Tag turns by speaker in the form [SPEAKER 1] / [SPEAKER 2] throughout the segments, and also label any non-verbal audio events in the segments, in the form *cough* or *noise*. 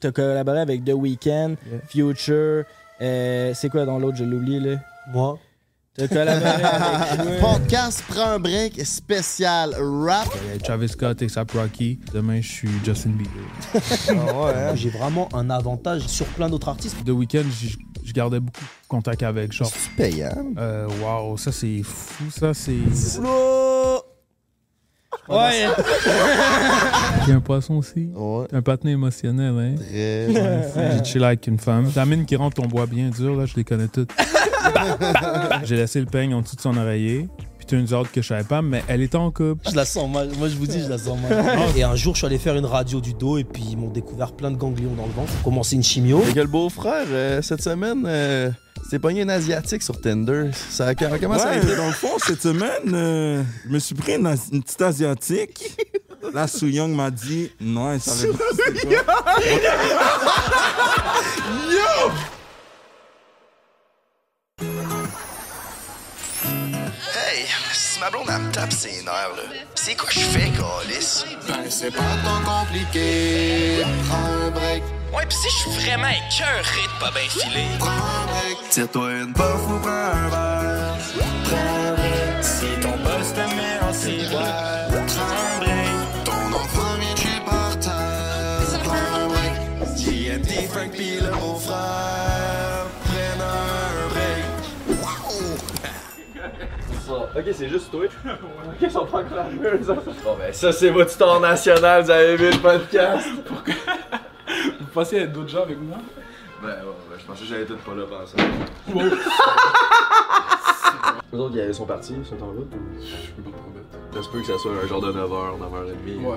[SPEAKER 1] t'as collaboré avec The Weeknd,
[SPEAKER 2] Yeah.
[SPEAKER 1] Future, euh, c'est quoi dans l'autre, je l'oublie, là.
[SPEAKER 2] Moi.
[SPEAKER 1] T'as collaboré *laughs* avec moi.
[SPEAKER 3] Podcast prend un break spécial rap.
[SPEAKER 4] Euh, Travis Scott, ASAP Rocky. Demain, je suis Justin Bieber.
[SPEAKER 2] J'ai vraiment un avantage sur plein d'autres artistes.
[SPEAKER 4] De week-end, j- je gardais beaucoup de contact avec genre.
[SPEAKER 3] C'est payant.
[SPEAKER 4] Euh, wow, ça c'est fou, ça c'est. *laughs*
[SPEAKER 1] Ouais,
[SPEAKER 4] Il y a un poisson aussi.
[SPEAKER 3] Ouais.
[SPEAKER 4] T'es Un patiné émotionnel, hein.
[SPEAKER 3] Très.
[SPEAKER 4] J'ai chillé avec une femme. La mine qui rentre ton bois bien dur, là, je les connais toutes. Bah, bah. J'ai laissé le peigne en dessous de son oreiller. Puis t'as une autres que je savais pas, mais elle était en couple.
[SPEAKER 2] Je la sens mal. Moi, je vous dis, je la sens *laughs* mal. et un jour, je suis allé faire une radio du dos et puis ils m'ont découvert plein de ganglions dans le ventre. J'ai Commencé une chimio.
[SPEAKER 5] Fait que le beau-frère, euh, cette semaine, euh, s'est pogné une asiatique sur Tinder. Ça, comment ça a été?
[SPEAKER 6] Ouais, dans le fond, cette semaine, euh, je me suis pris une, as- une
[SPEAKER 7] *laughs*
[SPEAKER 6] petite asiatique. Là, Soo Young m'a dit, non, elle savait pas. c'était quoi.
[SPEAKER 8] Hey, si ma blonde, elle me tape ses nerfs, là. C'est quoi je fais, Calis? Ben, c'est pas tant compliqué. Prends un break.
[SPEAKER 9] Ouais, pis si je suis vraiment écœuré de pas bien filer.
[SPEAKER 8] Prends un break. Tire-toi une bof ou prends un verre. Prends un break. Si ton boss te met en cigarette, prends un break. Ton nom premier cul par terre. Prends un break. JMD, Frank, pis le beau-frère. Prends un break.
[SPEAKER 7] Ok, c'est juste Twitch. *laughs* ok, ils sont pas encore arrivés, eux autres. Bon, ben, ça, c'est votre temps national. Vous avez vu le podcast. *laughs* Pourquoi Vous pensez à d'autres gens avec moi Ben, ouais, ouais, je pensais que j'allais tout pas là pendant ça. *laughs* Eux autres, ils sont partis, ils sont en route ou. Je peux pas te promettre. Ça se peut que ça soit un genre de 9h, 9h30. Ouais.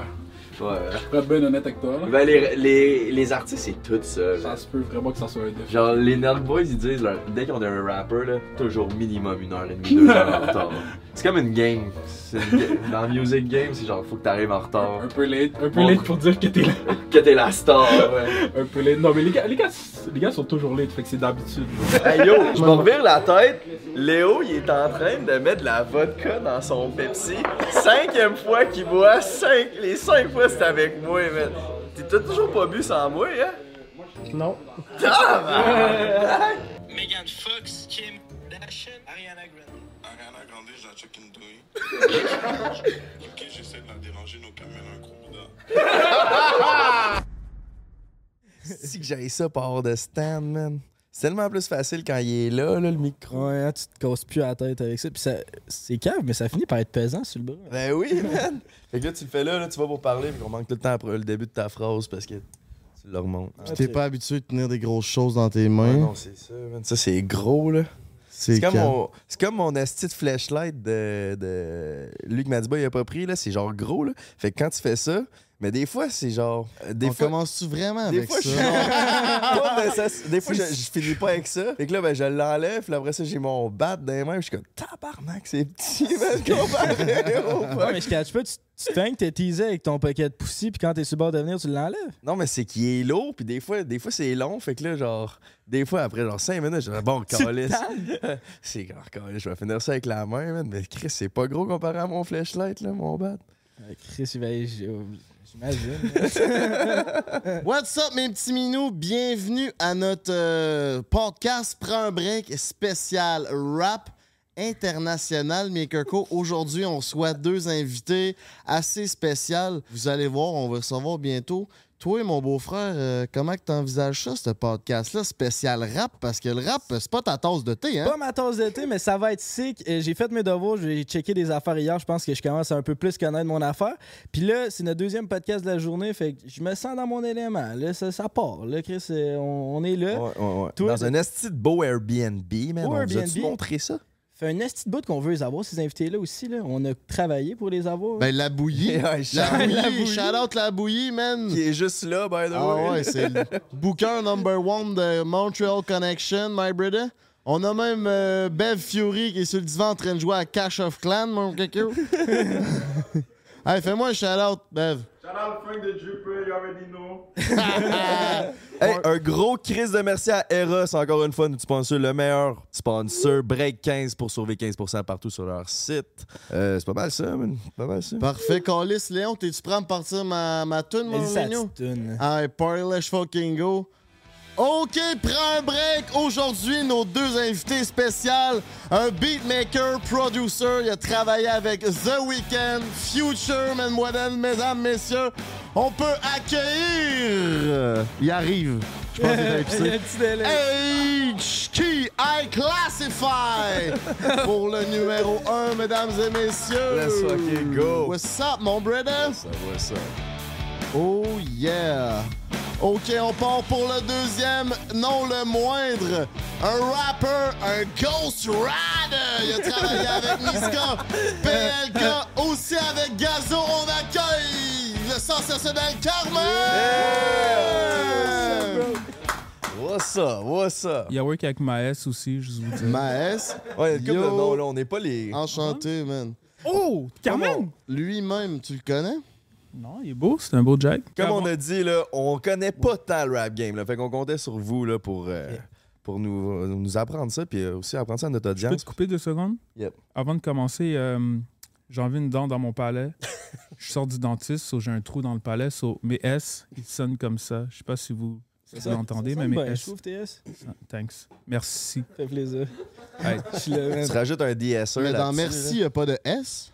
[SPEAKER 7] Ouais.
[SPEAKER 10] Pour être bien honnête avec toi, là,
[SPEAKER 7] Ben, les, les, les artistes, c'est tout ça. là.
[SPEAKER 10] ça se peut vraiment que ça soit un défi.
[SPEAKER 7] Genre, les Nerd Boys, ils disent, leur- dès qu'on a un rapper, là, toujours minimum une heure et *laughs* demie, deux heures en retard. C'est comme une game. C'est une ga- Dans la music game, c'est genre, faut que t'arrives en retard.
[SPEAKER 10] Un peu late, un peu
[SPEAKER 7] Bon.
[SPEAKER 10] late pour dire que t'es là.
[SPEAKER 7] Que t'es la star, ouais.
[SPEAKER 10] Un peu late. Non, mais les gars, les gars, les gars sont toujours late, fait que c'est d'habitude. genre.
[SPEAKER 7] Hey yo, je me revire la tête. Léo, il est en train de mettre de la vodka dans son Pepsi. Cinquième fois qu'il boit, cinq, les cinq fois c'est avec moi, man. T'es- T'as toujours pas bu sans moi, hein?
[SPEAKER 2] Non.
[SPEAKER 9] Megan Fox, Kim Kardashian, Ariana Grande.
[SPEAKER 8] Ariana Grande, je la check une douille. ok, j'essaie de la déranger, nos caméras un gros boudin.
[SPEAKER 3] Si que j'aille ça par de stand, man. C'est tellement plus facile quand il est là, là, le micro.
[SPEAKER 1] Ouais, hein, tu te casses plus la tête avec ça. Puis ça, c'est cave, mais ça finit par être pesant sur le bras.
[SPEAKER 3] Ben *laughs* oui, man. Fait que là, tu le fais là, là, tu vas pour parler, puis qu'on manque tout le temps après le début de ta phrase parce que tu le remontes.
[SPEAKER 1] Ouais,
[SPEAKER 3] Ouais,
[SPEAKER 1] t'es-
[SPEAKER 3] habitué de tenir des
[SPEAKER 11] grosses choses dans tes mains.
[SPEAKER 3] Non, Ah, c'est ça, man. Ça, c'est gros, là.
[SPEAKER 11] C'est
[SPEAKER 3] C'est comme,
[SPEAKER 11] calme.
[SPEAKER 3] mon, c'est comme mon esti de flashlight de, de Luc Madiba, il a pas pris, là. C'est genre gros, là. Fait que quand tu fais ça, mais des fois, c'est genre. euh, Des
[SPEAKER 11] On
[SPEAKER 3] fois.
[SPEAKER 11] commence-tu vraiment
[SPEAKER 3] Des
[SPEAKER 11] avec
[SPEAKER 3] fois, je
[SPEAKER 11] ça?
[SPEAKER 3] suis *laughs* genre- Pas nécess- Des fois, je, je finis pas avec ça. Fait que là, ben, je l'enlève. Puis après ça, j'ai mon bat dans les mains. puis Je suis comme, tabarnak, c'est petit, *laughs* man, comparé au
[SPEAKER 1] Ouais,
[SPEAKER 3] fuck.
[SPEAKER 1] mais je catch pas, tu, tu te fais que t'es teasé avec ton paquet de poussi, puis quand t'es sur le bord de venir, tu l'enlèves.
[SPEAKER 3] Non, mais c'est qu'il est lourd. Puis des fois, des fois c'est long. Fait que là, genre, des fois, après genre 5 minutes, je dis, bon, calice. *laughs* c'est genre, calice, je vais finir ça avec la main, man. Mais Chris, c'est pas gros comparé à mon flashlight, là, mon bat.
[SPEAKER 1] Ouais, Ah, Chris, il va- j'- j'imagine.
[SPEAKER 11] What's up, mes petits minous? Bienvenue à notre euh, podcast Prends un break spécial rap international. Mes Kirko, aujourd'hui, on reçoit deux invités assez spéciales. Vous allez voir, on va recevoir bientôt. Toi et mon beau-frère, euh, comment que t'envisages ça, ce podcast-là, spécial rap? Parce que le rap, c'est pas ta tasse de thé, hein?
[SPEAKER 1] pas ma tasse d'été, mais ça va être sick. Euh, J'ai fait mes devoirs, j'ai checké des affaires hier. Je pense que je commence à un peu plus connaître mon affaire. Puis là, c'est notre deuxième podcast de la journée, fait que je me sens dans mon élément. Là, ça, ça part. Là, Chris, euh, on, on est là.
[SPEAKER 3] Ouais, ouais, ouais.
[SPEAKER 1] Toi,
[SPEAKER 3] Dans un esti de beau Airbnb, man.
[SPEAKER 1] Beau
[SPEAKER 3] on vous a-tu
[SPEAKER 1] Airbnb.
[SPEAKER 3] montré ça?
[SPEAKER 1] Fait un esti de bout qu'on veut les avoir, ces invités-là aussi. Là. On a travaillé pour les avoir.
[SPEAKER 11] Ben, la
[SPEAKER 3] *laughs*
[SPEAKER 11] bouillie.
[SPEAKER 3] Ouais,
[SPEAKER 11] La
[SPEAKER 3] Charles,
[SPEAKER 11] bouillie,
[SPEAKER 3] la bouillie.
[SPEAKER 11] shout out la bouillie, man!
[SPEAKER 3] Qui est juste là, by the
[SPEAKER 11] Ah
[SPEAKER 3] way.
[SPEAKER 11] ouais, c'est le bouquin number one de Montreal Connection, my brother. On a même euh, Bev Fury qui est sur le divan en train de jouer à Cash of Clan, mon coco. hey, fais-moi un shout-out, Bev.
[SPEAKER 6] Shout out Frank the Dripper, you already know.
[SPEAKER 3] Hey, un gros crise de merci à Eros, encore une fois, notre sponsor, le meilleur sponsor, Break 15 pour sauver 15% partout sur leur site. Euh, c'est pas mal ça, man. C'est Pas mal ça.
[SPEAKER 11] Parfait, Calis, Léon, t'es-tu prêt à me partir ma, ma toune, mon
[SPEAKER 1] Vas-y, ça,
[SPEAKER 11] minou?
[SPEAKER 1] petite toune.
[SPEAKER 11] Allez, party, let's fucking go. OK, prends un break. Aujourd'hui, nos deux invités spéciales, un beatmaker, producer, il a travaillé avec The Weeknd, Future, mademoiselle, mesdames, messieurs. On peut accueillir... Il arrive. Je pense
[SPEAKER 1] Il
[SPEAKER 11] qu'il est
[SPEAKER 1] y a *laughs* un petit délai.
[SPEAKER 11] HKI Classify pour le numéro 1, mesdames et messieurs.
[SPEAKER 3] Let's fucking go.
[SPEAKER 11] What's up, mon brother?
[SPEAKER 3] Ça va, ça.
[SPEAKER 11] Oh yeah! Ok, on part pour le deuxième, non le moindre. Un rapper, un Ghost Rider! Il a travaillé
[SPEAKER 3] *laughs*
[SPEAKER 11] avec Niska, PLK, aussi avec Gazo. On accueille le sensationnel Carmen!
[SPEAKER 3] What's up? What's up?
[SPEAKER 4] Il y a work avec Maes aussi, je vous dis.
[SPEAKER 11] Maes?
[SPEAKER 3] Ouais, il y a une couple de
[SPEAKER 11] Yo.
[SPEAKER 3] noms, là. On n'est pas les.
[SPEAKER 4] Ah,
[SPEAKER 11] Enchanté, man.
[SPEAKER 4] Oh, Carmen!
[SPEAKER 11] Lui-même, tu le connais?
[SPEAKER 4] Non, il est beau, c'est un beau Jack.
[SPEAKER 3] Comme on a dit, là, on connaît pas tant le rap game. Là, fait qu'on comptait sur vous là, pour, euh, pour nous, euh, nous apprendre ça, puis euh, aussi apprendre ça à notre
[SPEAKER 4] Je peux te
[SPEAKER 3] audience.
[SPEAKER 4] couper deux secondes?
[SPEAKER 3] Yep.
[SPEAKER 4] Avant de commencer, euh, j'ai enlevé une dent dans mon palais. *laughs* je sors du dentiste, so j'ai un trou dans le palais. so mes S, ils sonnent comme ça. Je sais pas si vous, si vous
[SPEAKER 1] Ça-
[SPEAKER 4] l'entendez,
[SPEAKER 1] ça
[SPEAKER 4] mais
[SPEAKER 1] sonne
[SPEAKER 4] mes
[SPEAKER 1] bien, Je
[SPEAKER 4] S.
[SPEAKER 1] trouve TS.
[SPEAKER 4] Ah, Thanks.
[SPEAKER 1] *laughs*
[SPEAKER 4] Merci.
[SPEAKER 1] Fait plaisir.
[SPEAKER 4] Hey.
[SPEAKER 1] Je suis le
[SPEAKER 3] Tu
[SPEAKER 1] même.
[SPEAKER 3] rajoutes un DSE
[SPEAKER 11] Mais
[SPEAKER 3] là
[SPEAKER 11] dans Merci, il n'y a pas de S.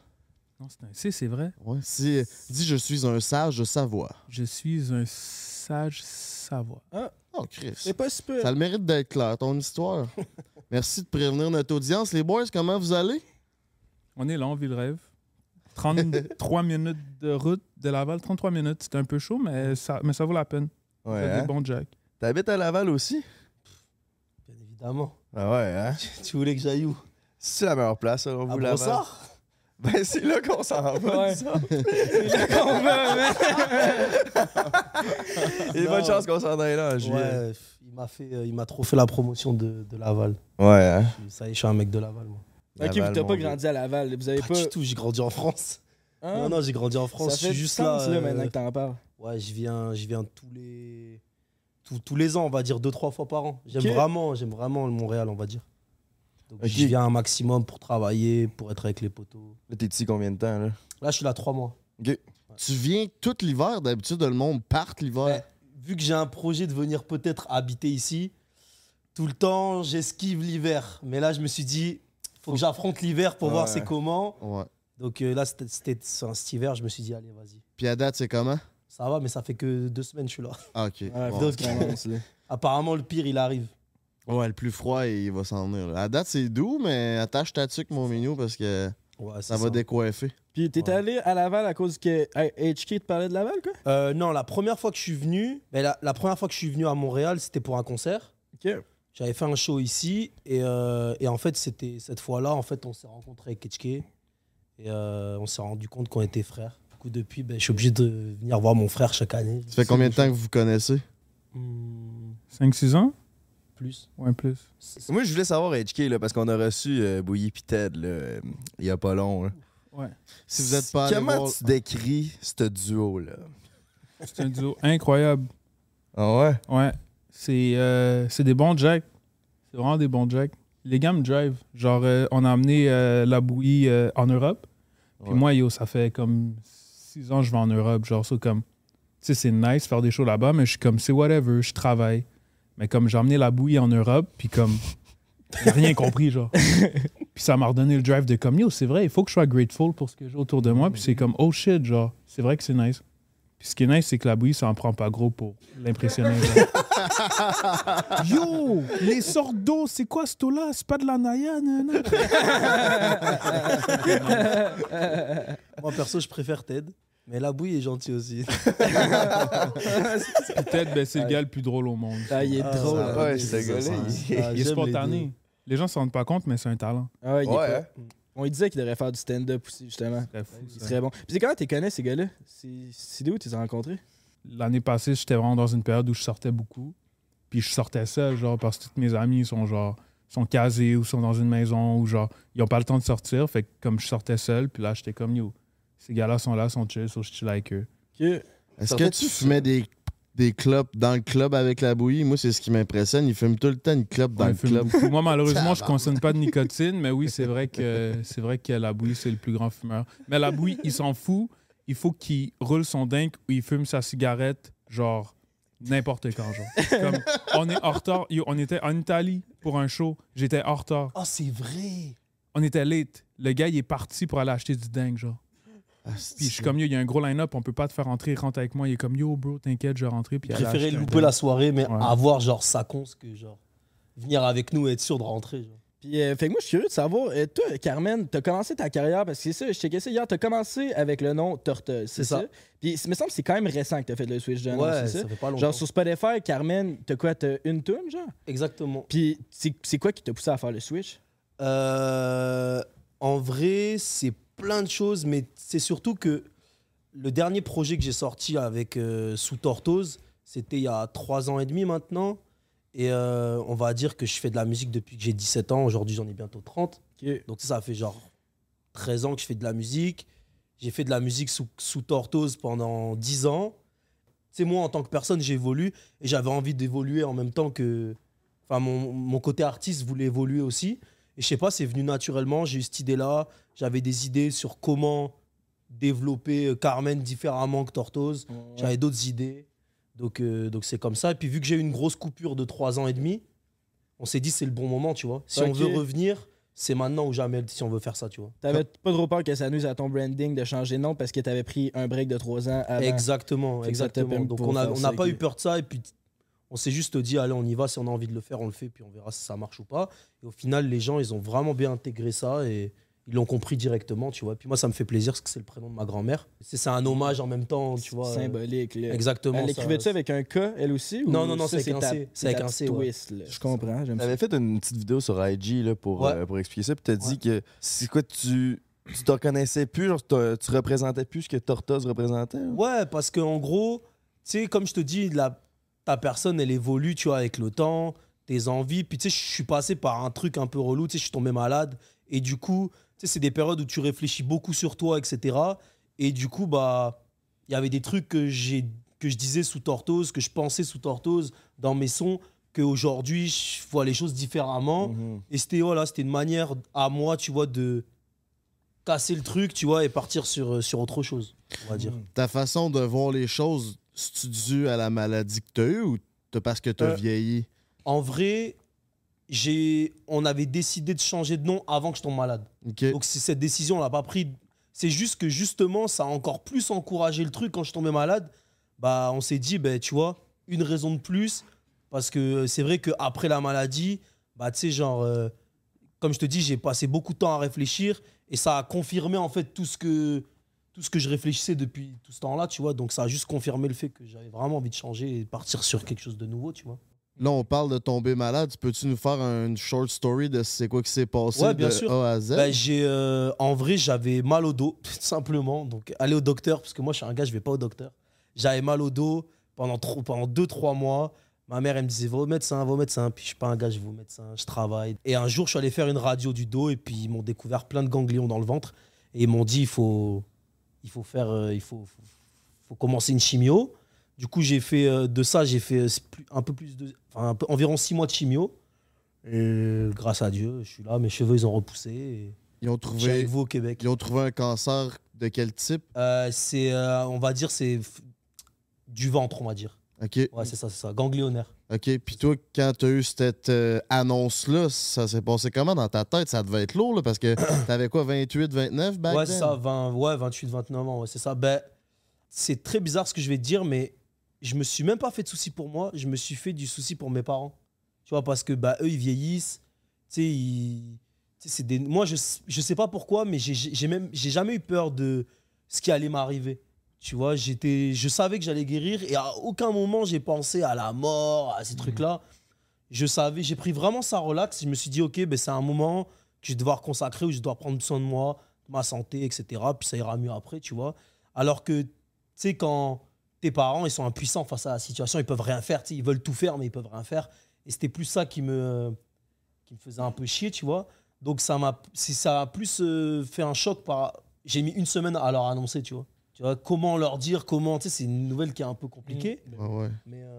[SPEAKER 4] Non, c'est un C, c'est vrai.
[SPEAKER 11] Ouais, si, dis je suis un sage de savoir.
[SPEAKER 4] Je suis un sage savoir.
[SPEAKER 11] Oh, Chris.
[SPEAKER 1] C'est pas si peu.
[SPEAKER 11] Ça a le mérite d'être clair, ton histoire. Merci de prévenir notre audience. Les boys, comment vous allez?
[SPEAKER 4] On est là, on vit le rêve. 33 *laughs* minutes de route de Laval, 33 minutes. C'était un peu chaud, mais ça, mais ça vaut la peine.
[SPEAKER 3] Ouais,
[SPEAKER 4] C'est
[SPEAKER 3] hein?
[SPEAKER 4] des bons Jack.
[SPEAKER 3] T'habites à Laval aussi?
[SPEAKER 2] Bien évidemment.
[SPEAKER 3] Ah ouais, hein?
[SPEAKER 2] *laughs* Tu voulais que j'aille où
[SPEAKER 3] C'est la meilleure place,
[SPEAKER 2] À
[SPEAKER 3] selon
[SPEAKER 4] Ah,
[SPEAKER 3] vous, Laval.
[SPEAKER 2] Brossard
[SPEAKER 3] Ben, c'est là qu'on s'en va.
[SPEAKER 1] Ouais.
[SPEAKER 3] nous
[SPEAKER 1] *laughs*
[SPEAKER 3] autres.
[SPEAKER 1] On va, man.
[SPEAKER 3] Et bonne chance qu'on s'en aille là en juillet.
[SPEAKER 2] Ouais, pff, il m'a fait, euh, il m'a trop fait la promotion de, de Laval.
[SPEAKER 3] Ouais, hein?
[SPEAKER 2] Puis Ça y est, je suis un mec de Laval, moi.
[SPEAKER 1] Ok,
[SPEAKER 3] Laval,
[SPEAKER 1] vous t'as
[SPEAKER 3] mon
[SPEAKER 1] pas
[SPEAKER 3] Dieu.
[SPEAKER 1] grandi à Laval. Vous avez
[SPEAKER 2] Pas
[SPEAKER 1] pas.
[SPEAKER 2] du tout, j'ai grandi en France.
[SPEAKER 1] Hein?
[SPEAKER 2] Non, non, j'ai grandi en France.
[SPEAKER 1] Ça
[SPEAKER 2] Je
[SPEAKER 1] fait
[SPEAKER 2] suis
[SPEAKER 1] du
[SPEAKER 2] juste
[SPEAKER 1] sens,
[SPEAKER 2] là.
[SPEAKER 1] là,
[SPEAKER 2] euh,
[SPEAKER 1] maintenant que t'en parles.
[SPEAKER 2] Ouais, je viens, je viens tous les tous, tous les ans, on va dire deux trois fois par an. J'aime
[SPEAKER 1] Ok.
[SPEAKER 2] vraiment, j'aime vraiment le Montréal, on va dire. Donc
[SPEAKER 3] Ok.
[SPEAKER 2] je viens un maximum pour travailler, pour être avec les poteaux.
[SPEAKER 3] Là, t'es ici combien de temps, là?
[SPEAKER 2] Là, je suis là trois mois.
[SPEAKER 11] Tu viens tout l'hiver, d'habitude, le monde part l'hiver.
[SPEAKER 2] Vu que j'ai un projet de venir peut-être habiter ici, tout le temps, j'esquive l'hiver. Mais là, je me suis dit, faut que j'affronte l'hiver pour voir
[SPEAKER 3] Ouais.
[SPEAKER 2] c'est comment.
[SPEAKER 11] Ouais.
[SPEAKER 2] Donc euh, là, c'était- c'était sur un cet hiver, je me suis dit, allez, vas-y.
[SPEAKER 11] Puis à date, c'est comment?
[SPEAKER 2] Ça va, mais ça fait que deux semaines, je suis là. *laughs*
[SPEAKER 11] Ah, ok.
[SPEAKER 1] Ouais,
[SPEAKER 11] Bon.
[SPEAKER 1] faut que tu commences, là.
[SPEAKER 2] Apparemment, le pire, il arrive.
[SPEAKER 11] Ouais, le plus froid, il va s'en venir. là. À date, c'est doux, mais attache ta tuque, mon minou, parce que
[SPEAKER 2] Ouais, c'est
[SPEAKER 11] ça va décoiffer.
[SPEAKER 1] *laughs* Puis t'es
[SPEAKER 2] Ouais.
[SPEAKER 1] allé à Laval à cause que hey, HK te parlait de Laval, quoi?
[SPEAKER 2] Euh, non, la première fois que je suis venu, ben, la, la première fois que je suis venu à Montréal, c'était pour un concert.
[SPEAKER 1] *laughs* Ok.
[SPEAKER 2] J'avais fait un show ici et, euh, et en fait, c'était cette fois-là, en fait, on s'est rencontrés avec Ketchke et euh, on s'est rendu compte qu'on était frères. Du coup, depuis, ben, je suis obligé de venir voir mon frère chaque année.
[SPEAKER 11] Ça fait combien de temps que vous vous connaissez?
[SPEAKER 2] Hmm,
[SPEAKER 4] 5-6 ans?
[SPEAKER 2] Plus.
[SPEAKER 4] Ouais, plus.
[SPEAKER 2] C'est-
[SPEAKER 3] Moi, je voulais savoir HK, là, parce qu'on a reçu euh, Bouilly pis Ted, là, euh, il y a pas long, là.
[SPEAKER 11] Si vous êtes pas allé
[SPEAKER 3] Comment
[SPEAKER 11] voir...
[SPEAKER 3] tu décris ce duo-là?
[SPEAKER 4] C'est un duo *laughs* incroyable.
[SPEAKER 3] Ah ouais?
[SPEAKER 4] Ouais. C'est euh, c'est des bons jacks. C'est vraiment des bons jacks. Les gars me drive. Genre, euh, on a amené euh, la bouillie euh, en Europe. Puis
[SPEAKER 3] Ouais.
[SPEAKER 4] moi, yo, ça fait comme six ans que je vais en Europe. Genre, ça, comme. Tu sais, c'est nice faire des shows là-bas, mais je suis comme, c'est whatever, je travaille. Mais comme j'ai emmené la bouillie en Europe, puis comme. J'ai rien compris, genre. puis ça m'a redonné le drive de comme, yo, c'est vrai, il faut que je sois grateful pour ce que j'ai autour de moi. Puis c'est comme, oh shit, genre, c'est vrai que c'est nice. Puis ce qui est nice, c'est que la bouillie, ça en prend pas gros pour l'impressionner. genre. *laughs* Yo, les sortes d'eau, c'est quoi ce eau-là? C'est pas de la Naya, non, non.
[SPEAKER 1] Ah,
[SPEAKER 2] Moi, perso, je préfère Ted, mais la bouille est
[SPEAKER 1] *laughs*
[SPEAKER 2] gentille aussi.
[SPEAKER 4] Peut-être, ben, c'est le gars le plus drôle au monde.
[SPEAKER 1] Ah, il est
[SPEAKER 2] Ah,
[SPEAKER 1] drôle.
[SPEAKER 2] ça
[SPEAKER 1] hein.
[SPEAKER 2] va,
[SPEAKER 3] Ouais, ce gars-là, il-
[SPEAKER 2] Ah,
[SPEAKER 4] Il est
[SPEAKER 2] j'aime les
[SPEAKER 4] spontané.
[SPEAKER 2] deux.
[SPEAKER 4] Les gens s'en rendent pas compte, mais c'est un talent.
[SPEAKER 1] Ah ouais, il est
[SPEAKER 3] Ouais,
[SPEAKER 1] pas-
[SPEAKER 3] hein?
[SPEAKER 1] On lui disait qu'il devrait faire du stand-up aussi, justement.
[SPEAKER 4] Très fou,
[SPEAKER 1] Il
[SPEAKER 4] ça.
[SPEAKER 1] serait bon. Puis c'est comment t'es connais, ces gars-là? C'est c'est d'où tu les as rencontrés?
[SPEAKER 4] L'année passée, j'étais vraiment dans une période où je sortais beaucoup. Puis je sortais seul, genre, parce que tous mes amis sont genre sont casés ou sont dans une maison ou genre ils ont pas le temps de sortir fait que comme je sortais seul puis là j'étais comme yo ces gars-là sont là sont chill so je chill avec eux
[SPEAKER 1] Que...
[SPEAKER 11] Est-ce que tu fumais des, des clopes dans le club avec la bouillie. Moi, c'est ce qui m'impressionne. Ils fument tout le temps une clope dans
[SPEAKER 4] Ouais,
[SPEAKER 11] le
[SPEAKER 4] il fume
[SPEAKER 11] club.
[SPEAKER 4] beaucoup. Moi, malheureusement,
[SPEAKER 2] *laughs*
[SPEAKER 4] je
[SPEAKER 11] Tabarnak.
[SPEAKER 4] consomme pas de nicotine, mais oui, c'est vrai que c'est vrai que la bouille, c'est le plus grand fumeur. Mais la bouille, il s'en fout. Il faut qu'il roule son dingue ou il fume sa cigarette, genre n'importe quand. Genre. Comme, on est en retard. Yo, on était en Italie pour un show. J'étais en retard.
[SPEAKER 1] Oh,
[SPEAKER 2] Ah, c'est vrai.
[SPEAKER 4] On était late. Le gars, il est parti pour aller acheter du dingue, genre.
[SPEAKER 11] Ah,
[SPEAKER 4] Puis je suis comme, yo, il y a un gros line-up, on peut pas te faire rentrer, rentre avec moi. Il est comme, yo, bro, t'inquiète, je vais rentrer. Puis
[SPEAKER 2] Il
[SPEAKER 4] aller
[SPEAKER 2] préférait
[SPEAKER 4] acheter un
[SPEAKER 2] louper
[SPEAKER 4] dingue.
[SPEAKER 2] la soirée, mais
[SPEAKER 4] Ouais.
[SPEAKER 2] avoir genre sa conce que genre venir avec nous et être sûr de rentrer. genre.
[SPEAKER 1] Puis, euh, fait que moi, je suis curieux de savoir, euh, toi, Carmen, t'as commencé ta carrière, parce que c'est ça, je checkais ça hier, t'as commencé avec le nom Torteuse, c'est ça?
[SPEAKER 2] ça.
[SPEAKER 1] Puis, il me semble que c'est quand même récent que t'as fait le switch de nom,
[SPEAKER 2] Ouais,
[SPEAKER 1] c'est ça?
[SPEAKER 2] ça fait pas longtemps.
[SPEAKER 1] Genre, sur Spotify, Carmen, t'as quoi, t'as une tune, genre?
[SPEAKER 2] Exactement.
[SPEAKER 1] Puis, c'est c'est quoi qui t'a poussé à faire le switch?
[SPEAKER 2] Euh, en vrai, c'est plein de choses, mais c'est surtout que le dernier projet que j'ai sorti avec euh, Sous Tortoise, c'était il y a trois ans et demi maintenant. Et euh, on va dire que je fais de la musique depuis que j'ai 17 ans. Aujourd'hui, j'en ai bientôt 30. Donc ça, ça fait genre 13 ans que je fais de la musique. J'ai fait de la musique sous, sous Tortoise pendant 10 ans. Tu sais, moi, en tant que personne, j'évolue et j'avais envie d'évoluer en même temps que. Enfin, mon, mon côté artiste voulait évoluer aussi. Et je sais pas, c'est venu naturellement. J'ai eu cette idée-là. J'avais des idées sur comment développer euh, Carmen différemment que Tortoise. J'avais d'autres idées. Donc, euh, donc c'est comme ça. Et puis, vu que j'ai eu une grosse coupure de 3 ans et demi, on s'est dit c'est le bon moment, tu vois. Si on
[SPEAKER 1] Ok.
[SPEAKER 2] veut revenir, c'est maintenant ou jamais si on veut faire ça, tu vois.
[SPEAKER 1] T'avais pas trop peur que ça nuise à ton branding de changer de nom parce que t'avais pris un break de trois ans avant.
[SPEAKER 2] Exactement,
[SPEAKER 1] Fait que ça t'a
[SPEAKER 2] exactement.
[SPEAKER 1] permis
[SPEAKER 2] Donc
[SPEAKER 1] de
[SPEAKER 2] on a-
[SPEAKER 1] faire
[SPEAKER 2] on
[SPEAKER 1] ça,
[SPEAKER 2] n'a pas
[SPEAKER 1] ok.
[SPEAKER 2] eu peur de ça et puis on s'est juste dit allez on y va, si on a envie de le faire on le fait puis on verra si ça marche ou pas. Et au final les gens ils ont vraiment bien intégré ça et ils l'ont compris directement, tu vois. Puis moi ça me fait plaisir parce que c'est le prénom de ma grand-mère. C'est c'est un hommage en même temps, tu vois.
[SPEAKER 1] Symbolique, là.
[SPEAKER 2] Exactement.
[SPEAKER 1] Elle
[SPEAKER 2] ça-
[SPEAKER 1] écrivait-tu avec un K, elle aussi? ou
[SPEAKER 2] Non, non, non,
[SPEAKER 1] ça,
[SPEAKER 2] c'est avec un
[SPEAKER 1] ta-
[SPEAKER 2] C, c'est avec
[SPEAKER 1] ta
[SPEAKER 2] un
[SPEAKER 1] petite
[SPEAKER 2] C, ouais.
[SPEAKER 1] twist, là. Je comprends, j'aime ça.
[SPEAKER 3] T'avais fait une petite vidéo sur IG là, pour,
[SPEAKER 2] Ouais.
[SPEAKER 3] euh, pour expliquer ça, puis t'as dit que c'est quoi, tu tu te reconnaissais plus, genre, t'as- tu représentais plus ce que Tortoise représentait. là?
[SPEAKER 2] Ouais, parce que en gros, tu sais, comme je te dis, la, ta personne, elle évolue, tu vois, avec le temps, tes envies. Puis tu sais, je suis passé par un truc un peu relou, tu sais, je suis tombé malade. Et du coup, tu sais, c'est des périodes où tu réfléchis beaucoup sur toi, etc. Et du coup, bah, il y avait des trucs que j'ai que je disais sous tortose, que je pensais sous tortose dans mes sons, qu'aujourd'hui, je vois les choses différemment. Et c'était, voilà, c'était une manière à moi, tu vois, de casser le truc, tu vois, et partir sur, sur autre chose, on va dire.
[SPEAKER 11] Ta façon de voir les choses, c'est-tu dû à la maladie que t'as eue ou t'as- parce que t'as
[SPEAKER 2] Euh,
[SPEAKER 11] vieilli?
[SPEAKER 2] En vrai, j'ai, on avait décidé de changer de nom avant que je tombe malade.
[SPEAKER 11] Ok.
[SPEAKER 2] Donc si cette décision, on l'a pas prise. C'est juste que justement, ça a encore plus encouragé le truc quand je tombais malade. Bah, on s'est dit, ben tu vois, une raison de plus, parce que c'est vrai que après la maladie, bah tu sais genre, euh, comme je te dis, j'ai passé beaucoup de temps à réfléchir et ça a confirmé en fait tout ce que tout ce que je réfléchissais depuis tout ce temps-là, tu vois. Donc ça a juste confirmé le fait que j'avais vraiment envie de changer et partir sur quelque chose de nouveau, tu vois.
[SPEAKER 11] Là, on parle de tomber malade. Peux-tu nous faire une short story de c'est quoi qui s'est passé
[SPEAKER 2] Ouais, bien
[SPEAKER 11] de
[SPEAKER 2] sûr.
[SPEAKER 11] A à Z?
[SPEAKER 2] Ben, j'ai, euh, en vrai, j'avais mal au dos, *laughs* tout simplement. Donc, aller au docteur, parce que moi, je suis un gars, je vais pas au docteur. J'avais mal au dos pendant 2-3 pendant deux, trois mois. Ma mère, elle me disait, va au médecin, va au médecin. Puis, je suis pas un gars, je vais au médecin, je travaille. Et un jour, je suis allé faire une radio du dos, et puis, ils m'ont découvert plein de ganglions dans le ventre. Et ils m'ont dit, il faut, il faut faire, euh, il faut, faut, faut commencer une chimio. Du coup, j'ai fait euh, de ça, j'ai fait euh, plus- un peu plus de, enfin, un peu- environ 6 mois de chimio. Et grâce à Dieu, je suis là, mes cheveux, ils ont repoussé. et-
[SPEAKER 11] Ils
[SPEAKER 2] je
[SPEAKER 11] ont
[SPEAKER 2] suis
[SPEAKER 11] trouvé,
[SPEAKER 2] avec vous au Québec.
[SPEAKER 11] ils ont trouvé un cancer de quel type?
[SPEAKER 2] Euh, c'est, euh, on va dire, c'est f- du ventre, on va dire.
[SPEAKER 11] OK.
[SPEAKER 2] Ouais, c'est ça, c'est ça. Ganglionnaire.
[SPEAKER 11] OK. Puis toi, quand t'as eu cette euh, annonce-là, ça s'est passé comment dans ta tête? Ça devait être lourd, là,
[SPEAKER 2] *coughs*
[SPEAKER 11] parce que t'avais quoi, 28, 29 back
[SPEAKER 2] ouais,
[SPEAKER 11] then?
[SPEAKER 2] c'est ça, 20, ouais, 28, 29 ans, ouais, c'est ça. Ben, c'est très bizarre ce que je vais te dire, mais je me suis même pas fait de soucis pour moi, je me suis fait du souci pour mes parents. Tu vois, parce que bah, eux, ils vieillissent. Tu sais, ils- tu sais, c'est des... moi, je, s- je sais pas pourquoi, mais j'ai- j'ai j'ai même j'ai jamais eu peur de ce qui allait m'arriver. Tu vois, j'étais, je savais que j'allais guérir et à aucun moment j'ai pensé à la mort,
[SPEAKER 11] Mmh.
[SPEAKER 2] à ces trucs-là. Je savais, j'ai pris vraiment ça relax. Je me suis dit, ok, ben, c'est un moment que je vais devoir consacrer où je dois prendre soin de moi, de ma santé, etc. Puis ça ira mieux après, tu vois. Alors que, tu sais, quand tes parents, ils sont impuissants face à la situation, ils peuvent rien faire. tu sais, Ils veulent tout faire, mais ils peuvent rien faire. Et c'était plus ça qui me, qui me faisait un peu chier, tu vois. Donc ça m'a, c'est- ça a plus euh, fait un choc par. J'ai mis une semaine à leur annoncer, tu vois. Tu vois, comment leur dire comment Tu sais, c'est une nouvelle qui est un peu compliquée.
[SPEAKER 3] Mm.
[SPEAKER 2] euh,
[SPEAKER 11] Ah ouais.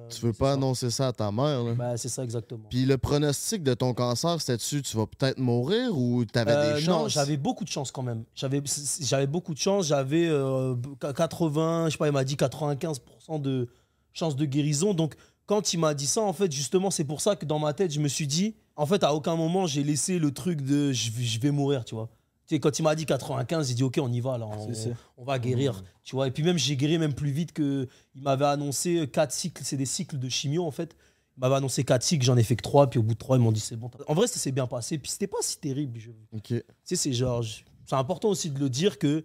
[SPEAKER 11] tu veux pas annoncer ça à ta mère, là.
[SPEAKER 2] Bah, c'est ça, exactement.
[SPEAKER 11] Puis le pronostic de ton cancer, c'était-tu, tu vas peut-être mourir ou t'avais
[SPEAKER 2] Euh,
[SPEAKER 11] des chances?
[SPEAKER 2] non, j'avais beaucoup de chance quand même. J'avais j'avais beaucoup de chance. J'avais euh, 80, je sais pas, il m'a dit 95% de chance de guérison. Donc, quand il m'a dit ça, en fait, justement, c'est pour ça que dans ma tête, je me suis dit, en fait, à aucun moment, j'ai laissé le truc de je vais- je vais mourir, tu vois. Tu sais, quand il m'a dit 95, j'ai dit, OK, on y va, là, on,
[SPEAKER 1] C'est ça.
[SPEAKER 2] on va guérir,
[SPEAKER 11] Mmh.
[SPEAKER 1] Mhm.
[SPEAKER 2] tu vois. Et puis même, j'ai guéri même plus vite que il m'avait annoncé 4 cycles, c'est des cycles de chimio, en fait. Il m'avait annoncé 4 cycles, j'en ai fait que 3, puis au bout de 3, ils m'ont dit, c'est bon. t'as- En vrai, ça s'est bien passé, puis c'était pas si terrible. je-
[SPEAKER 11] Ok.
[SPEAKER 2] tu sais, c'est genre. je- C'est important aussi de le dire que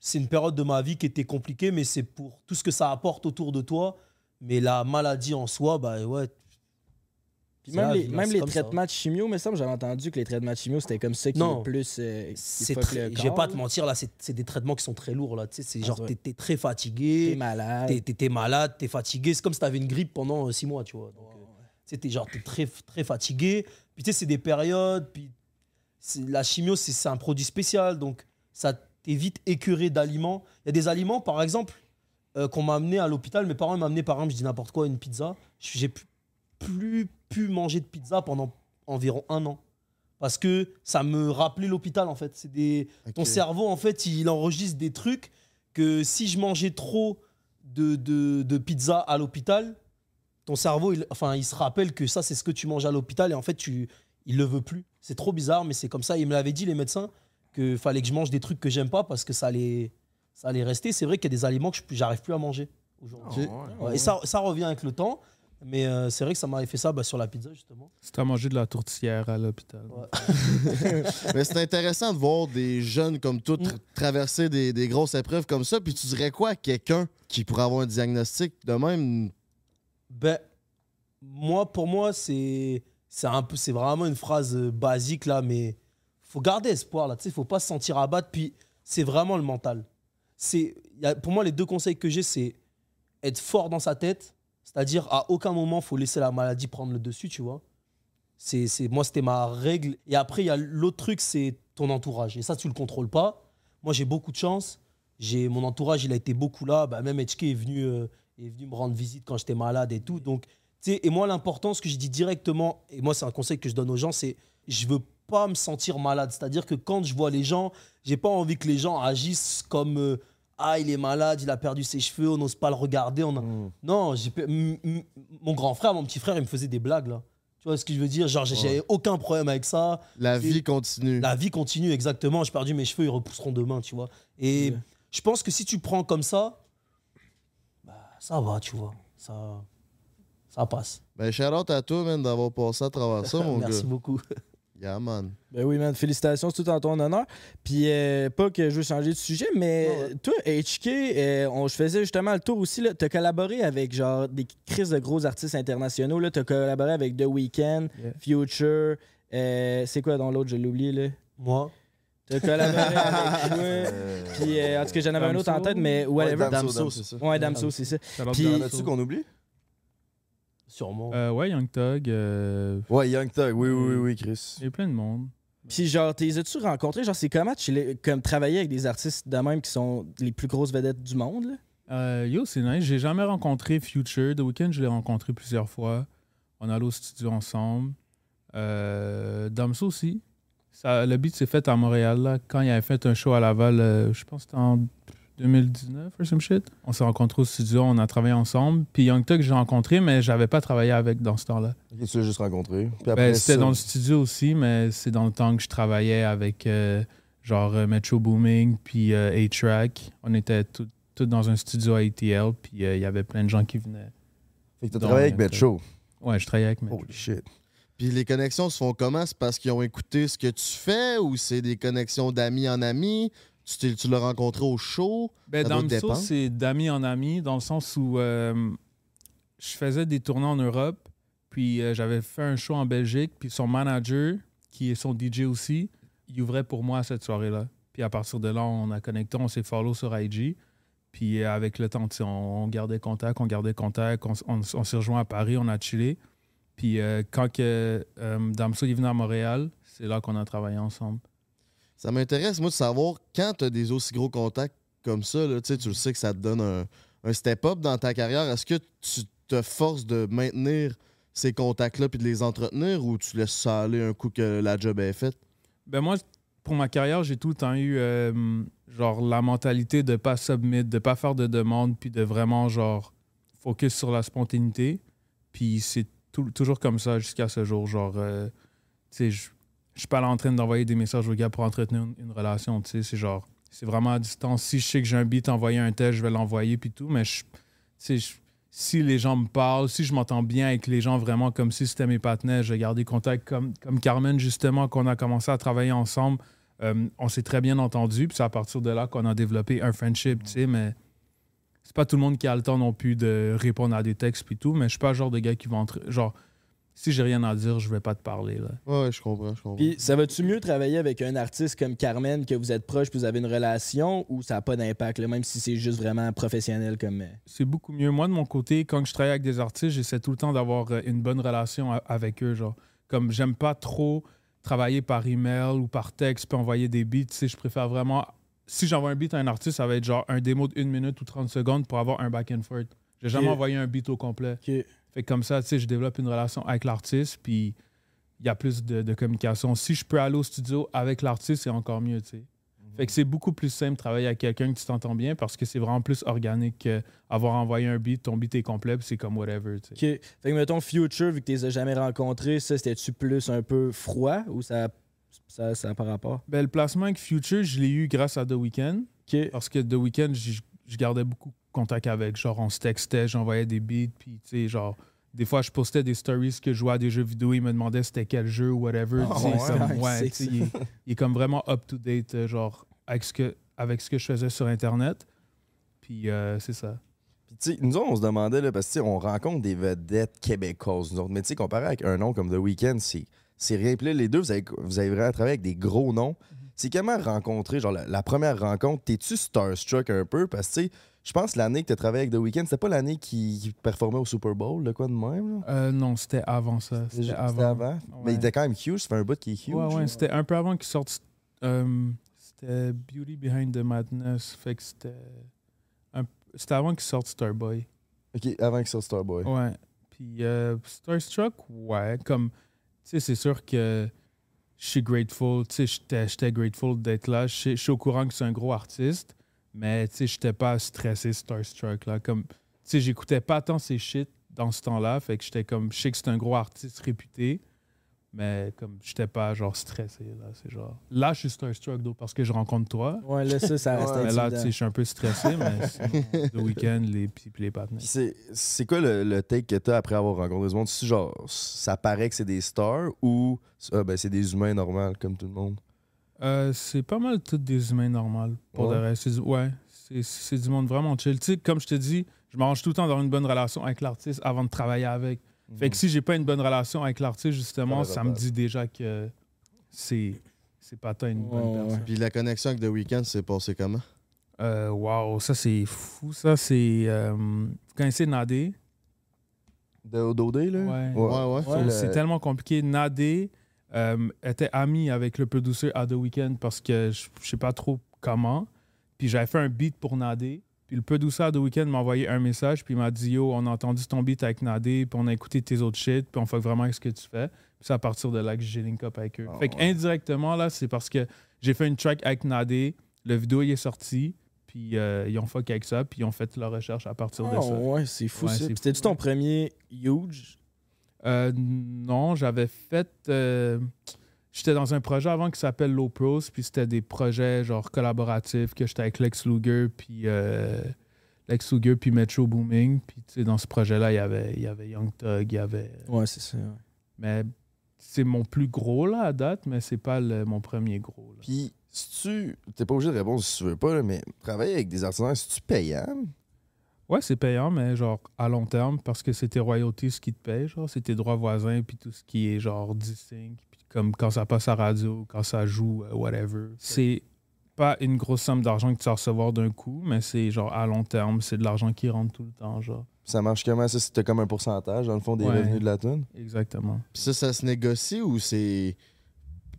[SPEAKER 2] c'est une période de ma vie qui était compliquée, mais c'est pour tout ce que ça apporte autour de toi. Mais la maladie en soi, bah ouais.
[SPEAKER 1] Puis
[SPEAKER 2] c'est
[SPEAKER 1] même
[SPEAKER 2] la
[SPEAKER 1] les,
[SPEAKER 2] vie, hein,
[SPEAKER 1] même
[SPEAKER 2] c'est
[SPEAKER 1] les
[SPEAKER 2] comme ça.
[SPEAKER 1] traitements de chimio, mais ça, j'avais entendu que les traitements de chimio, c'était comme ça qui
[SPEAKER 2] Non.
[SPEAKER 1] le plus. euh, qui
[SPEAKER 2] C'est
[SPEAKER 1] fuck
[SPEAKER 2] très-
[SPEAKER 1] le
[SPEAKER 2] je vais
[SPEAKER 1] corps,
[SPEAKER 2] pas
[SPEAKER 1] là.
[SPEAKER 2] te mentir, là, c'est c'est des traitements qui sont très lourds, là. Tu sais, c'est
[SPEAKER 1] Ah,
[SPEAKER 2] genre,
[SPEAKER 1] ouais.
[SPEAKER 2] t'es t'es très fatigué.
[SPEAKER 1] T'es malade.
[SPEAKER 2] T'es- T'es t'es malade, t'es fatigué. C'est comme si t'avais une grippe pendant euh, six mois, tu vois. Donc, euh, tu sais, t'es genre, t'es très, très fatigué. Puis, tu sais, c'est des périodes. Puis, c'est- la chimio, c'est c'est un produit spécial. Donc, ça t'évite écœuré d'aliments. Il y a des aliments, par exemple, euh, qu'on m'a amené à l'hôpital. Mes parents ils m'ont amené, par exemple, je dis n'importe quoi, une pizza. J- J'ai plus, plus pu manger de pizza pendant environ un an. Parce que ça me rappelait l'hôpital, en fait. C'est des... Ton
[SPEAKER 11] Ok.
[SPEAKER 2] cerveau, en fait, il enregistre des trucs que si je mangeais trop de, de, de pizza à l'hôpital, ton cerveau, il, enfin, il se rappelle que ça, c'est ce que tu manges à l'hôpital et en fait, tu, il le veut plus. C'est trop bizarre, mais c'est comme ça. Ils me l'avaient dit, les médecins, que fallait que je mange des trucs que j'aime pas parce que ça allait, ça allait rester. C'est vrai qu'il y a des aliments que je- j'arrive plus à manger aujourd'hui.
[SPEAKER 4] Ah ouais,
[SPEAKER 2] Ouais,
[SPEAKER 4] ouais.
[SPEAKER 2] Et ça, ça revient avec le temps. Mais euh, c'est vrai que ça m'avait fait ça bah, sur la pizza, justement.
[SPEAKER 4] C'était à manger de la tourtière à l'hôpital.
[SPEAKER 11] Mais c'est intéressant de voir des jeunes comme toi
[SPEAKER 2] Mm.
[SPEAKER 11] tra- traverser des, des grosses épreuves comme ça. Puis tu dirais quoi à quelqu'un qui pourrait avoir un diagnostic de même?
[SPEAKER 2] Ben, moi, pour moi, c'est c'est un peu, c'est vraiment une phrase euh, basique là, mais faut garder espoir là. Tu sais, faut pas se sentir abattre. Puis c'est vraiment le mental. C'est y a- pour moi les deux conseils que j'ai, c'est être fort dans sa tête, c'est-à-dire à aucun moment faut laisser la maladie prendre le dessus, tu vois. C'est, c'est- moi, c'était ma règle. Et après, il y a l'autre truc, c'est ton entourage. Et ça, tu le contrôles pas. Moi, j'ai beaucoup de chance. J'ai, mon entourage, il a été beaucoup là. Bah, même HK est venu, euh, est venu me rendre visite quand j'étais malade et tout. Donc, tu sais, et moi, l'important, ce que je dis directement, et moi, c'est un conseil que je donne aux gens, c'est je veux pas me sentir malade. C'est-à-dire que quand je vois les gens, j'ai pas envie que les gens agissent comme euh, ah, il est malade, il a perdu ses cheveux, on n'ose pas le regarder. On a- Non, j'ai pe- m- m- mon grand frère, mon petit frère, il me faisait des blagues là. Tu vois ce que je veux dire Genre, j'ai- j'avais aucun problème avec ça.
[SPEAKER 11] La
[SPEAKER 2] C'est-
[SPEAKER 11] vie continue.
[SPEAKER 2] La vie continue, exactement. J'ai perdu mes cheveux, ils repousseront demain, tu vois. Et je pense que si tu prends comme ça, bah, ça va, tu vois. Ça, ça passe.
[SPEAKER 11] Ben, shout out à toi, man, d'avoir passé à travers ça, mon gars.
[SPEAKER 2] Merci beaucoup.
[SPEAKER 11] Yeah, man.
[SPEAKER 1] Ben oui, man, félicitations, c'est tout en ton honneur. Puis, euh, pas que je veux changer de sujet, mais toi, HK, euh, on, je faisais justement le tour aussi, là, t'as collaboré avec genre des crises de gros artistes internationaux, là, t'as collaboré avec The Weeknd, Future, euh, c'est quoi dans l'autre, je l'ai oublié, là?
[SPEAKER 2] Moi.
[SPEAKER 1] T'as collaboré avec toi. Puis, euh, en tout cas, j'en avais un autre en
[SPEAKER 3] Damso?
[SPEAKER 1] tête, mais whatever.
[SPEAKER 3] Ouais, Damso, Damso, c'est ça.
[SPEAKER 1] Ouais, Damso, c'est ça.
[SPEAKER 4] Shout out
[SPEAKER 1] Puis,
[SPEAKER 4] Damso.
[SPEAKER 3] Là-dessus qu'on oublie
[SPEAKER 2] Sûrement.
[SPEAKER 4] Euh, ouais, Young Thug. euh,
[SPEAKER 3] Ouais, Young Thug, oui, oui, oui, Chris.
[SPEAKER 4] Il y a plein de monde.
[SPEAKER 1] Puis genre, t'es as-tu rencontré, genre, c'est comment tu l'es- comme travailler avec des artistes de même qui sont les plus grosses vedettes du monde, là?
[SPEAKER 4] Euh, yo, c'est nice. J'ai jamais rencontré Future. The Weeknd, je l'ai rencontré plusieurs fois. On est allé au studio ensemble. Euh, Damso aussi. Ça, le beat s'est fait à Montréal là, quand il avait fait un show à Laval, euh, je pense que c'était en 2019 or some shit. On s'est rencontrés au studio, on a travaillé ensemble. Puis Young Thug, j'ai rencontré, mais j'avais pas travaillé avec dans ce temps-là.
[SPEAKER 3] Ok, tu l'as juste rencontré. Puis
[SPEAKER 4] Ben,
[SPEAKER 3] après
[SPEAKER 4] c'était
[SPEAKER 3] ça-
[SPEAKER 4] dans le studio aussi, mais c'est dans le temps que je travaillais avec euh, genre euh, Metro Booming puis euh, A-Track. On était tout- tous dans un studio à ATL, puis euh, il y avait plein de gens qui venaient.
[SPEAKER 3] Fait que t'as
[SPEAKER 4] Donc,
[SPEAKER 3] travaillé avec
[SPEAKER 4] euh,
[SPEAKER 3] Metro.
[SPEAKER 4] Ouais, je travaillais avec Metro.
[SPEAKER 3] Holy shit.
[SPEAKER 11] Puis les connexions se font comment? C'est parce qu'ils ont écouté ce que tu fais ou c'est des connexions d'amis en amis? Tu, t'es- tu l'as rencontré au show?
[SPEAKER 4] Ben,
[SPEAKER 11] Ça
[SPEAKER 4] dans
[SPEAKER 11] doit
[SPEAKER 4] le
[SPEAKER 11] te
[SPEAKER 4] saut,
[SPEAKER 11] dépendre.
[SPEAKER 4] c'est d'ami en ami, dans le sens où euh, je faisais des tournées en Europe, puis euh, j'avais fait un show en Belgique, puis son manager, qui est son DJ aussi, il ouvrait pour moi cette soirée-là. Puis à partir de là, on a connecté, on s'est follow sur IG. Puis euh, avec le temps, tu sais, on, on gardait contact, on gardait contact, on, s- on s- on s'est rejoint à Paris, on a chillé. Puis euh, quand que, euh, Damso est venu à Montréal, c'est là qu'on a travaillé ensemble.
[SPEAKER 11] Ça m'intéresse, moi, de savoir quand tu as des aussi gros contacts comme ça, là, tu sais, tu le sais que ça te donne un, un step-up dans ta carrière. Est-ce que tu te forces de maintenir ces contacts-là puis de les entretenir ou tu laisses ça aller un coup que la job est faite?
[SPEAKER 4] Ben moi, pour ma carrière, j'ai tout le temps eu euh, genre la mentalité de pas submit, de pas faire de demande, puis de vraiment genre focus sur la spontanéité. Puis c'est tout- toujours comme ça jusqu'à ce jour. Genre, euh, tu sais, je je suis pas là en train d'envoyer des messages aux gars pour entretenir une, une relation. Tu sais, c'est genre, c'est vraiment à distance. Si je sais que j'ai un beat, envoyer un tel, je vais l'envoyer, puis tout. Mais je, tu sais, je- si les gens me parlent, si je m'entends bien avec les gens vraiment comme si c'était mes partenaires, j'ai gardé contact comme, comme Carmen, justement, qu'on a commencé à travailler ensemble. Euh, on s'est très bien entendu, puis c'est à partir de là qu'on a développé un friendship, tu sais, mais c'est pas tout le monde qui a le temps non plus de répondre à des textes puis tout, mais je suis pas le genre de gars qui va entre... Genre, si j'ai rien à dire, je vais pas te parler, là.
[SPEAKER 11] Ouais, ouais, je comprends, je comprends.
[SPEAKER 1] Puis ça va-tu mieux travailler avec un artiste comme Carmen, que vous êtes proche, puis vous avez une relation, ou ça n'a pas d'impact, là, même si c'est juste vraiment professionnel comme. euh,
[SPEAKER 4] C'est beaucoup mieux. Moi, de mon côté, quand je travaille avec des artistes, j'essaie tout le temps d'avoir euh, une bonne relation a- avec eux, genre. Comme j'aime pas trop travailler par email ou par texte, puis envoyer des beats, tu sais, je préfère vraiment... Si j'envoie un beat à un artiste, ça va être genre un démo de 1 minute ou 30 secondes pour avoir un back and forth. J'ai jamais
[SPEAKER 1] Ok.
[SPEAKER 4] envoyé un beat au complet. Fait que comme ça, tu sais, je développe une relation avec l'artiste, puis il y a plus de, de communication. Si je peux aller au studio avec l'artiste, c'est encore mieux, tu sais. Fait que c'est beaucoup plus simple de travailler avec quelqu'un que tu t'entends bien parce que c'est vraiment plus organique qu'avoir envoyé un beat, ton beat est complet, puis c'est comme whatever, tu sais.
[SPEAKER 1] Ok. Fait que mettons Future, vu que tu les as jamais rencontrés, ça c'était-tu plus un peu froid ou ça ça, ça a pas rapport?
[SPEAKER 4] Ben, le placement avec Future, je l'ai eu grâce à The Weeknd. Parce que The Weeknd, j- je gardais beaucoup contact avec. Genre, on se textait, j'envoyais des beats, puis tu sais, genre, des fois, je postais des stories que je jouais à des jeux vidéo, il me demandait c'était quel jeu ou whatever.
[SPEAKER 1] Ah
[SPEAKER 4] tu sais,
[SPEAKER 1] ouais,
[SPEAKER 4] comme,
[SPEAKER 1] il
[SPEAKER 4] ouais,
[SPEAKER 1] sait
[SPEAKER 4] tu sais,
[SPEAKER 1] ça.
[SPEAKER 4] il, est- il est comme vraiment up-to-date, euh, genre, avec ce, que, avec ce que je faisais sur Internet. Puis euh, c'est ça.
[SPEAKER 3] Puis, tu sais, nous autres, on se demandait, là, parce que, tu sais, on rencontre des vedettes québécoises, nous autres. Mais, tu sais, comparé avec un nom comme The Weeknd, c'est c'est rien. Puis là, les deux, vous avez, vous avez vraiment travaillé avec des gros noms.
[SPEAKER 4] Mm-hmm.
[SPEAKER 3] C'est comment rencontrer, genre, la, la première rencontre, t'es-tu starstruck un peu? Parce que, tu sais, je pense que l'année que t'as travaillé avec The Weeknd, c'était pas l'année qui, qui performait au Super Bowl, le quoi de même, là?
[SPEAKER 4] Euh, non, c'était avant ça. C'était
[SPEAKER 3] C'était
[SPEAKER 4] avant.
[SPEAKER 3] avant. Mais il était quand même huge, ça fait un bout qui est huge.
[SPEAKER 4] Ouais,
[SPEAKER 3] là.
[SPEAKER 4] ouais, c'était un peu avant qu'il sorte. euh, c'était Beauty Behind the Madness. Fait que c'était. un p- C'était avant qu'il sorte Starboy.
[SPEAKER 3] Ok, avant qu'il sorte Starboy.
[SPEAKER 4] Ouais. Puis euh, Starstruck, ouais. Comme. Tu sais, c'est sûr que. Je suis grateful. Tu sais, j'étais- j'étais grateful d'être là. Je sais- je suis au courant que c'est un gros artiste. Mais, tu sais, j'étais pas stressé Starstruck, là. Comme. Tu sais, j'écoutais pas tant ces shit dans ce temps-là. Fait que j'étais comme. Je sais que c'est un gros artiste réputé. Mais comme j'étais pas genre stressé là, c'est genre là je suis starstruck d'eau parce que je rencontre toi.
[SPEAKER 1] Ouais, là, ça, *laughs* ça reste
[SPEAKER 4] Mais là
[SPEAKER 1] intimidant.
[SPEAKER 4] tu sais je suis un peu stressé mais sinon, le week-end les puis puis les partenaires.
[SPEAKER 3] Puis c'est- c'est quoi le, le take que t'as après avoir rencontré du monde? Si genre, ça paraît que c'est des stars ou ah, ben, c'est des humains normaux comme tout le monde?
[SPEAKER 4] Euh, c'est pas mal tous des humains normaux. Pour
[SPEAKER 3] Ouais.
[SPEAKER 4] le reste, c'est du- ouais, c'est- c'est du monde vraiment chill. Tu sais, comme je te dis, je m'arrange tout le temps d'avoir une bonne relation avec l'artiste avant de travailler avec. Fait que si j'ai pas une bonne relation avec l'artiste, justement,
[SPEAKER 11] Ça va
[SPEAKER 4] ça me
[SPEAKER 11] pas.
[SPEAKER 4] dit déjà que c'est c'est pas tant une bonne personne.
[SPEAKER 11] Puis la connexion avec The Weeknd s'est passée comment?
[SPEAKER 4] Euh, wow, ça c'est fou, ça c'est. euh, vous connaissez Nadé
[SPEAKER 3] De Dodé, là
[SPEAKER 4] Ouais,
[SPEAKER 3] Ouais, ouais.
[SPEAKER 4] Ça,
[SPEAKER 3] Le-
[SPEAKER 4] C'est tellement compliqué. Nadé euh, était ami avec le peu douceur à The Weeknd parce que je je sais pas trop comment. Puis j'avais fait un beat pour Nadé. Puis le peu douceur à The Weeknd m'a envoyé un message. Puis il m'a dit Yo, on a entendu ton beat avec Nadé. Puis on a écouté tes autres shit. Puis on fait vraiment avec ce que tu fais. Puis c'est à partir de là que j'ai link up avec eux. fait que indirectement, là, c'est parce que j'ai fait une track avec Nadé. Le vidéo, il est sorti. Puis euh, ils ont fuck avec ça. Puis ils ont fait leur recherche à partir de
[SPEAKER 1] Ah
[SPEAKER 4] ça.
[SPEAKER 1] ouais, c'est fou
[SPEAKER 4] Ouais,
[SPEAKER 1] ça.
[SPEAKER 4] c'est
[SPEAKER 1] Puis C'était-tu ton premier huge?
[SPEAKER 4] Euh, non, j'avais fait. euh, j'étais dans un projet avant qui s'appelle Low Pros, puis c'était des projets genre collaboratifs que j'étais avec Lex Luger, puis euh, Lex Luger, puis Metro Booming. Puis tu sais, dans ce projet-là, il y avait, il y avait Young Thug, il y avait.
[SPEAKER 1] Ouais, c'est ça.
[SPEAKER 4] Mais c'est mon plus gros là à date, mais c'est pas le- mon premier gros. là.
[SPEAKER 3] Puis si tu. T'es pas obligé de répondre si tu veux pas, là, mais travailler avec des artisans, si tu payant.
[SPEAKER 4] Ouais, c'est payant, mais genre à long terme, parce que c'est tes royalties qui te payent, genre c'est tes droits voisins, puis tout ce qui est genre 10-5, puis comme quand ça passe à radio, quand ça joue, euh, whatever. C'est pas une grosse somme d'argent que tu vas recevoir d'un coup, mais c'est genre à long terme, c'est de l'argent qui rentre tout le temps, genre.
[SPEAKER 3] Ça marche comment ça? C'était comme un pourcentage, dans le fond, des
[SPEAKER 4] Ouais.
[SPEAKER 3] revenus de la tune?
[SPEAKER 4] Exactement.
[SPEAKER 11] Puis ça, ça se négocie ou c'est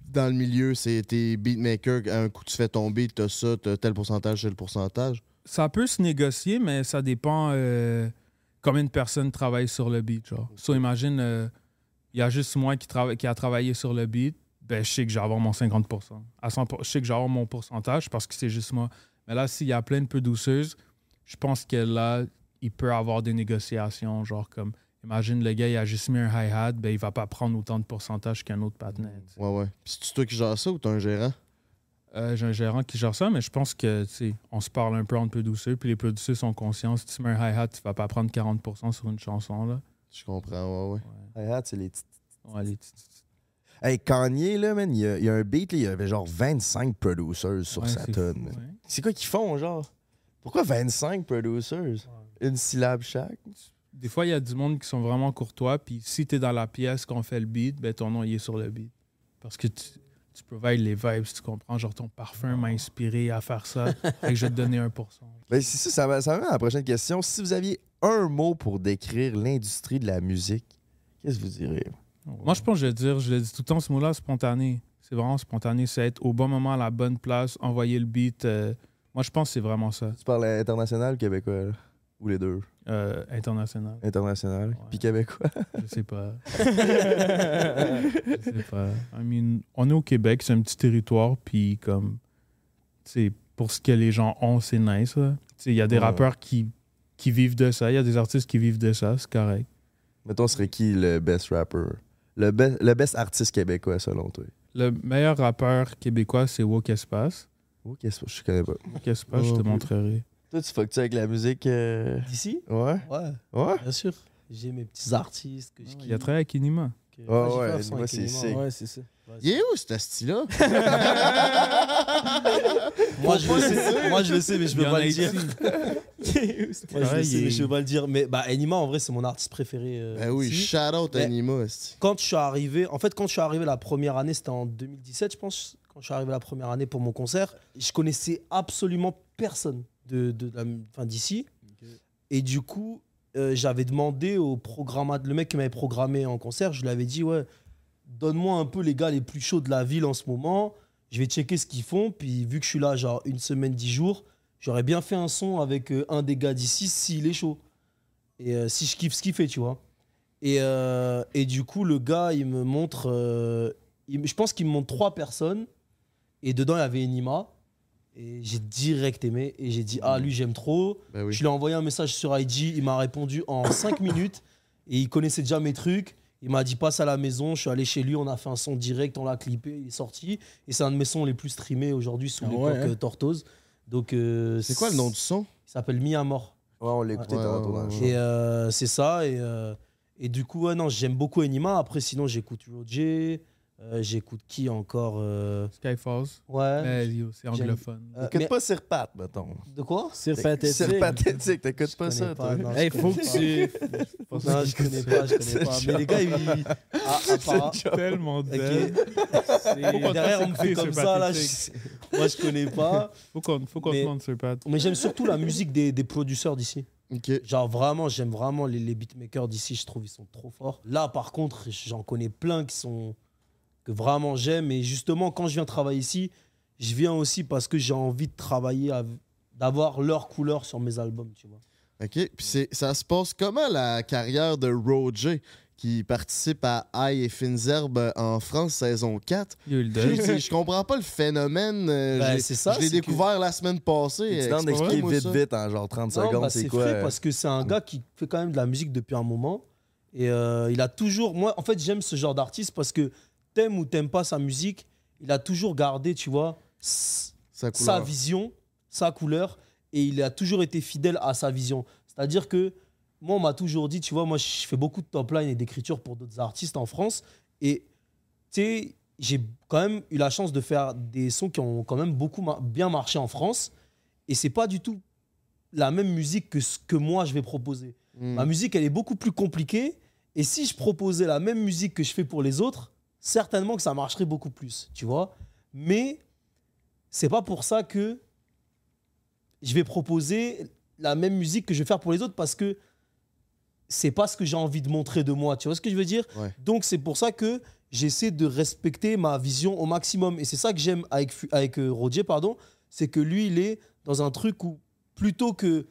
[SPEAKER 11] dans le milieu, c'est tes beatmakers, un coup tu fais tomber, t'as ça, t'as tel pourcentage, tel pourcentage.
[SPEAKER 4] Ça peut se négocier, mais ça dépend euh, combien de personnes travaillent sur le beat. Genre. So, imagine, euh, il y a juste moi qui, trava- qui a travaillé sur le beat, ben, je sais que j'ai avoir mon 50 à 100 Je sais que j'ai avoir mon pourcentage parce que c'est juste moi. Mais là, s'il y a plein de peu douceuses, je pense que là, il peut avoir des négociations. Genre, comme, imagine le gars, il a juste mis un hi-hat, ben, il va pas prendre autant de pourcentage qu'un autre patinet.
[SPEAKER 11] Ouais, ouais. Puis c'est toi qui gères ça ou t'as un gérant?
[SPEAKER 4] Euh, j'ai un gérant qui gère ça, mais je pense que tu sais, on se parle un peu entre peu douceux, puis les peu douceux sont conscients. Si tu mets un hi-hat, tu vas pas prendre 40% sur une chanson. Là.
[SPEAKER 11] Je comprends, ouais,
[SPEAKER 4] ouais.
[SPEAKER 3] Hi-hat, c'est ah, les petites.
[SPEAKER 4] Ouais, les petites.
[SPEAKER 3] Hey, Kanye, là, man, il y, a- il y a un beat, là, il y avait genre 25 producers sur
[SPEAKER 4] Ouais,
[SPEAKER 3] sa
[SPEAKER 4] c'est
[SPEAKER 3] tonne.
[SPEAKER 4] fou, hein.
[SPEAKER 3] man. C'est quoi qu'ils font, genre? Pourquoi 25 producers? Une syllabe chaque?
[SPEAKER 4] Des fois, il y a du monde qui sont vraiment courtois, puis si tu es dans la pièce qu'on fait le beat, ben, ton nom il est sur le beat. Parce que tu, tu provides les vibes, tu comprends. Genre, ton parfum m'a inspiré à faire ça, et que je vais te donner 1%.
[SPEAKER 3] Ben, c'est ça, ça, va- ça m'amène à la prochaine question. Si vous aviez un mot pour décrire l'industrie de la musique, qu'est-ce que vous diriez?
[SPEAKER 4] Moi, je pense que je vais dire, je le dis tout le temps, ce mot-là, spontané. C'est vraiment spontané. C'est être au bon moment, à la bonne place, envoyer le beat. euh, moi, je pense que c'est vraiment ça.
[SPEAKER 3] Tu parles international ou québécois, là? Ou les deux?
[SPEAKER 4] Euh, international.
[SPEAKER 3] International. Puis québécois. *laughs*
[SPEAKER 4] Je sais pas. Je sais pas. I mean, on est au Québec, c'est un petit territoire, puis comme, tu sais, pour ce que les gens ont, c'est nice. là. Tu sais, Il y a des
[SPEAKER 3] Ouais.
[SPEAKER 4] rappeurs qui, qui vivent de ça, il y a des artistes qui vivent de ça, c'est correct.
[SPEAKER 3] Mettons, serait qui le best rapper? Le, be- le best artiste québécois, selon toi?
[SPEAKER 4] Le meilleur rappeur québécois, c'est Woke Espace.
[SPEAKER 3] Woke Espace, je connais pas.
[SPEAKER 4] Woke Espace, je
[SPEAKER 3] Oh,
[SPEAKER 4] te
[SPEAKER 3] oui.
[SPEAKER 4] montrerai.
[SPEAKER 3] Toi, tu fuck-tu avec la musique? euh,
[SPEAKER 2] D'ici?
[SPEAKER 3] Ouais.
[SPEAKER 2] Ouais.
[SPEAKER 3] Ouais?
[SPEAKER 2] Bien sûr. J'ai mes petits artistes que je kiffe.
[SPEAKER 4] Il a travaillé avec Inima.
[SPEAKER 2] que- j'ai
[SPEAKER 3] Ouais,
[SPEAKER 2] fait
[SPEAKER 3] ouais,
[SPEAKER 2] un son
[SPEAKER 3] moi,
[SPEAKER 2] avec
[SPEAKER 3] c'est
[SPEAKER 2] Enima,
[SPEAKER 3] sick.
[SPEAKER 2] ouais.
[SPEAKER 1] Ah, Ouais, c'est ça.
[SPEAKER 11] Il est où, cet style-là?
[SPEAKER 2] Moi, je le sais, moi, je le sais, mais je peux
[SPEAKER 4] Il y en
[SPEAKER 2] pas
[SPEAKER 4] a
[SPEAKER 2] le
[SPEAKER 4] *laughs*
[SPEAKER 2] dire.
[SPEAKER 4] ici.
[SPEAKER 2] Moi, je le
[SPEAKER 4] Ouais,
[SPEAKER 2] sais,
[SPEAKER 4] il-
[SPEAKER 2] mais je peux pas le dire. Mais bah, Anima, en vrai, c'est mon artiste préféré. euh,
[SPEAKER 11] Ben oui,
[SPEAKER 2] d'ici.
[SPEAKER 11] shout out
[SPEAKER 2] Mais-
[SPEAKER 11] Anima. esti.
[SPEAKER 2] quand je suis arrivé, en fait, quand je suis arrivé la première année, c'était en 2017, je pense, quand je suis arrivé la première année pour mon concert, je connaissais absolument personne de, de, la- enfin, d'ici. Et du coup, euh, j'avais demandé au programmeur, le mec qui m'avait programmé en concert, je lui avais dit, ouais, donne-moi un peu les gars les plus chauds de la ville en ce moment, je vais checker ce qu'ils font, puis vu que je suis là, genre, une semaine, dix jours, j'aurais bien fait un son avec euh, un des gars d'ici s'il est chaud. Et euh, si je kiffe ce qu'il fait, tu vois. Et, euh, et du coup, le gars, il me montre. euh, il- je pense qu'il me montre trois personnes. Et dedans, il y avait Enima. Et j'ai direct aimé. Et j'ai dit, ah, lui, j'aime trop.
[SPEAKER 11] Ben oui.
[SPEAKER 2] Je lui ai envoyé un message sur IG. Il m'a répondu en *coughs* cinq minutes. Et il connaissait déjà mes trucs. Il m'a dit, passe à la maison. Je suis allé chez lui. On a fait un son direct. On l'a clippé. Il est sorti. Et c'est un de mes sons les plus streamés aujourd'hui sous
[SPEAKER 1] Ah
[SPEAKER 2] l'époque
[SPEAKER 1] ouais, hein.
[SPEAKER 2] euh, Tortoise. Donc. euh,
[SPEAKER 11] C'est quoi le nom du son?
[SPEAKER 2] Il s'appelle Mi à mort.
[SPEAKER 3] Ouais, on l'écoutait
[SPEAKER 11] Ouais,
[SPEAKER 3] tantôt
[SPEAKER 11] ouais,
[SPEAKER 3] dans le show.
[SPEAKER 2] Et euh, c'est ça. Et, euh, et du coup, ouais, non, j'aime beaucoup Enima. Après, sinon, j'écoute Roger. euh, j'écoute qui encore euh,
[SPEAKER 4] Skyfalls.
[SPEAKER 2] Ouais.
[SPEAKER 4] Mais, Ben, yo, c'est
[SPEAKER 2] Euh, J'aime-
[SPEAKER 4] anglophone.
[SPEAKER 2] Euh,
[SPEAKER 3] T'écoutes
[SPEAKER 2] mais-
[SPEAKER 3] pas Sir Pat, mettons.
[SPEAKER 2] De quoi
[SPEAKER 1] Sur
[SPEAKER 3] Sir
[SPEAKER 1] Pathétique.
[SPEAKER 3] Pathétique, t'écoutes pas
[SPEAKER 2] connais
[SPEAKER 3] ça,
[SPEAKER 2] pas,
[SPEAKER 3] toi.
[SPEAKER 4] *laughs*
[SPEAKER 2] non.
[SPEAKER 1] Hey, faut que tu.
[SPEAKER 2] Non, je connais pas, je connais pas. Mais les gars, ils. Ah, ah,
[SPEAKER 4] *laughs*
[SPEAKER 2] par-
[SPEAKER 4] Tellement
[SPEAKER 2] ok.
[SPEAKER 4] dead.
[SPEAKER 2] Et Derrière, on me fait
[SPEAKER 4] C'est
[SPEAKER 2] comme ça, là.
[SPEAKER 4] pathétique.
[SPEAKER 2] je- Moi, je connais pas.
[SPEAKER 4] Faut qu'on faut qu'on
[SPEAKER 2] Mais-
[SPEAKER 4] te montre sur Pat.
[SPEAKER 2] Mais j'aime surtout la musique des, des producteurs d'ici.
[SPEAKER 11] Ok.
[SPEAKER 2] Genre vraiment, j'aime vraiment les, les beatmakers d'ici, je trouve ils sont trop forts. Là par contre, j'en connais plein qui sont que vraiment j'aime et justement quand je viens travailler ici, je viens aussi parce que j'ai envie de travailler av- d'avoir leur couleur sur mes albums, tu vois.
[SPEAKER 11] OK. Puis c'est- ça se passe comment la carrière de Roger qui participe à Aïe et Finzerbe en France saison 4?
[SPEAKER 4] Yo, il
[SPEAKER 11] Je,
[SPEAKER 4] donne.
[SPEAKER 11] dis, je comprends pas le phénomène. euh,
[SPEAKER 2] Ben,
[SPEAKER 11] j'ai-
[SPEAKER 2] c'est ça,
[SPEAKER 11] Je l'ai
[SPEAKER 2] c'est que-
[SPEAKER 11] découvert la semaine passée. euh,
[SPEAKER 3] Tu t'en
[SPEAKER 11] Explique-moi
[SPEAKER 3] expliques vite,
[SPEAKER 11] ça.
[SPEAKER 3] vite, en genre 30
[SPEAKER 2] Non,
[SPEAKER 3] secondes,
[SPEAKER 2] bah,
[SPEAKER 3] c'est
[SPEAKER 2] c'est
[SPEAKER 3] quoi?
[SPEAKER 2] frais
[SPEAKER 3] euh,
[SPEAKER 2] parce que c'est un gars qui fait quand même de la musique depuis un moment et euh, il a toujours moi en fait j'aime ce genre d'artiste parce que t'aimes ou t'aimes pas sa musique, il a toujours gardé, tu vois, s- sa
[SPEAKER 11] Sa couleur.
[SPEAKER 2] vision, sa couleur, et il a toujours été fidèle à sa vision. C'est-à-dire que moi, on m'a toujours dit, tu vois, moi, je fais beaucoup de top line et d'écriture pour d'autres artistes en France, et tu sais, j'ai quand même eu la chance de faire des sons qui ont quand même beaucoup mar- bien marché en France, et c'est pas du tout la même musique que ce que moi je vais proposer.
[SPEAKER 11] Mm.
[SPEAKER 2] Ma musique, elle est beaucoup plus compliquée. Et si je proposais la même musique que je fais pour les autres, certainement que ça marcherait beaucoup plus, tu vois. Mais c'est pas pour ça que je vais proposer la même musique que je vais faire pour les autres parce que c'est pas ce que j'ai envie de montrer de moi, tu vois ce que je veux dire
[SPEAKER 11] Ouais.
[SPEAKER 2] Donc c'est pour ça que j'essaie de respecter ma vision au maximum. Et c'est ça que j'aime avec, Fu- avec euh, Roger, pardon, c'est que lui, il est dans un truc où plutôt que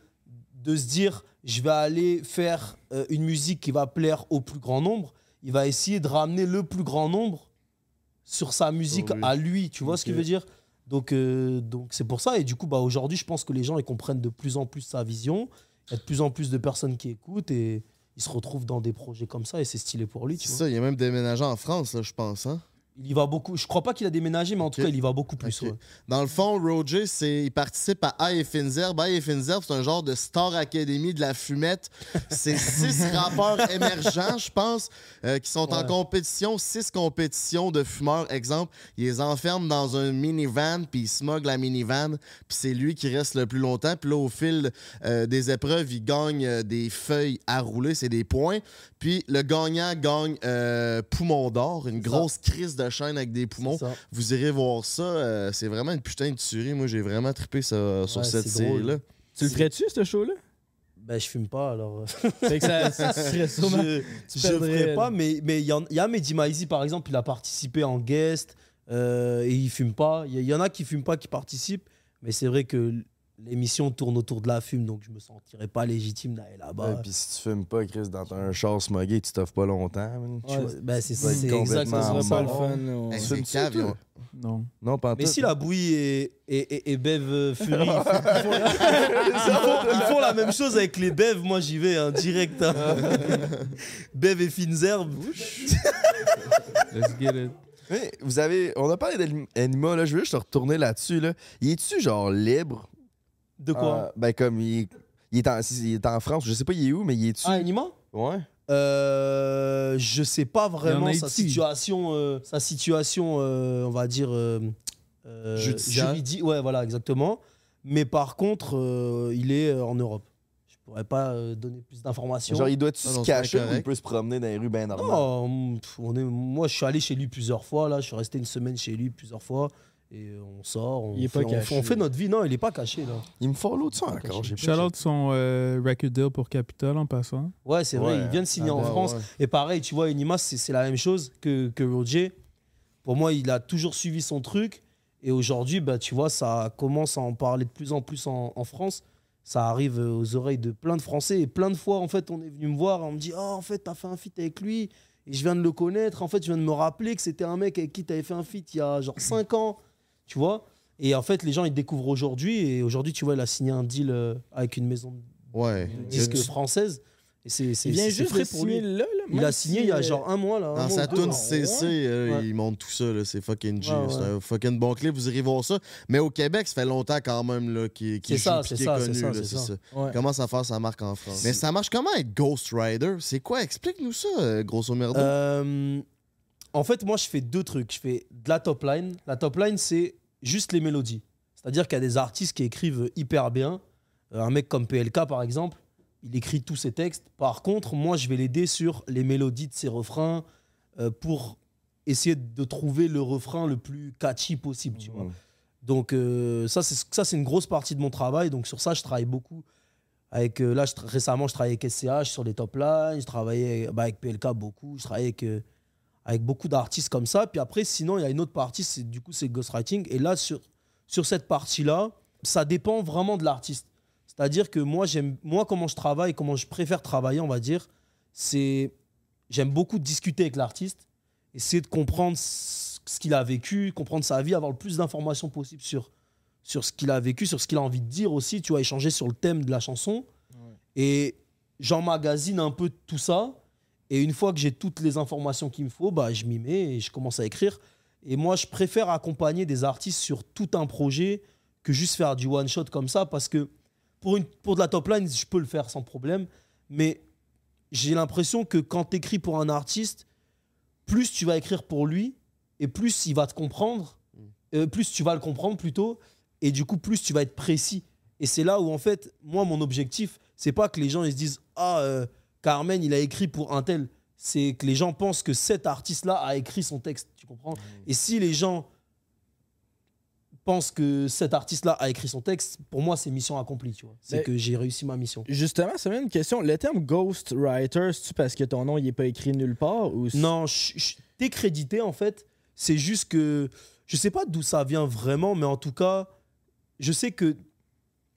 [SPEAKER 2] de se dire je vais aller faire euh, une musique qui va plaire au plus grand nombre, il va essayer de ramener le plus grand nombre sur sa musique à lui. Tu vois ce qu'il
[SPEAKER 11] Oh Ok.
[SPEAKER 2] veut dire Donc euh, donc c'est pour ça. Et du coup, bah, aujourd'hui, je pense que les gens ils comprennent de plus en plus sa vision. Il y a de plus en plus de personnes qui écoutent et ils se retrouvent dans des projets comme ça et c'est stylé pour lui. Tu
[SPEAKER 11] C'est
[SPEAKER 2] vois.
[SPEAKER 11] ça, il a même déménagé en France, là, je pense. Hein?
[SPEAKER 2] Il y va beaucoup. Je crois pas qu'il a déménagé, mais en tout cas, il y va beaucoup plus. ouais.
[SPEAKER 11] Dans le fond, Roger, c'est, il participe à I Finzerb. I Finzerb, c'est un genre de Star Academy de la fumette. C'est six rappeurs émergents, je pense, euh, qui sont en compétition, six compétitions de fumeurs. Exemple, ils les enferment dans un minivan, puis ils smugglent la minivan, puis c'est lui qui reste le plus longtemps. Puis là, au fil euh, des épreuves, il gagne euh, des feuilles à rouler, c'est des points. Puis le gagnant gagne euh, Poumon d'or, une grosse crise de chaîne avec des poumons.
[SPEAKER 2] ça.
[SPEAKER 11] Vous irez voir ça. euh, c'est vraiment une putain de tuerie. Moi, j'ai vraiment trippé ça- sur
[SPEAKER 2] Ouais,
[SPEAKER 11] cette
[SPEAKER 2] c'est drôle.
[SPEAKER 11] série-là.
[SPEAKER 1] Tu le ferais-tu, ce show-là?
[SPEAKER 2] Ben, je fume pas,
[SPEAKER 1] *laughs*
[SPEAKER 2] alors.
[SPEAKER 1] Fait que ça- ça serait sûrement-
[SPEAKER 2] Je,
[SPEAKER 1] tu
[SPEAKER 2] je
[SPEAKER 1] perdrais,
[SPEAKER 2] ferais
[SPEAKER 1] là.
[SPEAKER 2] pas, mais il mais il y, en- il y a Mehdi Maizi, par exemple, il a participé en guest euh, et il fume pas. Il y, il y en a qui fument pas, qui participent, mais c'est vrai que l'émission tourne autour de la fume, donc je me sentirais pas légitime d'aller là-bas.
[SPEAKER 3] Ouais, puis si tu fumes pas, Chris, dans un char smogué, tu t'offres pas longtemps. man.
[SPEAKER 2] Ouais,
[SPEAKER 3] Tu vas-
[SPEAKER 2] ben, c'est
[SPEAKER 3] tu vas être
[SPEAKER 2] c'est
[SPEAKER 3] complètement
[SPEAKER 1] Ah,
[SPEAKER 2] exactement
[SPEAKER 3] en
[SPEAKER 2] ça.
[SPEAKER 3] mort.
[SPEAKER 11] Eh,
[SPEAKER 3] Tu
[SPEAKER 11] c'est
[SPEAKER 3] fumes-tu,
[SPEAKER 11] cave,
[SPEAKER 3] toi?
[SPEAKER 11] yo.
[SPEAKER 4] Non.
[SPEAKER 3] Non, pas en
[SPEAKER 2] Mais
[SPEAKER 3] tout.
[SPEAKER 2] si la bouille et, et, et, et Bev euh, Fury, ils font, ils
[SPEAKER 3] *laughs*
[SPEAKER 2] font- ils font- ils font la même chose avec les Bev, moi j'y vais hein, direct.
[SPEAKER 3] *laughs*
[SPEAKER 2] hein. Bev et Fines Herbes.
[SPEAKER 4] Let's get
[SPEAKER 2] *laughs*
[SPEAKER 4] it.
[SPEAKER 3] Mais vous avez. On a parlé d'Anima, là. Je veux juste retourner là-dessus, là. Il est-tu, genre, libre?
[SPEAKER 2] De quoi hein?
[SPEAKER 3] Euh, ben, comme il. Il est, en, il est en France, je sais pas il est où, mais il est-tu.
[SPEAKER 2] Ah, Anima
[SPEAKER 3] Ouais.
[SPEAKER 2] Euh, je sais pas vraiment
[SPEAKER 3] Il y en a
[SPEAKER 2] sa
[SPEAKER 3] ici.
[SPEAKER 2] situation, euh, sa situation, euh, on va dire euh, euh,
[SPEAKER 3] Judiciaire.
[SPEAKER 2] juridique. Ouais, voilà, exactement. Mais par contre, euh, il est euh, en Europe. Je pourrais pas euh, donner plus d'informations.
[SPEAKER 3] Genre, il doit-tu
[SPEAKER 2] Non,
[SPEAKER 3] se
[SPEAKER 2] non, c'est pas
[SPEAKER 3] cacher ou il
[SPEAKER 2] correct.
[SPEAKER 3] peut se promener dans les rues bien normales?
[SPEAKER 2] Oh. Non, mm, pff, on est, moi, je suis allé chez lui plusieurs fois. Là, je suis resté une semaine chez lui plusieurs fois. Et euh, on sort, on,
[SPEAKER 1] Il est
[SPEAKER 2] fait,
[SPEAKER 1] pas
[SPEAKER 2] on-
[SPEAKER 1] caché.
[SPEAKER 2] on fait notre vie. Non, il est pas caché là.
[SPEAKER 3] Il me follow de ça encore. j'ai
[SPEAKER 4] Shout out son euh, record deal pour Capitol en passant.
[SPEAKER 2] Ouais, c'est vrai,
[SPEAKER 4] Ouais.
[SPEAKER 2] il vient de signer
[SPEAKER 4] Ah
[SPEAKER 2] en
[SPEAKER 4] ben
[SPEAKER 2] France.
[SPEAKER 4] ouais.
[SPEAKER 2] Et pareil, tu vois, Enima, c'est c'est la même chose que, que Roger. Pour moi, il a toujours suivi son truc. Et aujourd'hui, bah, tu vois, ça commence à en parler de plus en plus en, en France. Ça arrive euh, aux oreilles de plein de Français. Et plein de fois, en fait, on est venu me voir. On me dit, oh, en fait, t'as fait un feat avec lui. Et je viens de le connaître. En fait, je viens de me rappeler que c'était un mec avec qui t'avais fait un feat il y a genre 5 ans. Tu vois Et en fait, les gens, ils découvrent aujourd'hui. Et aujourd'hui, tu vois, il a signé un deal euh, avec une maison de
[SPEAKER 11] Ouais.
[SPEAKER 2] disques française. Et c'est c'est-
[SPEAKER 1] Il vient
[SPEAKER 2] c'est
[SPEAKER 1] juste
[SPEAKER 2] frais
[SPEAKER 1] de signer là, là,
[SPEAKER 2] Il
[SPEAKER 1] même
[SPEAKER 2] a signé
[SPEAKER 1] si,
[SPEAKER 2] il y
[SPEAKER 1] euh,
[SPEAKER 2] a genre un mois là. un mois
[SPEAKER 11] Dans sa
[SPEAKER 2] ou deux.
[SPEAKER 11] tune
[SPEAKER 2] Ah,
[SPEAKER 11] CC,
[SPEAKER 2] ouais.
[SPEAKER 11] euh,
[SPEAKER 2] Ouais.
[SPEAKER 11] il monte tout ça, là, c'est fucking G.
[SPEAKER 2] Ouais,
[SPEAKER 11] là, C'est
[SPEAKER 2] ouais.
[SPEAKER 11] un fucking bon clip, vous irez voir ça. Mais au Québec, ça fait longtemps quand même là, qu'il qu'il
[SPEAKER 2] C'est
[SPEAKER 11] joue
[SPEAKER 2] ça,
[SPEAKER 11] puis
[SPEAKER 2] c'est
[SPEAKER 11] qu'il est
[SPEAKER 2] ça,
[SPEAKER 11] connu.
[SPEAKER 2] c'est ça,
[SPEAKER 11] là,
[SPEAKER 2] c'est
[SPEAKER 11] c'est
[SPEAKER 2] ça.
[SPEAKER 11] ça.
[SPEAKER 2] Ouais.
[SPEAKER 11] Commence à faire sa marque en France. Mais ça marche comment être Ghost Rider? C'est quoi? Explique-nous ça, euh, grosso merdo.
[SPEAKER 2] Euh, en fait, moi, je fais deux trucs. Je fais de la top line. La top line, c'est juste les mélodies. C'est-à-dire qu'il y a des artistes qui écrivent hyper bien. Euh, un mec comme PLK, par exemple, il écrit tous ses textes. Par contre, moi, je vais l'aider sur les mélodies de ses refrains euh, pour essayer de trouver le refrain le plus catchy possible. tu vois. Donc, euh, ça, c'est ça, c'est une grosse partie de mon travail. Donc, sur ça, je travaille beaucoup. Avec, euh, là, je tra- récemment, je travaillais avec SCH sur les top lines, je travaillais bah, avec PLK beaucoup, je travaillais avec, euh, avec beaucoup d'artistes comme ça. Puis après, sinon, il y a une autre partie, c'est, du coup, c'est le ghostwriting. Et là, sur, sur cette partie-là, ça dépend vraiment de l'artiste. C'est-à-dire que moi, j'aime, moi, comment je travaille, comment je préfère travailler, on va dire, c'est. J'aime beaucoup discuter avec l'artiste, essayer de comprendre ce ce qu'il a vécu, comprendre sa vie, avoir le plus d'informations possible sur, sur ce qu'il a vécu, sur ce qu'il a envie de dire aussi, tu vois, échanger sur le thème de la chanson. Et j'emmagasine un peu tout ça. Et une fois que j'ai toutes les informations qu'il me faut, bah, je m'y mets et je commence à écrire. Et moi, je préfère accompagner des artistes sur tout un projet que juste faire du one-shot comme ça, parce que pour, une, pour de la top line, je peux le faire sans problème. Mais j'ai l'impression que quand tu écris pour un artiste, plus tu vas écrire pour lui et plus il va te comprendre, euh, plus tu vas le comprendre plutôt, et du coup plus tu vas être précis. Et c'est là où en fait, moi mon objectif, c'est pas que les gens ils se disent ah euh, Carmen il a écrit pour un tel, c'est que les gens pensent que cet artiste là a écrit son texte, tu comprends Et si les gens pense que cet artiste-là a écrit son texte, pour moi, c'est mission accomplie, tu vois. C'est
[SPEAKER 1] Mais-
[SPEAKER 2] que j'ai réussi ma mission.
[SPEAKER 1] Justement, ça m'amène une question. Le terme ghostwriter, c'est-tu parce que ton nom, il est pas écrit nulle part ou c'est-
[SPEAKER 2] Non, je- je- t'es crédité en fait. C'est juste que je sais pas d'où ça vient vraiment, mais en tout cas, je sais que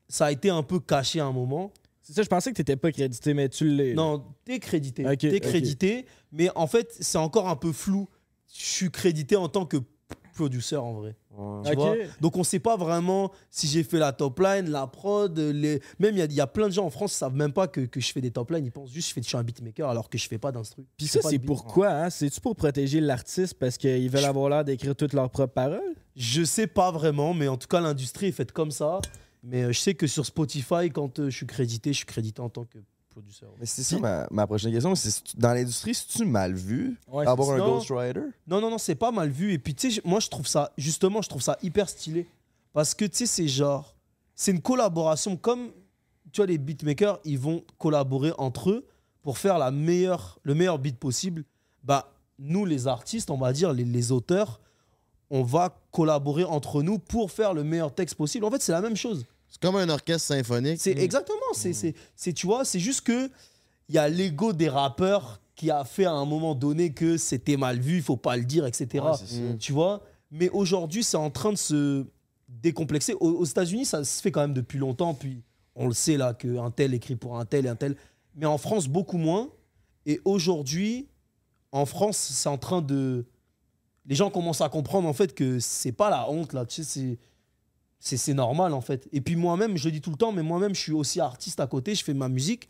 [SPEAKER 2] ça a été un peu caché à un moment.
[SPEAKER 1] C'est ça, je pensais que t'étais pas crédité, mais tu l'es. là.
[SPEAKER 2] Non, t'es crédité.
[SPEAKER 1] Ok,
[SPEAKER 2] t'es
[SPEAKER 1] ok.
[SPEAKER 2] crédité, mais en fait, c'est encore un peu flou. Je suis crédité en tant que producteur en vrai. Tu
[SPEAKER 1] Ok.
[SPEAKER 2] vois Donc on sait pas vraiment si j'ai fait la top line, la prod, les... même il y a- il y, a plein de gens en France qui savent même pas que, que je fais des top lines, ils pensent juste que je, fais, je suis un beatmaker alors que je fais pas d'instru.
[SPEAKER 1] Puis
[SPEAKER 2] Je fais
[SPEAKER 1] ça,
[SPEAKER 2] pas de
[SPEAKER 1] c'est
[SPEAKER 2] beat.
[SPEAKER 1] pourquoi, hein? C'est-tu pour protéger l'artiste parce qu'ils veulent avoir l'air d'écrire toutes leurs propres paroles?
[SPEAKER 2] Je sais pas vraiment, mais en tout cas, l'industrie est faite comme ça. Mais euh, je sais que sur Spotify, quand euh, je suis crédité, je suis crédité en tant que producteur.
[SPEAKER 3] Mais c'est ça ma, ma prochaine question. c'est- Dans l'industrie, c'est-tu mal vu
[SPEAKER 2] Ouais,
[SPEAKER 3] avoir
[SPEAKER 2] c'est-
[SPEAKER 3] Ah
[SPEAKER 2] euh,
[SPEAKER 3] un
[SPEAKER 2] non.
[SPEAKER 3] ghostwriter?
[SPEAKER 2] Non, non, non, c'est pas mal vu. Et puis, tu sais, je- moi, je trouve ça, justement, je trouve ça hyper stylé. Parce que, tu sais, c'est genre, c'est une collaboration comme, tu vois, les beatmakers, ils vont collaborer entre eux pour faire la meilleure, le meilleur beat possible. Bah, nous, les artistes, on va dire, les, les auteurs, on va collaborer entre nous pour faire le meilleur texte possible. En fait, c'est la même chose.
[SPEAKER 11] C'est comme un orchestre symphonique.
[SPEAKER 2] C'est exactement.
[SPEAKER 3] Hmm.
[SPEAKER 2] C'est, c'est, c'est- tu vois, c'est juste que il y a l'ego des rappeurs qui a fait à un moment donné que c'était mal vu, il faut pas le dire, etc.
[SPEAKER 3] Ouais, c'est ça.
[SPEAKER 2] tu vois. Mais aujourd'hui, c'est en train de se décomplexer. Aux, aux États-Unis, ça se fait quand même depuis longtemps. Puis on le sait là que un tel écrit pour un tel et un tel. Mais en France, beaucoup moins. Et aujourd'hui, en France, c'est en train de les gens commencent à comprendre en fait que c'est pas la honte là, tu sais, c'est c'est, c'est normal en fait. Et puis moi-même, je le dis tout le temps, mais moi-même, je suis aussi artiste à côté, je fais ma musique.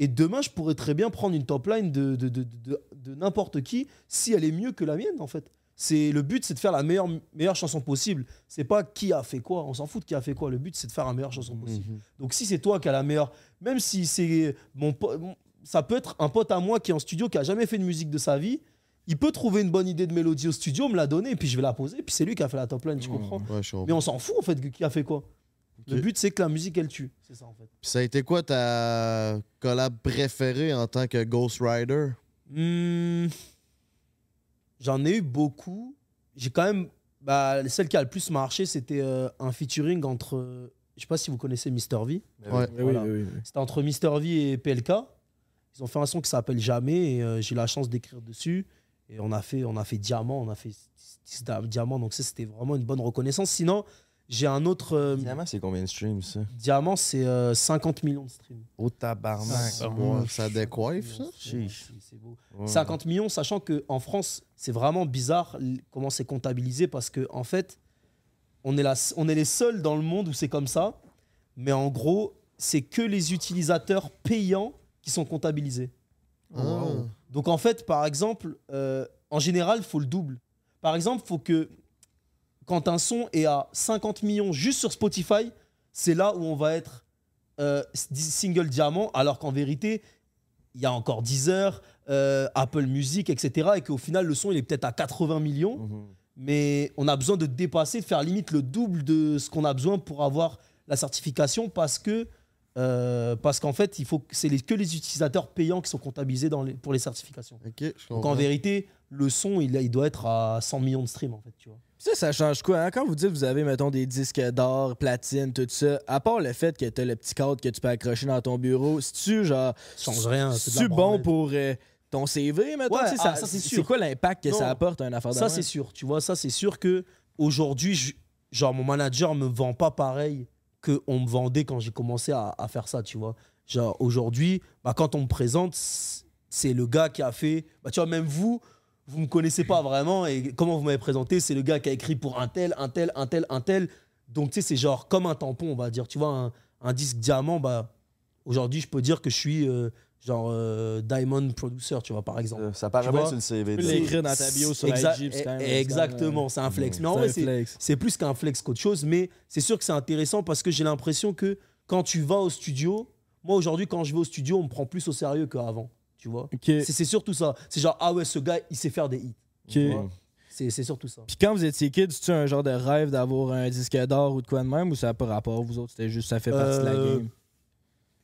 [SPEAKER 2] Et demain, je pourrais très bien prendre une top line de, de, de, de- de n'importe qui si elle est mieux que la mienne en fait. C'est, le but, c'est de faire la meilleure, meilleure chanson possible. C'est pas qui a fait quoi, on s'en fout de qui a fait quoi. Le but, c'est de faire la meilleure chanson possible.
[SPEAKER 11] Mhm.
[SPEAKER 2] Donc si c'est toi qui as la meilleure, même si c'est mon po- mon- ça peut être un pote à moi qui est en studio, qui a jamais fait de musique de sa vie, il peut trouver une bonne idée de mélodie au studio, me la donner, puis je vais la poser, puis c'est lui qui a fait la top line, tu comprends
[SPEAKER 11] Ouais, je comprends.
[SPEAKER 2] mais on s'en fout en fait que- qui a fait quoi. Le but c'est que la musique elle tue. C'est ça en fait.
[SPEAKER 11] Puis ça a été quoi ta collab préférée en tant que Ghost Rider?
[SPEAKER 2] Hmm. J'en ai eu beaucoup. J'ai quand même. Bah, celle qui a le plus marché c'était euh, un featuring entre. euh, je sais pas si vous connaissez Mister V.
[SPEAKER 1] Ouais. Oui,
[SPEAKER 2] Voilà.
[SPEAKER 1] oui, eh oui, oui.
[SPEAKER 2] C'était entre Mister V et PLK. Ils ont fait un son qui s'appelle Jamais et euh, j'ai eu la chance d'écrire dessus. Et on a fait, on a fait Diamant, on a fait 10 Diamant. Donc ça c'était vraiment une bonne reconnaissance. Sinon, j'ai un autre. euh,
[SPEAKER 3] Diamant, c'est combien de streams, ça?
[SPEAKER 2] Diamant, c'est euh, 50 millions de streams.
[SPEAKER 3] Au tabarnak.
[SPEAKER 1] Ah,
[SPEAKER 2] Ça,
[SPEAKER 11] Ouais, ça décoiffe, ça?
[SPEAKER 2] C'est beau. 50 millions, sachant qu'en France, c'est vraiment bizarre l- comment c'est comptabilisé parce que en fait, on est, la s- on est les seuls dans le monde où c'est comme ça. Mais en gros, c'est que les utilisateurs payants qui sont comptabilisés.
[SPEAKER 11] Wow.
[SPEAKER 2] Donc en fait, par exemple, euh, en général, il faut le double. Par exemple, faut que quand un son est à 50 millions juste sur Spotify, c'est là où on va être euh, single diamant, alors qu'en vérité, il y a encore Deezer, euh, Apple Music, etc. Et qu'au final, le son, il est peut-être à 80 millions.
[SPEAKER 3] Mhm.
[SPEAKER 2] Mais on a besoin de dépasser, de faire limite le double de ce qu'on a besoin pour avoir la certification parce que. euh, parce qu'en fait, il faut que c'est les- que les utilisateurs payants qui sont comptabilisés dans les- pour les certifications. Donc en
[SPEAKER 11] comprends.
[SPEAKER 2] vérité, le son, il, il doit être à 100 millions de streams en fait, tu vois.
[SPEAKER 1] Ça, ça change quoi? hein? Quand vous dites que vous avez, mettons, des disques d'or, platine, tout ça, à part le fait que t'as le petit cadre que tu peux accrocher dans ton bureau, si-tu, genre.
[SPEAKER 2] Change rien, c'est de la
[SPEAKER 1] C'est-tu bon pour euh, ton CV, mettons?
[SPEAKER 2] Ouais,
[SPEAKER 1] Tu sais,
[SPEAKER 2] ah, ça, c'est sûr.
[SPEAKER 1] quoi l'impact que
[SPEAKER 2] Non.
[SPEAKER 1] ça apporte à une affaire de
[SPEAKER 2] Ça,
[SPEAKER 1] même?
[SPEAKER 2] c'est sûr. Tu vois, ça, c'est sûr que aujourd'hui, je- genre, mon manager me vend pas pareil qu'on me vendait quand j'ai commencé à, à faire ça, tu vois. Genre, aujourd'hui, bah, quand on me présente, c- c'est le gars qui a fait. Bah, tu vois, même vous, vous me connaissez pas vraiment. Et comment vous m'avez présenté, c'est le gars qui a écrit pour un tel, un tel, un tel, un tel. Donc, tu sais, c'est genre comme un tampon, on va dire. Tu vois, un, un disque diamant, bah, aujourd'hui, je peux dire que je suis. euh, Genre euh, Diamond Producer, tu vois, par exemple.
[SPEAKER 3] Ça paraît
[SPEAKER 2] Tu
[SPEAKER 3] bien
[SPEAKER 2] vois,
[SPEAKER 3] sur le CV.
[SPEAKER 1] Tu peux
[SPEAKER 3] ça.
[SPEAKER 1] l'écrire dans ta bio sur
[SPEAKER 2] Exa-
[SPEAKER 1] IG, puis c'est quand même-
[SPEAKER 2] eh, Exactement, c'est un flex. Mais en
[SPEAKER 1] C'est
[SPEAKER 2] vrai,
[SPEAKER 1] un
[SPEAKER 2] c'est-
[SPEAKER 1] flex.
[SPEAKER 2] c'est plus qu'un flex qu'autre chose, mais c'est sûr que c'est intéressant parce que j'ai l'impression que quand tu vas au studio, moi aujourd'hui, quand je vais au studio, on me prend plus au sérieux qu'avant, tu vois. C'est c'est surtout ça. C'est genre, ah ouais, ce gars, il sait faire des hits. tu
[SPEAKER 1] Ok.
[SPEAKER 2] vois. C'est c'est surtout ça.
[SPEAKER 1] Puis quand vous étiez kid, c'était un genre de rêve d'avoir un disque d'or ou de quoi de même, ou ça n'a pas rapport, vous autres, c'était juste ça fait partie de la
[SPEAKER 2] Euh,
[SPEAKER 1] game?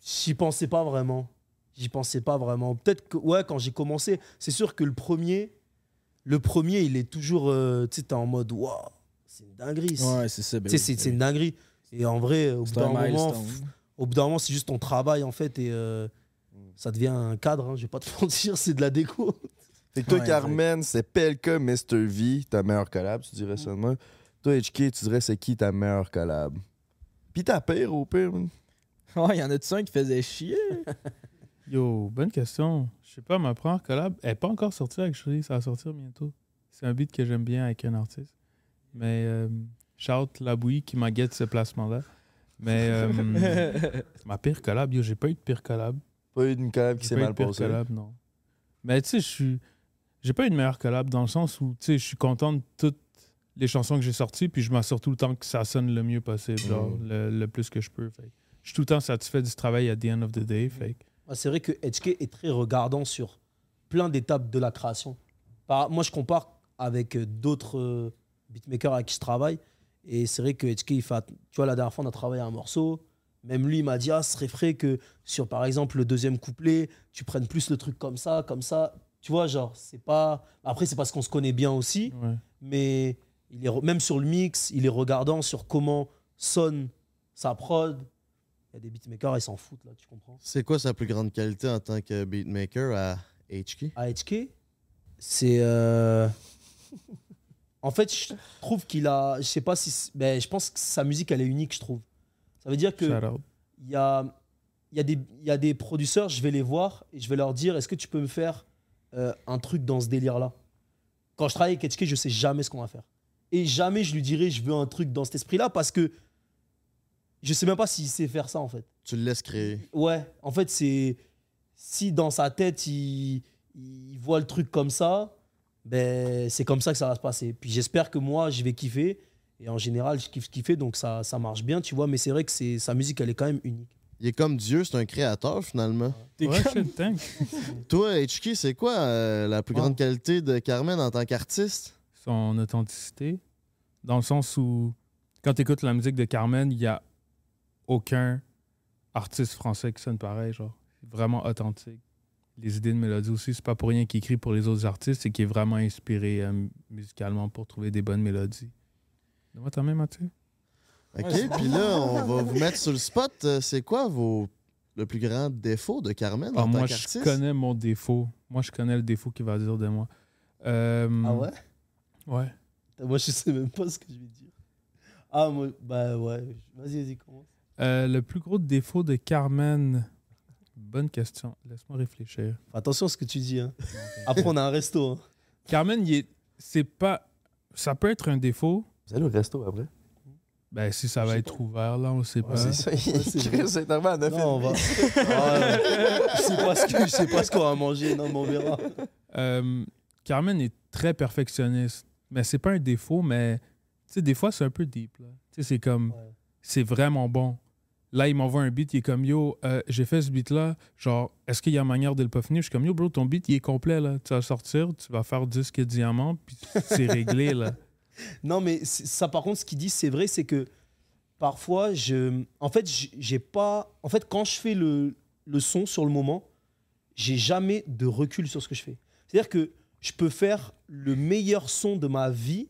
[SPEAKER 2] J'y pensais pas vraiment. J'y pensais pas vraiment. Peut-être que, ouais, quand j'ai commencé, c'est sûr que le premier, le premier, il est toujours, euh, tu sais, t'es en mode, waouh, c'est- c'est une dinguerie.
[SPEAKER 1] Ouais, c'est ça, ben
[SPEAKER 2] Tu
[SPEAKER 1] oui,
[SPEAKER 2] sais, c'est-
[SPEAKER 1] ben
[SPEAKER 2] c'est une dinguerie. Et en vrai, au bout
[SPEAKER 1] C'est
[SPEAKER 2] d'un
[SPEAKER 1] un
[SPEAKER 2] moment,
[SPEAKER 1] milestone.
[SPEAKER 2] f- au bout d'un moment, c'est juste ton travail, en fait, et euh,
[SPEAKER 1] Mm.
[SPEAKER 2] ça devient un cadre. hein, je vais pas *laughs* te mentir, c'est de la déco.
[SPEAKER 5] Fait que toi,
[SPEAKER 2] Ouais,
[SPEAKER 5] Carmen, c'est Pelka, Mr. V, ta meilleure collab, tu dirais ça de moi. Toi, HK, tu dirais c'est qui ta meilleure collab? Pis ta pire, au pire.
[SPEAKER 1] *laughs* Ouais, y en a-tu un qui faisait chier?
[SPEAKER 4] Yo, bonne question. Je sais pas, ma première collab, elle est pas encore sortie avec Chérie, ça va sortir bientôt. C'est un beat que j'aime bien avec un artiste. Mais euh, shout Labouille qui m'a guette ce placement-là. Mais euh, ma pire collab, yo, j'ai pas eu de pire collab.
[SPEAKER 5] Pas eu d'une collab qui
[SPEAKER 4] J'ai
[SPEAKER 5] s'est
[SPEAKER 4] pas eu
[SPEAKER 5] mal
[SPEAKER 4] de pire
[SPEAKER 5] passée.
[SPEAKER 4] collab, non. Mais tu sais, je suis. J'ai pas eu de meilleure collab dans le sens où, tu sais, je suis content de toutes les chansons que j'ai sorties, puis je m'assure tout le temps que ça sonne le mieux possible, genre,
[SPEAKER 2] Mm.
[SPEAKER 4] le, le plus que je peux. Fait que Je suis tout le temps satisfait du travail à the end of the day. Fait que
[SPEAKER 2] Ouais, c'est vrai que HK est très regardant sur plein d'étapes de la création. Par- moi, je compare avec euh, d'autres euh, beatmakers avec qui je travaille. Et c'est vrai que HK, il fait, att- tu vois, la dernière fois, on a travaillé un morceau. Même lui, il m'a dit, ah, ce serait frais que sur, par exemple, le deuxième couplet, tu prennes plus le truc comme ça, comme ça. Tu vois, genre, c'est pas. Après, c'est parce qu'on se connaît bien
[SPEAKER 1] Mm.
[SPEAKER 2] aussi.
[SPEAKER 4] Ouais.
[SPEAKER 2] Mais il est re- même sur le mix, il est regardant sur comment sonne sa prod. Il y a des beatmakers, ils s'en foutent, là, tu comprends?
[SPEAKER 11] C'est quoi sa plus grande qualité en tant que beatmaker à HK?
[SPEAKER 2] À HK? C'est. euh, *laughs* En fait, je trouve qu'il a. Je sais pas si. c'est- Ben, je pense que sa musique, elle est unique, je trouve. Ça veut dire que.
[SPEAKER 4] Shout out.
[SPEAKER 2] Il y a, il y, a des- il y a des producteurs, je vais les voir et je vais leur dire est-ce que tu peux me faire euh, un truc dans ce délire-là Quand je travaille avec HK, je sais jamais ce qu'on va faire. Et jamais je lui dirai je veux un truc dans cet esprit-là parce que je sais même pas s'il sait faire ça, en fait.
[SPEAKER 11] Tu le laisses créer.
[SPEAKER 2] Ouais, en fait, c'est. Si dans sa tête, il, il voit le truc comme ça, ben, c'est comme ça que ça va se passer. Puis j'espère que moi, je vais kiffer. Et en général, je kiffe kiffer, donc ça, ça marche bien, tu vois. Mais c'est vrai que c'est, sa musique, elle est quand même unique.
[SPEAKER 11] Il est comme Dieu, c'est un créateur finalement.
[SPEAKER 4] Ouais, shit, thanks.
[SPEAKER 11] *laughs* Toi, HK, c'est quoi euh, la plus grande qualité de Carmen en tant qu'artiste?
[SPEAKER 4] Ah. son authenticité, dans le sens où, quand tu écoutes la musique de Carmen, il n'y a aucun artiste français qui sonne pareil, genre. C'est vraiment authentique. Les idées de mélodie aussi, c'est pas pour rien qu'il écrit pour les autres artistes, c'est qu'il est vraiment inspiré euh, musicalement pour trouver des bonnes mélodies. Donne-moi ta main, Mathieu.
[SPEAKER 11] OK, puis là, on va vous mettre sur le spot. Euh, C'est quoi vos... le plus grand défaut de Carmen
[SPEAKER 4] Ah,
[SPEAKER 11] en tant
[SPEAKER 4] moi,
[SPEAKER 11] qu'artiste?
[SPEAKER 4] je connais mon défaut. Moi, je connais le défaut qu'il va dire de moi. Euh,
[SPEAKER 2] Ah ouais
[SPEAKER 4] Ouais.
[SPEAKER 2] Moi, je sais même pas ce que je vais dire. Ah, moi, bah ouais. Vas-y, vas-y, commence.
[SPEAKER 4] Euh, le plus gros défaut de Carmen Bonne question. Laisse-moi réfléchir.
[SPEAKER 2] Fais attention à ce que tu dis. Hein.
[SPEAKER 3] Ah,
[SPEAKER 2] Après, on a un resto. hein.
[SPEAKER 4] Carmen, il est- c'est pas. Ça peut être un défaut.
[SPEAKER 3] Vous allez au resto
[SPEAKER 5] *laughs*
[SPEAKER 3] après?
[SPEAKER 4] Ben, si ça va être ouvert, là, on sait pas.
[SPEAKER 3] c'est ça. Chris, c'est normal, à 9
[SPEAKER 2] Non, on va. Ah, ouais. je, sais pas ce que, je sais pas ce qu'on va manger. Non, mais on verra.
[SPEAKER 4] Euh, Carmen est très perfectionniste. Mais c'est pas un défaut, mais tu sais, des fois, c'est un peu deep. là. Tu sais, c'est comme, c'est vraiment bon. Là, il m'envoie un beat, il est comme, yo, euh, j'ai fait ce beat-là, genre, est-ce qu'il y a manière de le peaufiner? Je suis comme, yo, bro, ton beat, il est complet, là. Tu vas le sortir, tu vas faire disque diamant, puis c'est réglé, là.
[SPEAKER 2] Non, mais c- ça, par contre, ce qu'il dit, c'est vrai, c'est que parfois, je. En fait, j- j'ai pas. En fait, quand je fais le, le son sur le moment, j'ai jamais de recul sur ce que je fais. C'est-à-dire que je peux faire le meilleur son de ma vie.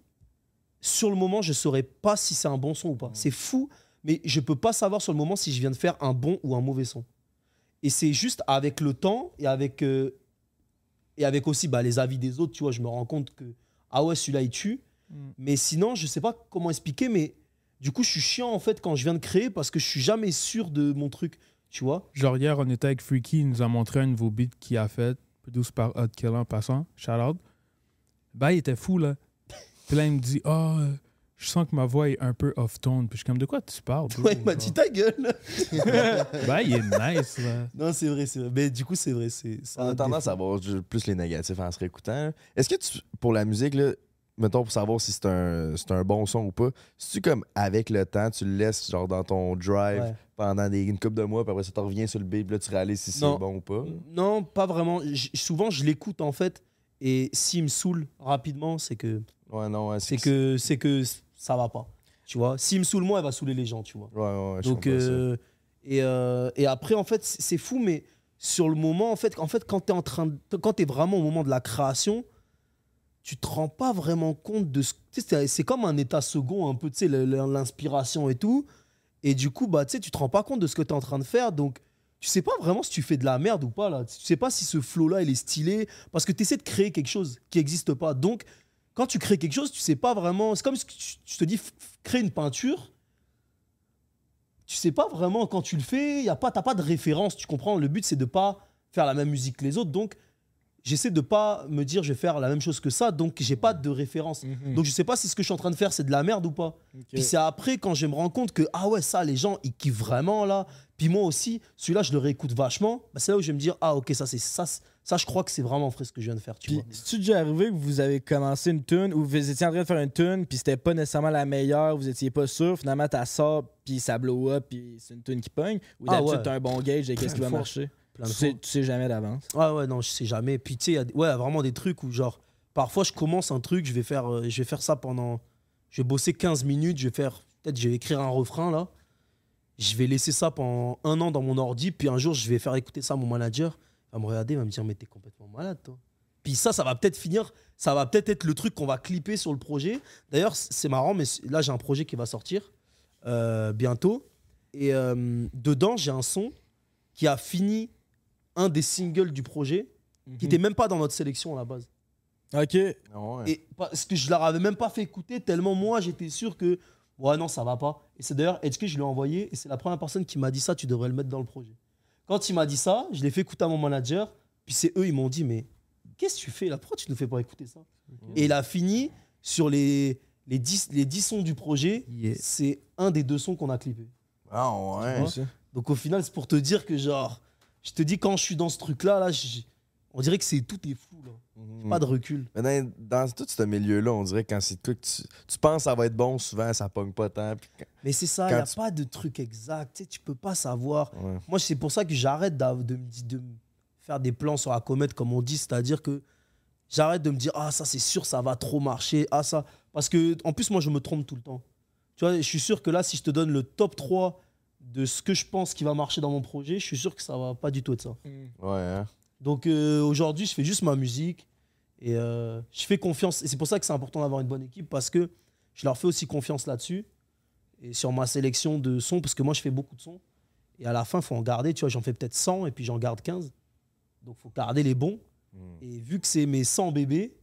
[SPEAKER 2] Sur le moment, je saurais pas si c'est un bon son ou pas. C'est fou, mais je peux pas savoir sur le moment si je viens de faire un bon ou un mauvais son. Et c'est juste avec le temps et avec euh, et avec aussi bah, les avis des autres, tu vois, je me rends compte que ah ouais, celui-là il tue. Mais sinon, je sais pas comment expliquer, mais du coup, je suis chiant en fait quand je viens de créer parce que je suis jamais sûr de mon truc, tu vois.
[SPEAKER 4] Genre hier, on était avec Freaky, il nous a montré un nouveau beat qu'il a fait, douce par euh, Hot Killer en passant, shout out. Bah, il était fou, là. Puis là, il me dit, ah, euh, je sens que ma voix est un peu off-tone. Puis je suis comme, de quoi tu parles? bro?
[SPEAKER 2] Ouais, il m'a dit
[SPEAKER 4] Genre,
[SPEAKER 2] ta gueule. *laughs*
[SPEAKER 4] bah, il est nice, là.
[SPEAKER 2] non, c'est vrai, c'est vrai. Mais du coup, c'est vrai, c'est ça.
[SPEAKER 5] On a tendance à avoir du- plus les négatifs en se réécoutant. là. Est-ce que tu, pour la musique, là, mettons pour savoir si c'est un, c'est un bon son ou pas, si tu comme avec le temps, tu le laisses genre dans ton drive
[SPEAKER 2] Ouais.
[SPEAKER 5] pendant des, une couple de mois, puis après ça te revient sur le beat, puis là tu réalises si c'est
[SPEAKER 2] Non.
[SPEAKER 5] bon ou pas?
[SPEAKER 2] Non, pas vraiment. J- souvent, je l'écoute en fait, et s'il me saoule rapidement, c'est que
[SPEAKER 5] Ouais, non, hein, ouais,
[SPEAKER 2] c'est que c'est que c- ça va pas. Tu vois, s'il me saoule moi, elle va saouler les gens, tu vois.
[SPEAKER 5] Ouais, ouais, ouais, je
[SPEAKER 2] Donc
[SPEAKER 5] comprends ça.
[SPEAKER 2] euh, et, euh, et après en fait, c'est c'est fou mais sur le moment en fait, en fait quand tu es en train de- quand tu vraiment au moment de la création, tu te rends pas vraiment compte de ce. tu sais, C'est c'est comme un état second, un peu, tu sais, le- le- l'inspiration et tout. Et du coup, bah, tu sais, tu te rends pas compte de ce que tu es en train de faire. Donc, tu sais pas vraiment si tu fais de la merde ou pas, là. Tu sais pas si ce flow-là, il est stylé. Parce que tu essaies de créer quelque chose qui n'existe pas. Donc, quand tu crées quelque chose, tu sais pas vraiment. C'est comme si tu tu te dis, f- f- crée une peinture tu sais pas vraiment quand tu le fais, y a pas, t'as pas de référence, tu comprends. Le but c'est de pas faire la même musique que les autres, donc j'essaie de pas me dire je vais faire la même chose que ça, donc j'ai pas de référence. Donc je sais pas si ce que je suis en train de faire c'est de la merde ou pas. Puis c'est après quand je me rends compte que ah ouais ça les gens ils kiffent vraiment là. Puis moi aussi celui-là je le réécoute vachement. Bah, c'est là où je vais me dire ah ok ça c'est ça, c'est- ça je crois que c'est vraiment frais ce que je viens de faire. Tu vois.
[SPEAKER 1] C'est-tu déjà arrivé que vous avez commencé une tune ou vous étiez en train de faire une tune puis c'était pas nécessairement la meilleure, vous étiez pas sûr, finalement t'as sort puis ça blow up puis c'est une tune qui pogne ou
[SPEAKER 2] Ah
[SPEAKER 1] d'habitude
[SPEAKER 2] ouais.
[SPEAKER 1] t'as un bon gauge de qu'est-ce qui
[SPEAKER 2] Plein
[SPEAKER 1] va
[SPEAKER 2] de fois.
[SPEAKER 1] marcher?
[SPEAKER 2] Plein
[SPEAKER 1] Tu
[SPEAKER 2] de
[SPEAKER 1] sais,
[SPEAKER 2] fois.
[SPEAKER 1] tu sais jamais d'avance.
[SPEAKER 2] Ouais, ouais, non, je sais jamais. Puis tu sais, il y a des- ouais, vraiment des trucs où, genre, parfois je commence un truc, je vais faire, euh, je vais faire ça pendant. Je vais bosser 15 minutes, je vais faire. Peut-être je vais écrire un refrain là. Je vais laisser ça pendant un an dans mon ordi, puis un jour je vais faire écouter ça à mon manager. Il va me regarder, il va me dire, mais t'es complètement malade, toi. Puis ça, ça va peut-être finir, ça va peut-être être le truc qu'on va clipper sur le projet. D'ailleurs, c- c'est marrant, mais c- là, j'ai un projet qui va sortir euh, bientôt. Et euh, dedans, j'ai un son qui a fini un des singles du projet,
[SPEAKER 1] Mm.
[SPEAKER 2] qui n'était même pas dans notre sélection à la base.
[SPEAKER 1] Ok.
[SPEAKER 3] Ah
[SPEAKER 2] Et parce que je leur avais même pas fait écouter, tellement moi j'étais sûr que ouais non ça va pas. Et c'est d'ailleurs Edge que je lui ai envoyé et c'est la première personne qui m'a dit ça, tu devrais le mettre dans le projet. Quand il m'a dit ça, je l'ai fait écouter à mon manager, puis c'est eux ils m'ont dit mais qu'est-ce que tu fais là Pourquoi tu nous fais pas écouter ça Et il a fini sur les les 10 les 10 sons du projet, c'est un des deux sons qu'on a clippé.
[SPEAKER 3] Ah
[SPEAKER 2] Tu
[SPEAKER 3] ouais.
[SPEAKER 2] vois Donc au final, c'est pour te dire que genre, je te dis quand je suis dans ce truc-là, là, je- on dirait que c'est tout est flou. Là.
[SPEAKER 3] Mhm. Mm.
[SPEAKER 2] J'ai Pas de recul.
[SPEAKER 3] Mais dans, dans tout ce milieu-là, on dirait que quand c'est de quoi que tu, tu penses ça va être bon, souvent ça pogne pas tant. puis quand-
[SPEAKER 2] Mais c'est ça, il
[SPEAKER 3] quand
[SPEAKER 2] n'y a
[SPEAKER 3] tu-
[SPEAKER 2] pas de truc exact. Tu, sais, tu peux pas savoir. Moi, c'est pour ça que j'arrête d'av- de, me di- de me faire des plans sur la comète, comme on dit. C'est-à-dire que j'arrête de me dire, ah, ça, c'est sûr, ça va trop marcher. Ah, ça. Parce que, en plus, moi, je me trompe tout le temps. Tu vois, je suis sûr que là, si je te donne le top 3 de ce que je pense qui va marcher dans mon projet, je suis sûr que ça va pas du tout être ça.
[SPEAKER 3] Ouais, hein.
[SPEAKER 2] Donc euh, aujourd'hui, je fais juste ma musique et euh, je fais confiance. Et c'est pour ça que c'est important d'avoir une bonne équipe parce que je leur fais aussi confiance là-dessus et sur ma sélection de sons parce que moi, je fais beaucoup de sons. Et à la fin, faut en garder. Tu vois, j'en fais peut-être 100 et puis j'en garde 15. Donc faut garder les bons.
[SPEAKER 3] Hmm.
[SPEAKER 2] Et vu que c'est mes 100 bébés,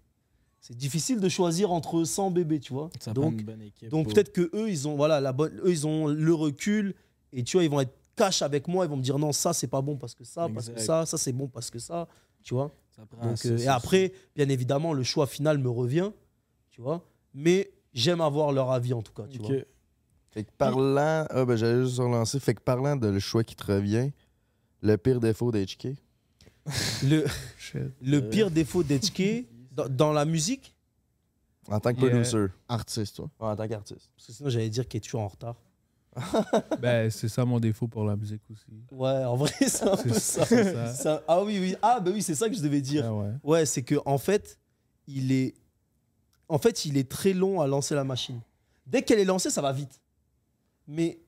[SPEAKER 2] c'est difficile de choisir entre 100 bébés, tu vois.
[SPEAKER 1] Ça prend
[SPEAKER 2] donc
[SPEAKER 1] une bonne équipe
[SPEAKER 2] donc
[SPEAKER 1] pour-
[SPEAKER 2] peut-être que eux, ils ont voilà, la bonne, eux, ils ont le recul et tu vois, ils vont être cash avec moi, ils vont me dire non, ça c'est pas bon parce que ça, parce que
[SPEAKER 1] Exact.
[SPEAKER 2] ça, ça c'est bon parce que ça, tu vois.
[SPEAKER 1] prend
[SPEAKER 2] Donc,
[SPEAKER 1] ça,
[SPEAKER 2] euh, et
[SPEAKER 1] ça,
[SPEAKER 2] après, bien évidemment, le choix final me revient, tu vois. Mais j'aime avoir leur avis en tout cas, tu
[SPEAKER 3] Ok.
[SPEAKER 2] vois.
[SPEAKER 3] Fait que parlant. Ah, ben j'allais juste relancer. Fait que parlant de le choix qui te revient, le pire défaut d'HK.
[SPEAKER 2] Le, le
[SPEAKER 3] Euh.
[SPEAKER 2] pire défaut d'HK dans, dans la musique,
[SPEAKER 3] En tant que
[SPEAKER 2] Yeah.
[SPEAKER 3] producer.
[SPEAKER 11] Artiste, toi. *laughs*
[SPEAKER 3] en tant qu'artiste.
[SPEAKER 2] parce que sinon j'allais dire qu'il est toujours en retard.
[SPEAKER 4] Ben, c'est ça mon défaut pour la musique aussi.
[SPEAKER 2] Ouais, en vrai, *laughs* c'est un peu
[SPEAKER 4] C'est-
[SPEAKER 2] ça.
[SPEAKER 4] c'est ça.
[SPEAKER 2] C'est un- Ah oui, oui. Ah, bah oui, c'est ça que je devais dire.
[SPEAKER 4] ouais,
[SPEAKER 2] c'est que, en fait, il est. En fait, il est très long à lancer la machine. Dès qu'elle est lancée, ça va vite. Mais.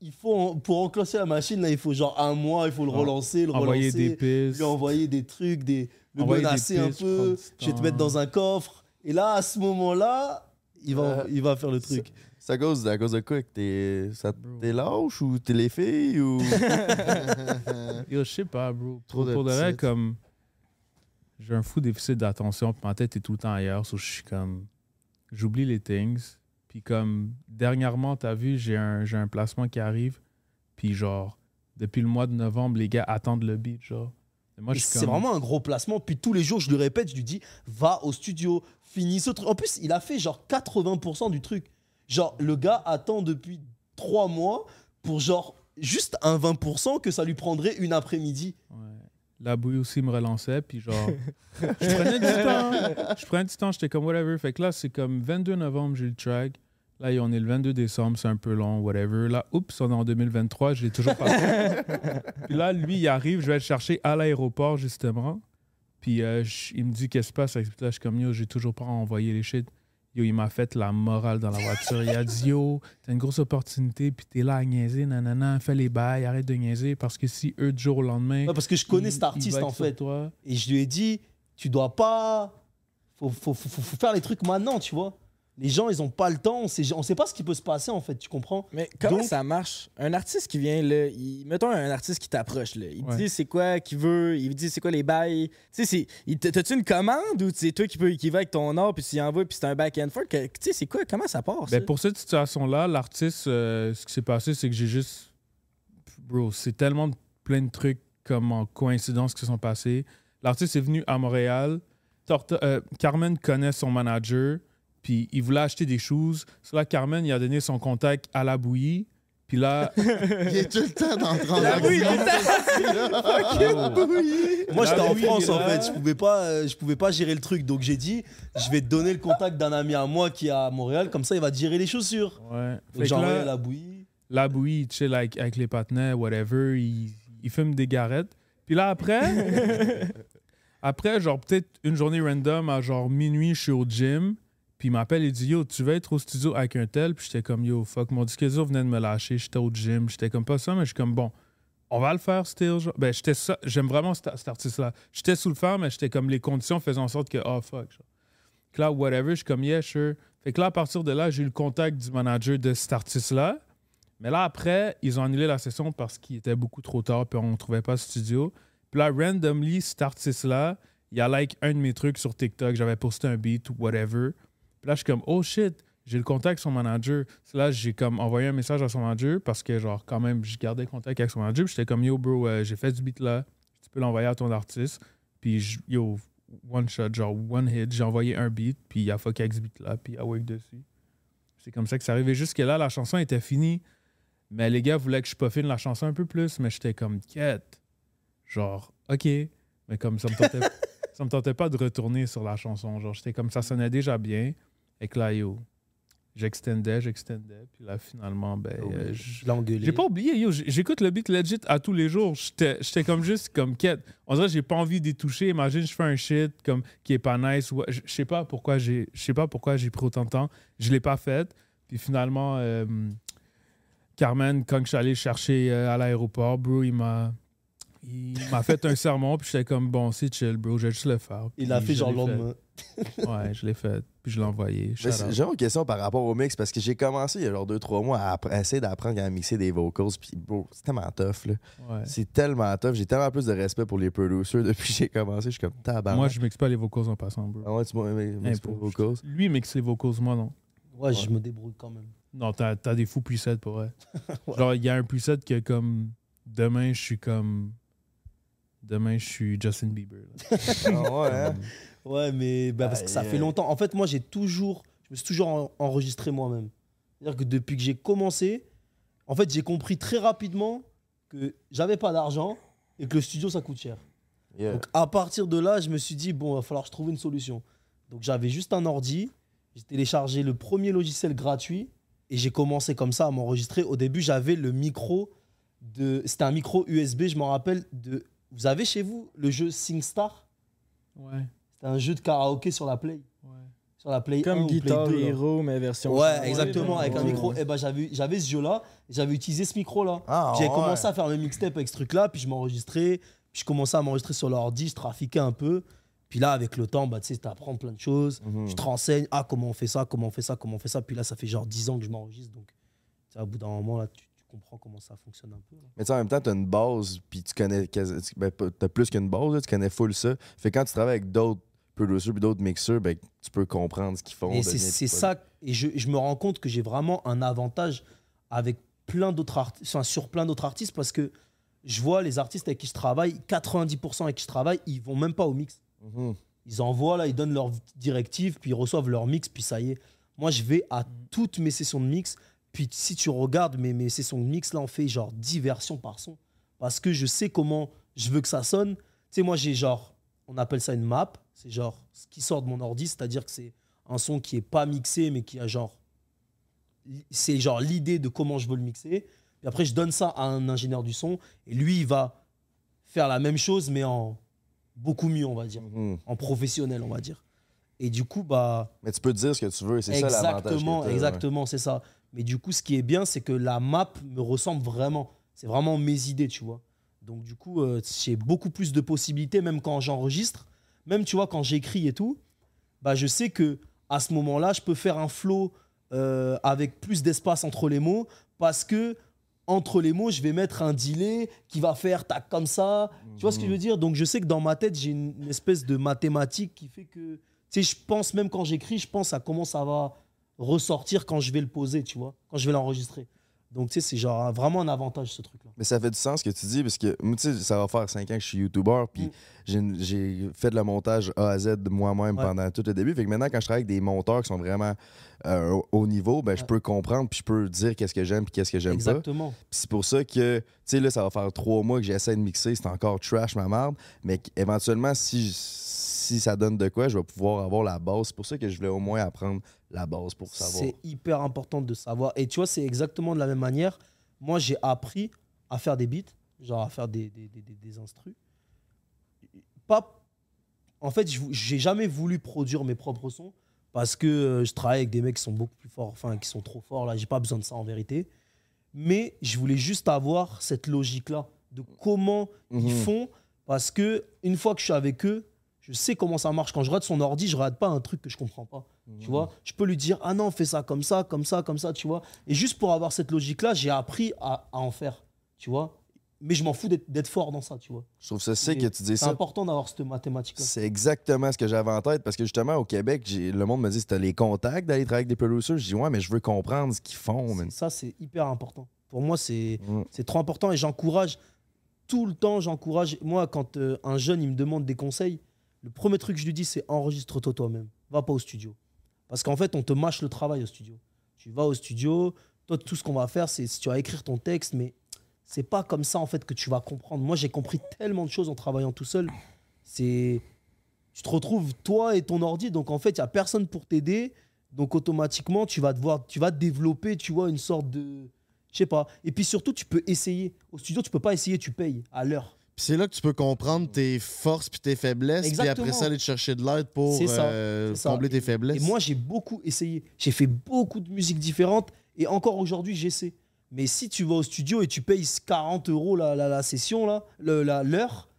[SPEAKER 2] Il faut, en- pour enclencher la machine, là, il faut genre un mois, il faut le
[SPEAKER 4] En-
[SPEAKER 2] relancer, le
[SPEAKER 4] Ah, envoyer
[SPEAKER 2] relancer.
[SPEAKER 4] des pistes.
[SPEAKER 2] Lui envoyer des trucs, des, le
[SPEAKER 4] Envoyer des
[SPEAKER 2] menacer un
[SPEAKER 4] pistes,
[SPEAKER 2] peu.
[SPEAKER 4] prendre du
[SPEAKER 2] Je vais te
[SPEAKER 4] temps.
[SPEAKER 2] mettre dans un coffre. Et là, à ce moment-là, il va, il va faire le truc.
[SPEAKER 3] C'est à cause, à cause de quoi que t'es, ça- t'es lâche ou t'es les
[SPEAKER 2] *laughs*
[SPEAKER 3] filles ou.
[SPEAKER 4] Yo, je sais pas, bro.
[SPEAKER 11] Trop de
[SPEAKER 4] pour de vrai,
[SPEAKER 11] petites.
[SPEAKER 4] comme. J'ai un fou déficit d'attention, puis ma tête est tout le temps ailleurs. so je suis comme. J'oublie les things. Puis comme, dernièrement, t'as vu, j'ai un, j'ai un placement qui arrive. Puis genre, depuis le mois de novembre, les gars attendent le beat, genre. Et moi,
[SPEAKER 2] Et
[SPEAKER 4] Ah, je suis
[SPEAKER 2] c'est
[SPEAKER 4] comme-
[SPEAKER 2] vraiment un gros placement. Puis tous les jours, je lui répète, je lui dis, va au studio, finis ce truc. En plus, il a fait genre 80% du truc. Genre, le gars attend depuis trois mois pour genre juste un 20% que ça lui prendrait une après-midi.
[SPEAKER 4] La bouille aussi me relançait, puis genre, je prenais du temps. Je prenais du temps, j'étais comme whatever. Fait que là, c'est comme 22 novembre, j'ai le track. Là, on est le 22 décembre, c'est un peu long, whatever. Là, oups, on est en 2023, je l'ai toujours pas fait. Puis là, lui, il arrive, je vais le chercher à l'aéroport, justement. Puis euh, je- il me dit, qu'est-ce qui se passe? Fait que là, Je suis comme, yo, j'ai toujours pas envoyé les shit. Yo, il m'a fait la morale dans la voiture. Il a dit, yo, t'as une grosse opportunité, puis t'es là à niaiser, nanana, fais les bails, arrête de niaiser, parce que si eux, du jour au lendemain.
[SPEAKER 2] Ouais, parce que je connais
[SPEAKER 4] il-
[SPEAKER 2] cet
[SPEAKER 4] il
[SPEAKER 2] artiste
[SPEAKER 4] va
[SPEAKER 2] en
[SPEAKER 4] être sur
[SPEAKER 2] fait.
[SPEAKER 4] toi.
[SPEAKER 2] Et je lui ai dit, tu dois pas. faut, faut, faut- faut- faut faire les trucs maintenant, tu vois. Les gens, ils ont pas le temps. On sait, on sait pas ce qui peut se passer, en fait, tu comprends
[SPEAKER 1] Mais Comment ça marche? Un artiste qui vient, là, il- mettons un artiste qui t'approche, là. Il te
[SPEAKER 2] Ouais.
[SPEAKER 1] dit c'est quoi qu'il veut, il te dit c'est quoi les bails. Tu sais, c'est- il- t- t'as-tu une commande ou c'est toi qui, peux, qui va avec ton art, puis tu y envoies, puis c'est un back and forth? que- Tu sais, c'est quoi? Comment ça part, ça?
[SPEAKER 4] Ben, pour cette situation-là, l'artiste, euh, ce qui s'est passé, c'est que j'ai juste. Bro, c'est tellement plein de trucs comme en coïncidence qui se sont passés. L'artiste est venu à Montréal. Torta- euh, Carmen connaît son manager, puis il voulait acheter des choses. So là, Carmen, il a donné son contact à la bouillie. Puis là.
[SPEAKER 11] Il est tout le temps dans le train
[SPEAKER 8] La bouillie,
[SPEAKER 2] *laughs* Moi, j'étais en
[SPEAKER 8] Bouillie
[SPEAKER 2] France,
[SPEAKER 8] est
[SPEAKER 2] en
[SPEAKER 8] là.
[SPEAKER 2] fait. Je pouvais pas, euh, je pouvais pas gérer le truc. Donc, j'ai dit, je vais te donner le contact d'un ami à moi qui est à Montréal. Comme ça, il va te gérer les chaussures.
[SPEAKER 4] Ouais.
[SPEAKER 2] Donc, j'ai envoyé la bouillie.
[SPEAKER 4] La bouillie, il chill avec, avec les partenaires, whatever. Il, il fume des garettes. Puis là, après, après, genre, peut-être une journée random, à genre minuit, je suis au gym. Puis il m'appelle et dit Yo, tu vas être au studio avec un tel. Puis j'étais comme Yo, fuck, mon disque dur venait de me lâcher. J'étais au gym. J'étais comme pas ça, mais je suis comme Bon, on va le faire, still. genre. Ben, j'étais ça. J'aime vraiment cet, cet artiste-là. J'étais sous le fer, mais j'étais comme les conditions faisaient en sorte que, oh fuck. genre. Fait que là, whatever, je suis comme, yeah, sure. Fait que là, à partir de là, j'ai eu le contact du manager de cet artiste-là. Mais là, après, ils ont annulé la session parce qu'il était beaucoup trop tard, puis on ne trouvait pas le studio. Puis là, randomly, cet artiste-là, il a like un de mes trucs sur TikTok. J'avais posté un beat ou whatever. Puis là, je suis comme, oh shit, j'ai le contact avec son manager. Puis Là, j'ai comme envoyé un message à son manager parce que, genre, quand même, je gardais contact avec son manager. Puis j'étais comme, yo, bro, euh, j'ai fait du beat là. Tu peux l'envoyer à ton artiste. Puis, je- yo, one shot, genre, one hit. J'ai envoyé un beat, puis il a fuck avec ce beat là, puis il a wave dessus. C'est comme ça que ça arrivait. Jusque là, la chanson était finie. Mais les gars voulaient que je peaufine la chanson un peu plus, mais j'étais comme quête. Genre, ok. Mais comme ça me tentait, ça me tentait pas de retourner sur la chanson. Genre, j'étais comme ça sonnait déjà bien. Et que là, yo, j'extendais, j'extendais. Puis là, finalement, ben. euh, j- j'ai pas oublié, yo. j- J'écoute le beat legit à tous les jours. J'étais j'étais comme juste comme quête. On dirait que j'ai pas envie d'y toucher. Imagine, je fais un shit comme qui est pas nice. ou- Je je sais pas pourquoi j'ai je sais pas pourquoi j'ai pris autant de temps. Je l'ai pas fait. Puis finalement. euh, Carmen, quand je suis allé le chercher euh, à l'aéroport, bro, il m'a il m'a fait un sermon, puis j'étais comme, bon, c'est chill, bro, je vais juste le faire.
[SPEAKER 2] Il l'a
[SPEAKER 4] Puis
[SPEAKER 2] fait
[SPEAKER 4] je
[SPEAKER 2] genre
[SPEAKER 4] l'ai
[SPEAKER 2] le lendemain.
[SPEAKER 4] Ouais, je l'ai fait, puis je l'ai envoyé.
[SPEAKER 3] Mais
[SPEAKER 4] Shout
[SPEAKER 3] c'est-
[SPEAKER 4] out.
[SPEAKER 3] J'ai une question par rapport au mix parce que j'ai commencé il y a genre 2-3 mois à, app- à essayer d'apprendre à mixer des vocals. Puis bro, c'est tellement tough. là.
[SPEAKER 4] Ouais.
[SPEAKER 3] C'est tellement tough. J'ai tellement plus de respect pour les producers depuis que j'ai commencé. Je suis comme tabac.
[SPEAKER 4] Moi, je mixe pas les vocals en passant, bro.
[SPEAKER 3] Ah ouais, tu m'as aimé mixer
[SPEAKER 4] Impro.
[SPEAKER 2] *laughs*
[SPEAKER 3] les vocals.
[SPEAKER 4] Lui mixe les vocals, moi non.
[SPEAKER 2] Ouais, je me débrouille quand même.
[SPEAKER 4] Non, t'as t'as des fous presets pour
[SPEAKER 3] *laughs*
[SPEAKER 4] vrai. Genre, il y a un preset que comme, demain, je suis comme, demain, je suis Justin Bieber. là.
[SPEAKER 3] ouais, hein?
[SPEAKER 2] Ouais, mais bah, parce que ça
[SPEAKER 3] Aïe,
[SPEAKER 2] fait
[SPEAKER 3] aïe.
[SPEAKER 2] longtemps. En fait, moi, j'ai toujours, je me suis toujours en- enregistré moi-même. C'est-à-dire que depuis que j'ai commencé, en fait, j'ai compris très rapidement que j'avais pas d'argent et que le studio, ça coûte cher.
[SPEAKER 3] Yeah.
[SPEAKER 2] Donc, à partir de là, je me suis dit, bon, il va falloir que je trouve une solution. Donc, j'avais juste un ordi, j'ai téléchargé le premier logiciel gratuit et j'ai commencé comme ça à m'enregistrer. Au début, j'avais le micro de. C'était un micro USB, je m'en rappelle. De... Vous avez chez vous le jeu SingStar
[SPEAKER 4] Ouais.
[SPEAKER 2] C'était un jeu de karaoké sur la Play. Sur la Play
[SPEAKER 1] Comme
[SPEAKER 2] 1 ou Play
[SPEAKER 1] Guitar
[SPEAKER 2] 2, là.
[SPEAKER 1] Hero, mais version.
[SPEAKER 2] Ouais,
[SPEAKER 1] chinoise.
[SPEAKER 2] exactement, avec un
[SPEAKER 1] Ouais.
[SPEAKER 2] micro. Eh ben, j'avais, j'avais ce jeu-là, et j'avais utilisé ce micro-là.
[SPEAKER 1] Ah,
[SPEAKER 2] J'ai
[SPEAKER 1] ouais.
[SPEAKER 2] commencé à faire le mixtape avec ce truc-là, puis je m'enregistrais, puis je commençais à m'enregistrer sur l'ordi, je trafiquais un peu. Puis là, avec le temps, bah, tu sais, t'apprends plein de choses,
[SPEAKER 3] Mhm.
[SPEAKER 2] tu te renseignes, ah, comment on fait ça, comment on fait ça, comment on fait ça. Puis là, ça fait genre 10 ans que je m'enregistre, donc tu sais, à bout d'un moment, là, tu, tu comprends comment ça fonctionne un peu. là.
[SPEAKER 3] Mais tu sais, en même temps, t'as une base, puis tu connais. quasi- tu- Ben, pas- t'as plus qu'une base, là, tu connais full ça. Fait que quand tu travailles avec d'autres producers puis d'autres mixeurs, ben, tu peux comprendre ce qu'ils font.
[SPEAKER 2] Et c'est,
[SPEAKER 3] devenir-
[SPEAKER 2] c'est ça, et je, je me rends compte que j'ai vraiment un avantage avec plein d'autres artistes, sur plein d'autres artistes, parce que je vois les artistes avec qui je travaille, 90% avec qui je travaille, ils vont même pas au mix.
[SPEAKER 3] Mhm.
[SPEAKER 2] Ils envoient là, ils donnent leurs directives, puis ils reçoivent leur mix, puis ça y est. Moi, je vais à toutes mes sessions de mix, puis si tu regardes mes, mes sessions de mix, là, on fait genre 10 versions par son, parce que je sais comment je veux que ça sonne. Tu sais, moi, j'ai genre, on appelle ça une map, c'est genre ce qui sort de mon ordi, c'est-à-dire que c'est un son qui est pas mixé, mais qui a genre c'est genre l'idée de comment je veux le mixer. Puis après, je donne ça à un ingénieur du son et lui, il va faire la même chose, mais en beaucoup mieux, on va dire, en professionnel, on va dire. Et du coup, bah,
[SPEAKER 3] Mhm. Mais tu peux dire ce que tu veux, c'est ça l'avantage. que
[SPEAKER 2] exactement,
[SPEAKER 3] t'as, ouais.
[SPEAKER 2] exactement, c'est ça. Mais du coup, ce qui est bien, c'est que la map me ressemble vraiment. C'est vraiment mes idées, tu vois. Donc du coup, euh, j'ai beaucoup plus de possibilités, même quand j'enregistre, même tu vois quand j'écris et tout. bah, je sais que à ce moment-là, je peux faire un flow euh, avec plus d'espace entre les mots parce que entre les mots, je vais mettre un delay qui va faire tac comme ça. Tu vois ce que je veux dire Donc je sais que dans ma tête, j'ai une espèce de mathématique qui fait que tu sais, je pense même quand j'écris, je pense à comment ça va ressortir quand je vais le poser, tu vois, quand je vais l'enregistrer. Donc tu sais, c'est genre un- vraiment un avantage ce truc-là.
[SPEAKER 3] Mais ça fait du sens ce que tu dis, parce que moi, tu sais, ça va faire 5 ans que je suis YouTuber, puis
[SPEAKER 2] Mm.
[SPEAKER 3] j'ai une- j'ai fait de le montage A à Z de moi-même
[SPEAKER 2] Ouais.
[SPEAKER 3] pendant tout le début. Fait que maintenant, quand je travaille avec des monteurs qui sont vraiment euh, au- au niveau, ben, je peux comprendre, puis je peux dire qu'est-ce que j'aime, puis qu'est-ce que j'aime pas.
[SPEAKER 2] Exactement.
[SPEAKER 3] Puis c'est pour ça que, tu sais, là, ça va faire trois mois que j'essaie de mixer, c'est encore trash ma marde, mais qu- éventuellement, si, je- si ça donne de quoi, je vais pouvoir avoir la base. C'est pour ça que je voulais au moins apprendre la base pour savoir.
[SPEAKER 2] C'est hyper important de savoir. Et tu vois, c'est exactement de la même manière. Moi, j'ai appris à faire des beats, genre à faire des, des, des, des- des instrus. Pas... En fait, je vou- j'ai jamais voulu produire mes propres sons parce que euh, je travaille avec des mecs qui sont beaucoup plus forts, enfin, qui sont trop forts. Là, j'ai pas besoin de ça en vérité. Mais je voulais juste avoir cette logique-là de comment ils
[SPEAKER 3] Mhm.
[SPEAKER 2] font parce que une fois que je suis avec eux, je sais comment ça marche. Quand je rate son ordi, je rate pas un truc que je comprends pas. Tu vois, je peux lui dire ah non, fais ça comme ça, comme ça, comme ça, tu vois. Et juste pour avoir cette logique-là, j'ai appris à, à en faire, tu vois. Mais je m'en fous d'être d'être fort dans ça, tu vois.
[SPEAKER 3] Je trouve ça sick que
[SPEAKER 2] Et
[SPEAKER 3] tu dis
[SPEAKER 2] C'est
[SPEAKER 3] ça.
[SPEAKER 2] important d'avoir cette mathématique-là.
[SPEAKER 3] C'est exactement ce que j'avais en tête parce que justement au Québec, j'ai- le monde me dit t'as les contacts d'aller travailler avec des producers. Je dis ouais, mais je veux comprendre ce qu'ils font. man. Mm.
[SPEAKER 2] Ça, c'est hyper important. Pour moi, c'est *laughs* c'est trop important et j'encourage tout le temps, j'encourage. Moi, quand euh, un jeune, il me demande des conseils, le premier truc que je lui dis, c'est enregistre-toi toi-même. Va pas au studio. Parce qu'en fait, on te mâche le travail au studio. Tu vas au studio, toi, tout ce qu'on va faire, c'est si tu vas écrire ton texte, mais c'est pas comme ça, en fait, que tu vas comprendre. Moi, j'ai compris tellement de choses en travaillant tout seul. C'est tu te retrouves toi et ton ordi. Donc en fait, il n'y a personne pour t'aider. Donc automatiquement, tu vas devoir, tu vas développer, tu vois, une sorte de. Je sais pas. Et puis surtout, tu peux essayer. Au studio, tu peux pas essayer, tu payes à l'heure.
[SPEAKER 11] Puis c'est là que tu peux comprendre tes forces puis tes faiblesses, puis après
[SPEAKER 2] Exactement.
[SPEAKER 11] ça aller te chercher de l'aide pour
[SPEAKER 2] C'est ça,
[SPEAKER 11] euh,
[SPEAKER 2] c'est ça.
[SPEAKER 11] combler tes faiblesses.
[SPEAKER 2] Et moi, j'ai beaucoup essayé. J'ai fait beaucoup de musiques différentes. Et encore aujourd'hui, j'essaie. Mais si tu vas au studio et tu payes 40 euros la, la, la session, là, le- la- l'heure,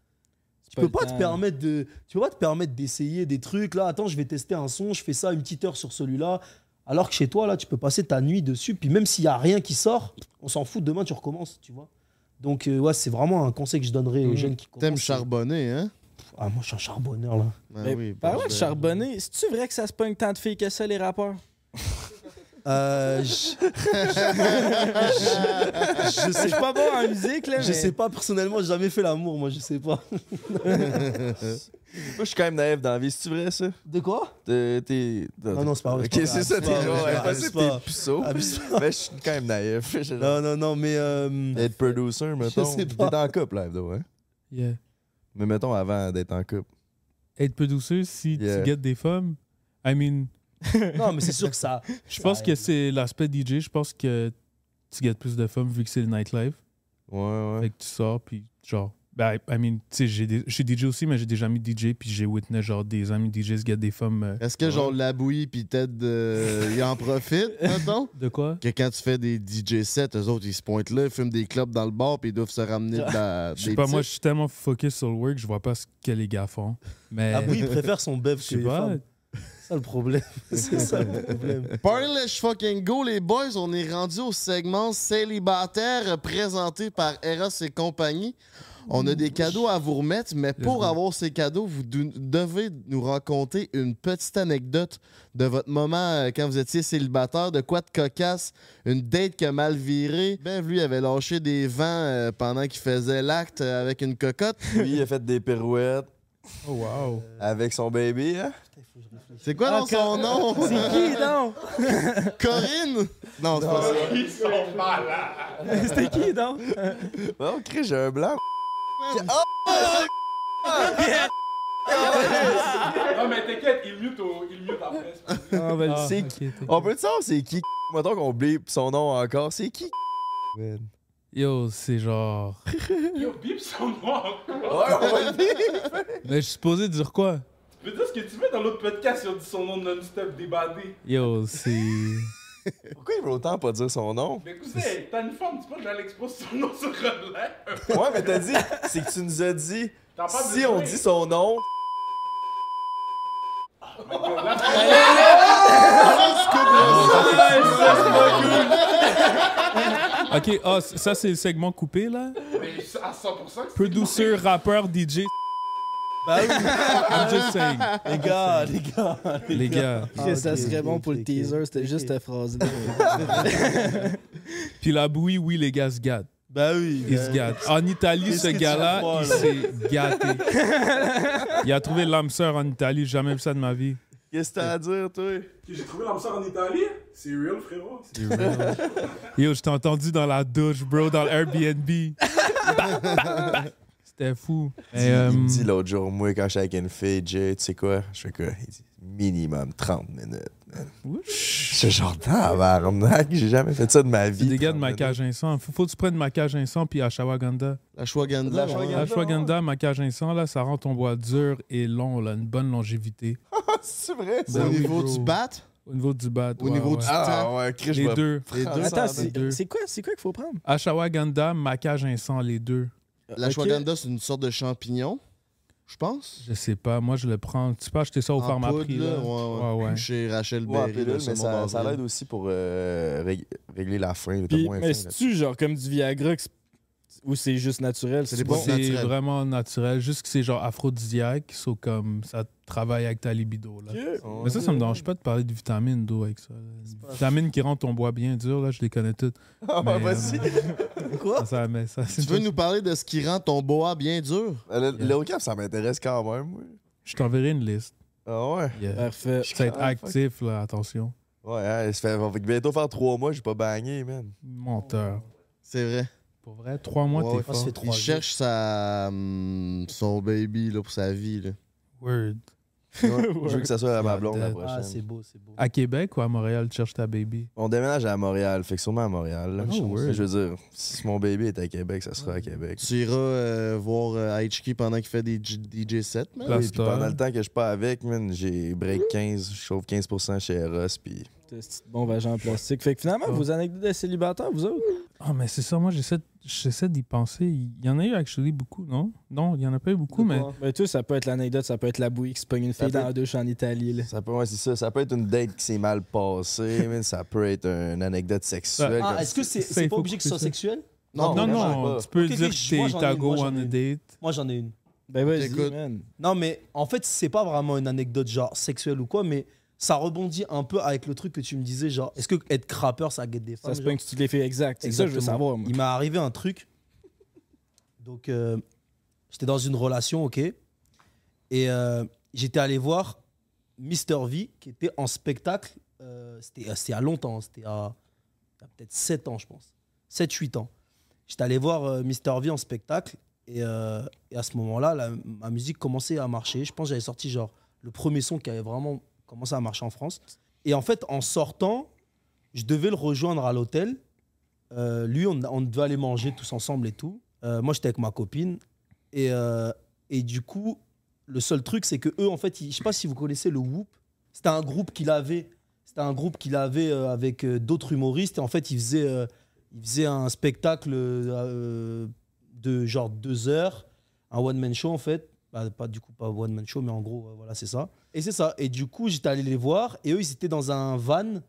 [SPEAKER 2] tu
[SPEAKER 1] pas
[SPEAKER 2] peux
[SPEAKER 1] le
[SPEAKER 2] pas te
[SPEAKER 1] temps.
[SPEAKER 2] permettre de. Tu peux pas te permettre d'essayer des trucs. Là, attends, je vais tester un son, je fais ça une petite heure sur celui-là. Alors que chez toi, là, tu peux passer ta nuit dessus. Puis même s'il y a rien qui sort, on s'en fout. Demain, tu recommences, tu vois. Donc, euh, ouais, c'est vraiment un conseil que je donnerais aux jeunes qui commencent.
[SPEAKER 11] T'aimes charbonner, hein?
[SPEAKER 2] Ah, moi, je suis un charbonneur, là.
[SPEAKER 11] Ben
[SPEAKER 1] Mais
[SPEAKER 11] oui,
[SPEAKER 1] Parlant
[SPEAKER 11] ben,
[SPEAKER 1] de charbonner, c'est-tu vrai que ça se pogne tant de filles que ça, les rappeurs?
[SPEAKER 2] Euh, je-
[SPEAKER 1] Je suis pas bon en musique, là,
[SPEAKER 2] Je
[SPEAKER 1] mais-
[SPEAKER 2] sais pas, personnellement, j'ai jamais fait l'amour, moi, je sais pas.
[SPEAKER 3] Moi, je suis quand même naïf dans la vie. C'est vrai ça
[SPEAKER 2] De quoi
[SPEAKER 3] T'es- t'es-
[SPEAKER 2] Ah Non, non, c'est pas vrai.
[SPEAKER 3] Ok, c'est ça. T'es genre
[SPEAKER 2] ouais,
[SPEAKER 3] impossible. T'es puceau.
[SPEAKER 2] Ah,
[SPEAKER 3] *laughs* Mais je suis quand même naïf. Je-
[SPEAKER 2] Non, non, non, mais. euh,
[SPEAKER 3] Être producer, mettons.
[SPEAKER 2] sais
[SPEAKER 3] T'es
[SPEAKER 2] pas.
[SPEAKER 3] en couple, là, Hebdo, hein?
[SPEAKER 4] Yeah.
[SPEAKER 3] Mais mettons avant d'être en couple.
[SPEAKER 4] Être peu douceux si
[SPEAKER 3] Yeah.
[SPEAKER 4] tu guettes des femmes. I mean,
[SPEAKER 2] Non, mais c'est sûr que *laughs* ça.
[SPEAKER 4] je pense que c'est l'aspect DJ. Je pense que tu guettes plus de femmes vu que c'est le nightlife.
[SPEAKER 3] Ouais, ouais.
[SPEAKER 4] Fait que tu sors, puis genre. Ben, I- I mean, tu sais, j'ai des- je suis DJ aussi, mais j'ai déjà mis DJ, puis j'ai witness genre des amis DJ se guettent des femmes. euh,
[SPEAKER 11] Est-ce que genre la bouillie puis Ted euh, il
[SPEAKER 2] *laughs*
[SPEAKER 11] en profite, mettons?
[SPEAKER 4] De quoi
[SPEAKER 11] Que quand tu fais des DJ sets, eux autres ils se pointent là, ils fument des clubs dans le bar puis ils doivent se ramener de la.
[SPEAKER 4] Je
[SPEAKER 11] des
[SPEAKER 4] sais pas, moi, je
[SPEAKER 11] titres.
[SPEAKER 4] suis tellement focus sur le work, je vois pas ce que les gars font. Mais.
[SPEAKER 2] Ah oui, il préfère son bœuf
[SPEAKER 4] Je
[SPEAKER 2] que
[SPEAKER 4] sais
[SPEAKER 2] les
[SPEAKER 4] pas.
[SPEAKER 2] femmes. C'est ça le problème. *laughs* C'est ça le problème.
[SPEAKER 11] Party let's fucking go, les boys. On est rendu au segment célibataire euh, présenté par Eros et compagnie. On a des cadeaux à vous remettre, mais pour avoir ces cadeaux, vous dou- devez nous raconter une petite anecdote de votre moment euh, quand vous étiez célibataire, de quoi de cocasse, une date qui a mal viré. Ben, lui avait lâché des vents euh, pendant qu'il faisait l'acte euh, avec une cocotte.
[SPEAKER 3] Lui, il a fait des pirouettes
[SPEAKER 4] Oh, wow.
[SPEAKER 3] avec son baby, hein?
[SPEAKER 11] C'est quoi dans son nom?
[SPEAKER 2] *laughs*
[SPEAKER 1] C'est qui, donc?
[SPEAKER 11] Corinne? Non, c'est pas ça.
[SPEAKER 10] Ils sont malades.
[SPEAKER 1] C'était qui, donc?
[SPEAKER 3] Oh, Chris, j'ai un blanc.
[SPEAKER 10] Non, Ah, mais t'inquiète, il mute, au, il mute après. c'est pas grave.
[SPEAKER 1] Ah, ben,
[SPEAKER 4] Ah,
[SPEAKER 3] C'est
[SPEAKER 4] ok,
[SPEAKER 3] qui-
[SPEAKER 4] t'es-
[SPEAKER 3] On peut te savoir c'est qui? Mettons qu'on oublie son nom encore. C'est qui? Man.
[SPEAKER 4] Yo, c'est genre.
[SPEAKER 10] Yo, bip son nom encore.
[SPEAKER 3] Ouais, on va le dire.
[SPEAKER 4] Mais je suis supposé dire quoi
[SPEAKER 10] Tu peux dire ce que tu veux dans l'autre podcast, ils ont dit son nom non-stop débadé.
[SPEAKER 4] Yo, c'est.
[SPEAKER 3] Pourquoi il veut autant pas dire son nom?
[SPEAKER 10] Mais cousin, t'as une femme, tu peux que j'allais exposer son nom sur un live.
[SPEAKER 3] *laughs* Ouais, mais t'as dit, c'est que tu nous as dit,
[SPEAKER 10] T'as pas
[SPEAKER 3] si
[SPEAKER 10] besoin.
[SPEAKER 3] on dit son nom,
[SPEAKER 4] Ok, ah, c- ça c'est le segment coupé là.
[SPEAKER 7] Mais c'est à 100% que c'est-
[SPEAKER 4] Peu douceur, rappeur, DJ.
[SPEAKER 1] Bah oui.
[SPEAKER 4] I'm just saying.
[SPEAKER 1] Les gars, les gars,
[SPEAKER 4] Les gars.
[SPEAKER 1] Que ça serait bon pour le teaser, c'était juste cette phrase-là.
[SPEAKER 4] Puis la bouillie, oui, les gars se gâtent.
[SPEAKER 1] Bah oui.
[SPEAKER 4] Ils se gâtent. En Italie,
[SPEAKER 1] Qu'est-ce
[SPEAKER 4] ce
[SPEAKER 1] que tu
[SPEAKER 4] gars-là,
[SPEAKER 1] vas
[SPEAKER 4] il
[SPEAKER 1] voir, là?
[SPEAKER 4] s'est gâté. Il a trouvé l'âme sœur en Italie. J'ai jamais vu ça de ma vie.
[SPEAKER 3] Qu'est-ce que t'as à dire,
[SPEAKER 2] Euh,
[SPEAKER 3] toi?
[SPEAKER 10] J'ai trouvé l'âme sœur en Italie. C'est real, frérot. C'est
[SPEAKER 4] Yo, je t'ai entendu dans la douche, bro, dans l'Airbnb. Bah, bah, bah. C'était fou.
[SPEAKER 3] Il
[SPEAKER 4] Et, euh,
[SPEAKER 3] me dit l'autre jour, moi, quand j'étais avec une fille, Jay, tu sais quoi? Je fais quoi? Il dit minimum 30 minutes.
[SPEAKER 4] Ouh.
[SPEAKER 3] C'est genre tabarnak, j'ai jamais fait ça de ma vie.
[SPEAKER 4] des gars de maquage incendie. Faut, faut que tu prennes maquage incendie puis ashwagandha.
[SPEAKER 11] La Chouaganda.
[SPEAKER 4] La ashwagandha, maquage incendie, là, ça rend ton bois dur et long, là, une bonne
[SPEAKER 1] *laughs*
[SPEAKER 4] longévité.
[SPEAKER 3] C'est vrai?
[SPEAKER 11] Au
[SPEAKER 4] Ben oui,
[SPEAKER 11] niveau
[SPEAKER 4] bro.
[SPEAKER 11] du bat,
[SPEAKER 4] Au niveau du bat.
[SPEAKER 11] au
[SPEAKER 4] ouais,
[SPEAKER 11] niveau
[SPEAKER 4] ouais.
[SPEAKER 11] du
[SPEAKER 3] Ah
[SPEAKER 11] temps.
[SPEAKER 3] ouais, Chris, je
[SPEAKER 4] Les
[SPEAKER 3] vais-
[SPEAKER 4] deux.
[SPEAKER 3] Les deux.
[SPEAKER 1] Attends,
[SPEAKER 4] Les deux.
[SPEAKER 1] c'est c'est quoi, c'est quoi qu'il faut prendre?
[SPEAKER 4] Ashwagandha, maquage incendie, les deux.
[SPEAKER 11] La
[SPEAKER 1] Ok.
[SPEAKER 11] Chouaganda, c'est une sorte de champignon, je pense.
[SPEAKER 4] Je sais pas, moi je le prends. Tu peux acheter ça au
[SPEAKER 11] En
[SPEAKER 4] pharmaprix.
[SPEAKER 11] poudre,
[SPEAKER 4] Là.
[SPEAKER 11] là, ouais, ouais.
[SPEAKER 4] Ouais, ouais.
[SPEAKER 11] Chez Rachel
[SPEAKER 3] Ouais, en
[SPEAKER 11] Berry.
[SPEAKER 3] pilule,
[SPEAKER 11] là,
[SPEAKER 3] mais
[SPEAKER 11] c'est
[SPEAKER 3] ça,
[SPEAKER 11] mon
[SPEAKER 3] ça
[SPEAKER 11] avril.
[SPEAKER 3] l'aide aussi pour euh, rég- régler la faim. là, t'as
[SPEAKER 1] Puis,
[SPEAKER 3] moins
[SPEAKER 1] mais
[SPEAKER 3] faim, là.
[SPEAKER 1] c'est-tu genre comme du Viagra que c'est- ou c'est juste naturel?
[SPEAKER 11] C'est
[SPEAKER 1] c'est
[SPEAKER 11] bon.
[SPEAKER 1] pas-
[SPEAKER 4] C'est
[SPEAKER 11] naturel.
[SPEAKER 4] vraiment naturel, juste que c'est genre aphrodisiaque, sauf comme ça travaille avec ta libido. Là. Mais ça, ça me dérange pas de parler de vitamines d'eau avec ça. là. Vitamines qui rendent ton bois bien dur, là, je les connais toutes.
[SPEAKER 3] Ah,
[SPEAKER 4] Mais, euh,
[SPEAKER 3] vas-y.
[SPEAKER 4] Ça, ça, mais ça,
[SPEAKER 11] Ah! Tu veux nous parler de ce qui rend ton boa bien dur?
[SPEAKER 3] Euh, Le- Le haut cap, ça m'intéresse quand même. oui.
[SPEAKER 4] Je t'enverrai une liste.
[SPEAKER 3] Ah ouais?
[SPEAKER 4] Yeah.
[SPEAKER 11] Euh,
[SPEAKER 1] Parfait.
[SPEAKER 4] Ça va être
[SPEAKER 3] Ah, fuck.
[SPEAKER 4] actif, là, attention.
[SPEAKER 3] Ouais, hein, ça fait, on va bientôt faire trois mois, j'ai pas bagné, man.
[SPEAKER 4] Menteur.
[SPEAKER 11] C'est vrai.
[SPEAKER 4] Pour vrai, trois mois,
[SPEAKER 11] Ouais, ouais,
[SPEAKER 4] t'es fort.
[SPEAKER 2] fait trois
[SPEAKER 11] Il cherche sa, hum, son baby là, pour sa vie. Là.
[SPEAKER 4] Word.
[SPEAKER 3] Je veux que ça soit à ma blonde la
[SPEAKER 4] Ah,
[SPEAKER 3] prochaine.
[SPEAKER 2] Ah, c'est beau, c'est beau.
[SPEAKER 4] À Québec ou à Montréal, tu cherches ta baby?
[SPEAKER 3] On déménage à Montréal, fait que sûrement à Montréal. là.
[SPEAKER 4] Oh, word.
[SPEAKER 3] Mais je veux dire, si mon bébé est à Québec, ça sera à Québec.
[SPEAKER 11] Tu iras euh, voir euh, HK pendant qu'il fait des G- DJ sets,
[SPEAKER 3] *laughs*
[SPEAKER 11] man.
[SPEAKER 4] La
[SPEAKER 3] Et puis
[SPEAKER 4] star.
[SPEAKER 3] pendant le temps que je suis pas avec, man, j'ai break 15, je chauffe 15% chez Eros, puis
[SPEAKER 1] ce petit bon vagin en plastique. Fait que finalement,
[SPEAKER 4] Ouais.
[SPEAKER 1] vos anecdotes de célibataire, vous autres?
[SPEAKER 4] Ah, mais c'est ça, moi j'essaie, j'essaie d'y penser. Il y en a eu actually beaucoup, non? Non, il y en a pas eu beaucoup, mais
[SPEAKER 1] Ben, tu sais, ça peut être l'anecdote, ça peut être la bouillie qui se pogne une
[SPEAKER 3] Ça
[SPEAKER 1] fille dans
[SPEAKER 3] peut-
[SPEAKER 1] la douche en Italie. là.
[SPEAKER 3] ça peut, ouais, c'est ça, ça peut être une date qui s'est mal passée, *laughs* man, ça peut être une anecdote sexuelle.
[SPEAKER 2] Ah,
[SPEAKER 3] comme-
[SPEAKER 2] est-ce que c'est
[SPEAKER 4] Ça,
[SPEAKER 2] c'est
[SPEAKER 4] il
[SPEAKER 2] pas
[SPEAKER 4] faut
[SPEAKER 2] obligé que ce soit
[SPEAKER 4] couper ça.
[SPEAKER 2] sexuel?
[SPEAKER 4] non, non,
[SPEAKER 3] vraiment pas.
[SPEAKER 4] tu peux
[SPEAKER 2] Ok, ok,
[SPEAKER 4] dire
[SPEAKER 2] je-
[SPEAKER 4] que
[SPEAKER 2] moi,
[SPEAKER 4] t'es
[SPEAKER 2] j'en ai
[SPEAKER 4] ta
[SPEAKER 2] une,
[SPEAKER 4] go
[SPEAKER 2] moi, j'en
[SPEAKER 4] on
[SPEAKER 2] ai
[SPEAKER 4] a
[SPEAKER 2] une.
[SPEAKER 4] date.
[SPEAKER 2] Moi, j'en ai une.
[SPEAKER 1] Ben vas-y,
[SPEAKER 11] T'écoutes.
[SPEAKER 1] man.
[SPEAKER 2] Non, mais en fait, c'est pas vraiment une anecdote genre sexuelle ou quoi, mais ça rebondit un peu avec le truc que tu me disais, genre, est-ce que être crappeur, ça guette des femmes
[SPEAKER 1] Ça se
[SPEAKER 2] genre
[SPEAKER 1] pogne que tu les fais exact. C'est ça que je veux
[SPEAKER 2] Ah, Exactement.
[SPEAKER 1] savoir, *laughs* moi.
[SPEAKER 2] Il m'est arrivé un truc. Donc, euh, j'étais dans une relation, ok. Et euh, j'étais allé voir Mr. V, qui était en spectacle. euh, c'était c'était à longtemps, hein, c'était à, à peut-être 7 ans, je pense. 7-8 ans. J'étais allé voir euh, Mr. V en spectacle. Et, euh, et à ce moment-là, la- ma musique commençait à marcher. Je pense que j'avais sorti genre le premier son qui avait vraiment commencé à marcher en France. Et en fait, en sortant, je devais le rejoindre à l'hôtel. Euh, lui, on, on devait aller manger tous ensemble et tout. Euh, moi, j'étais avec ma copine. Et, euh, et du coup, le seul truc, c'est que eux, en fait, ils- je sais pas si vous connaissez le Whoop. C'était un groupe qu'il avait. C'était un groupe qu'il avait euh, avec euh, d'autres humoristes. Et en fait, ils faisaient, euh, ils faisaient un spectacle euh, de genre deux heures, un one-man show, en fait. Bah, pas du coup, pas one-man show, mais en gros, euh, voilà, c'est ça. Et c'est ça. Et du coup, j'étais allé les voir. Et eux, ils étaient dans un van.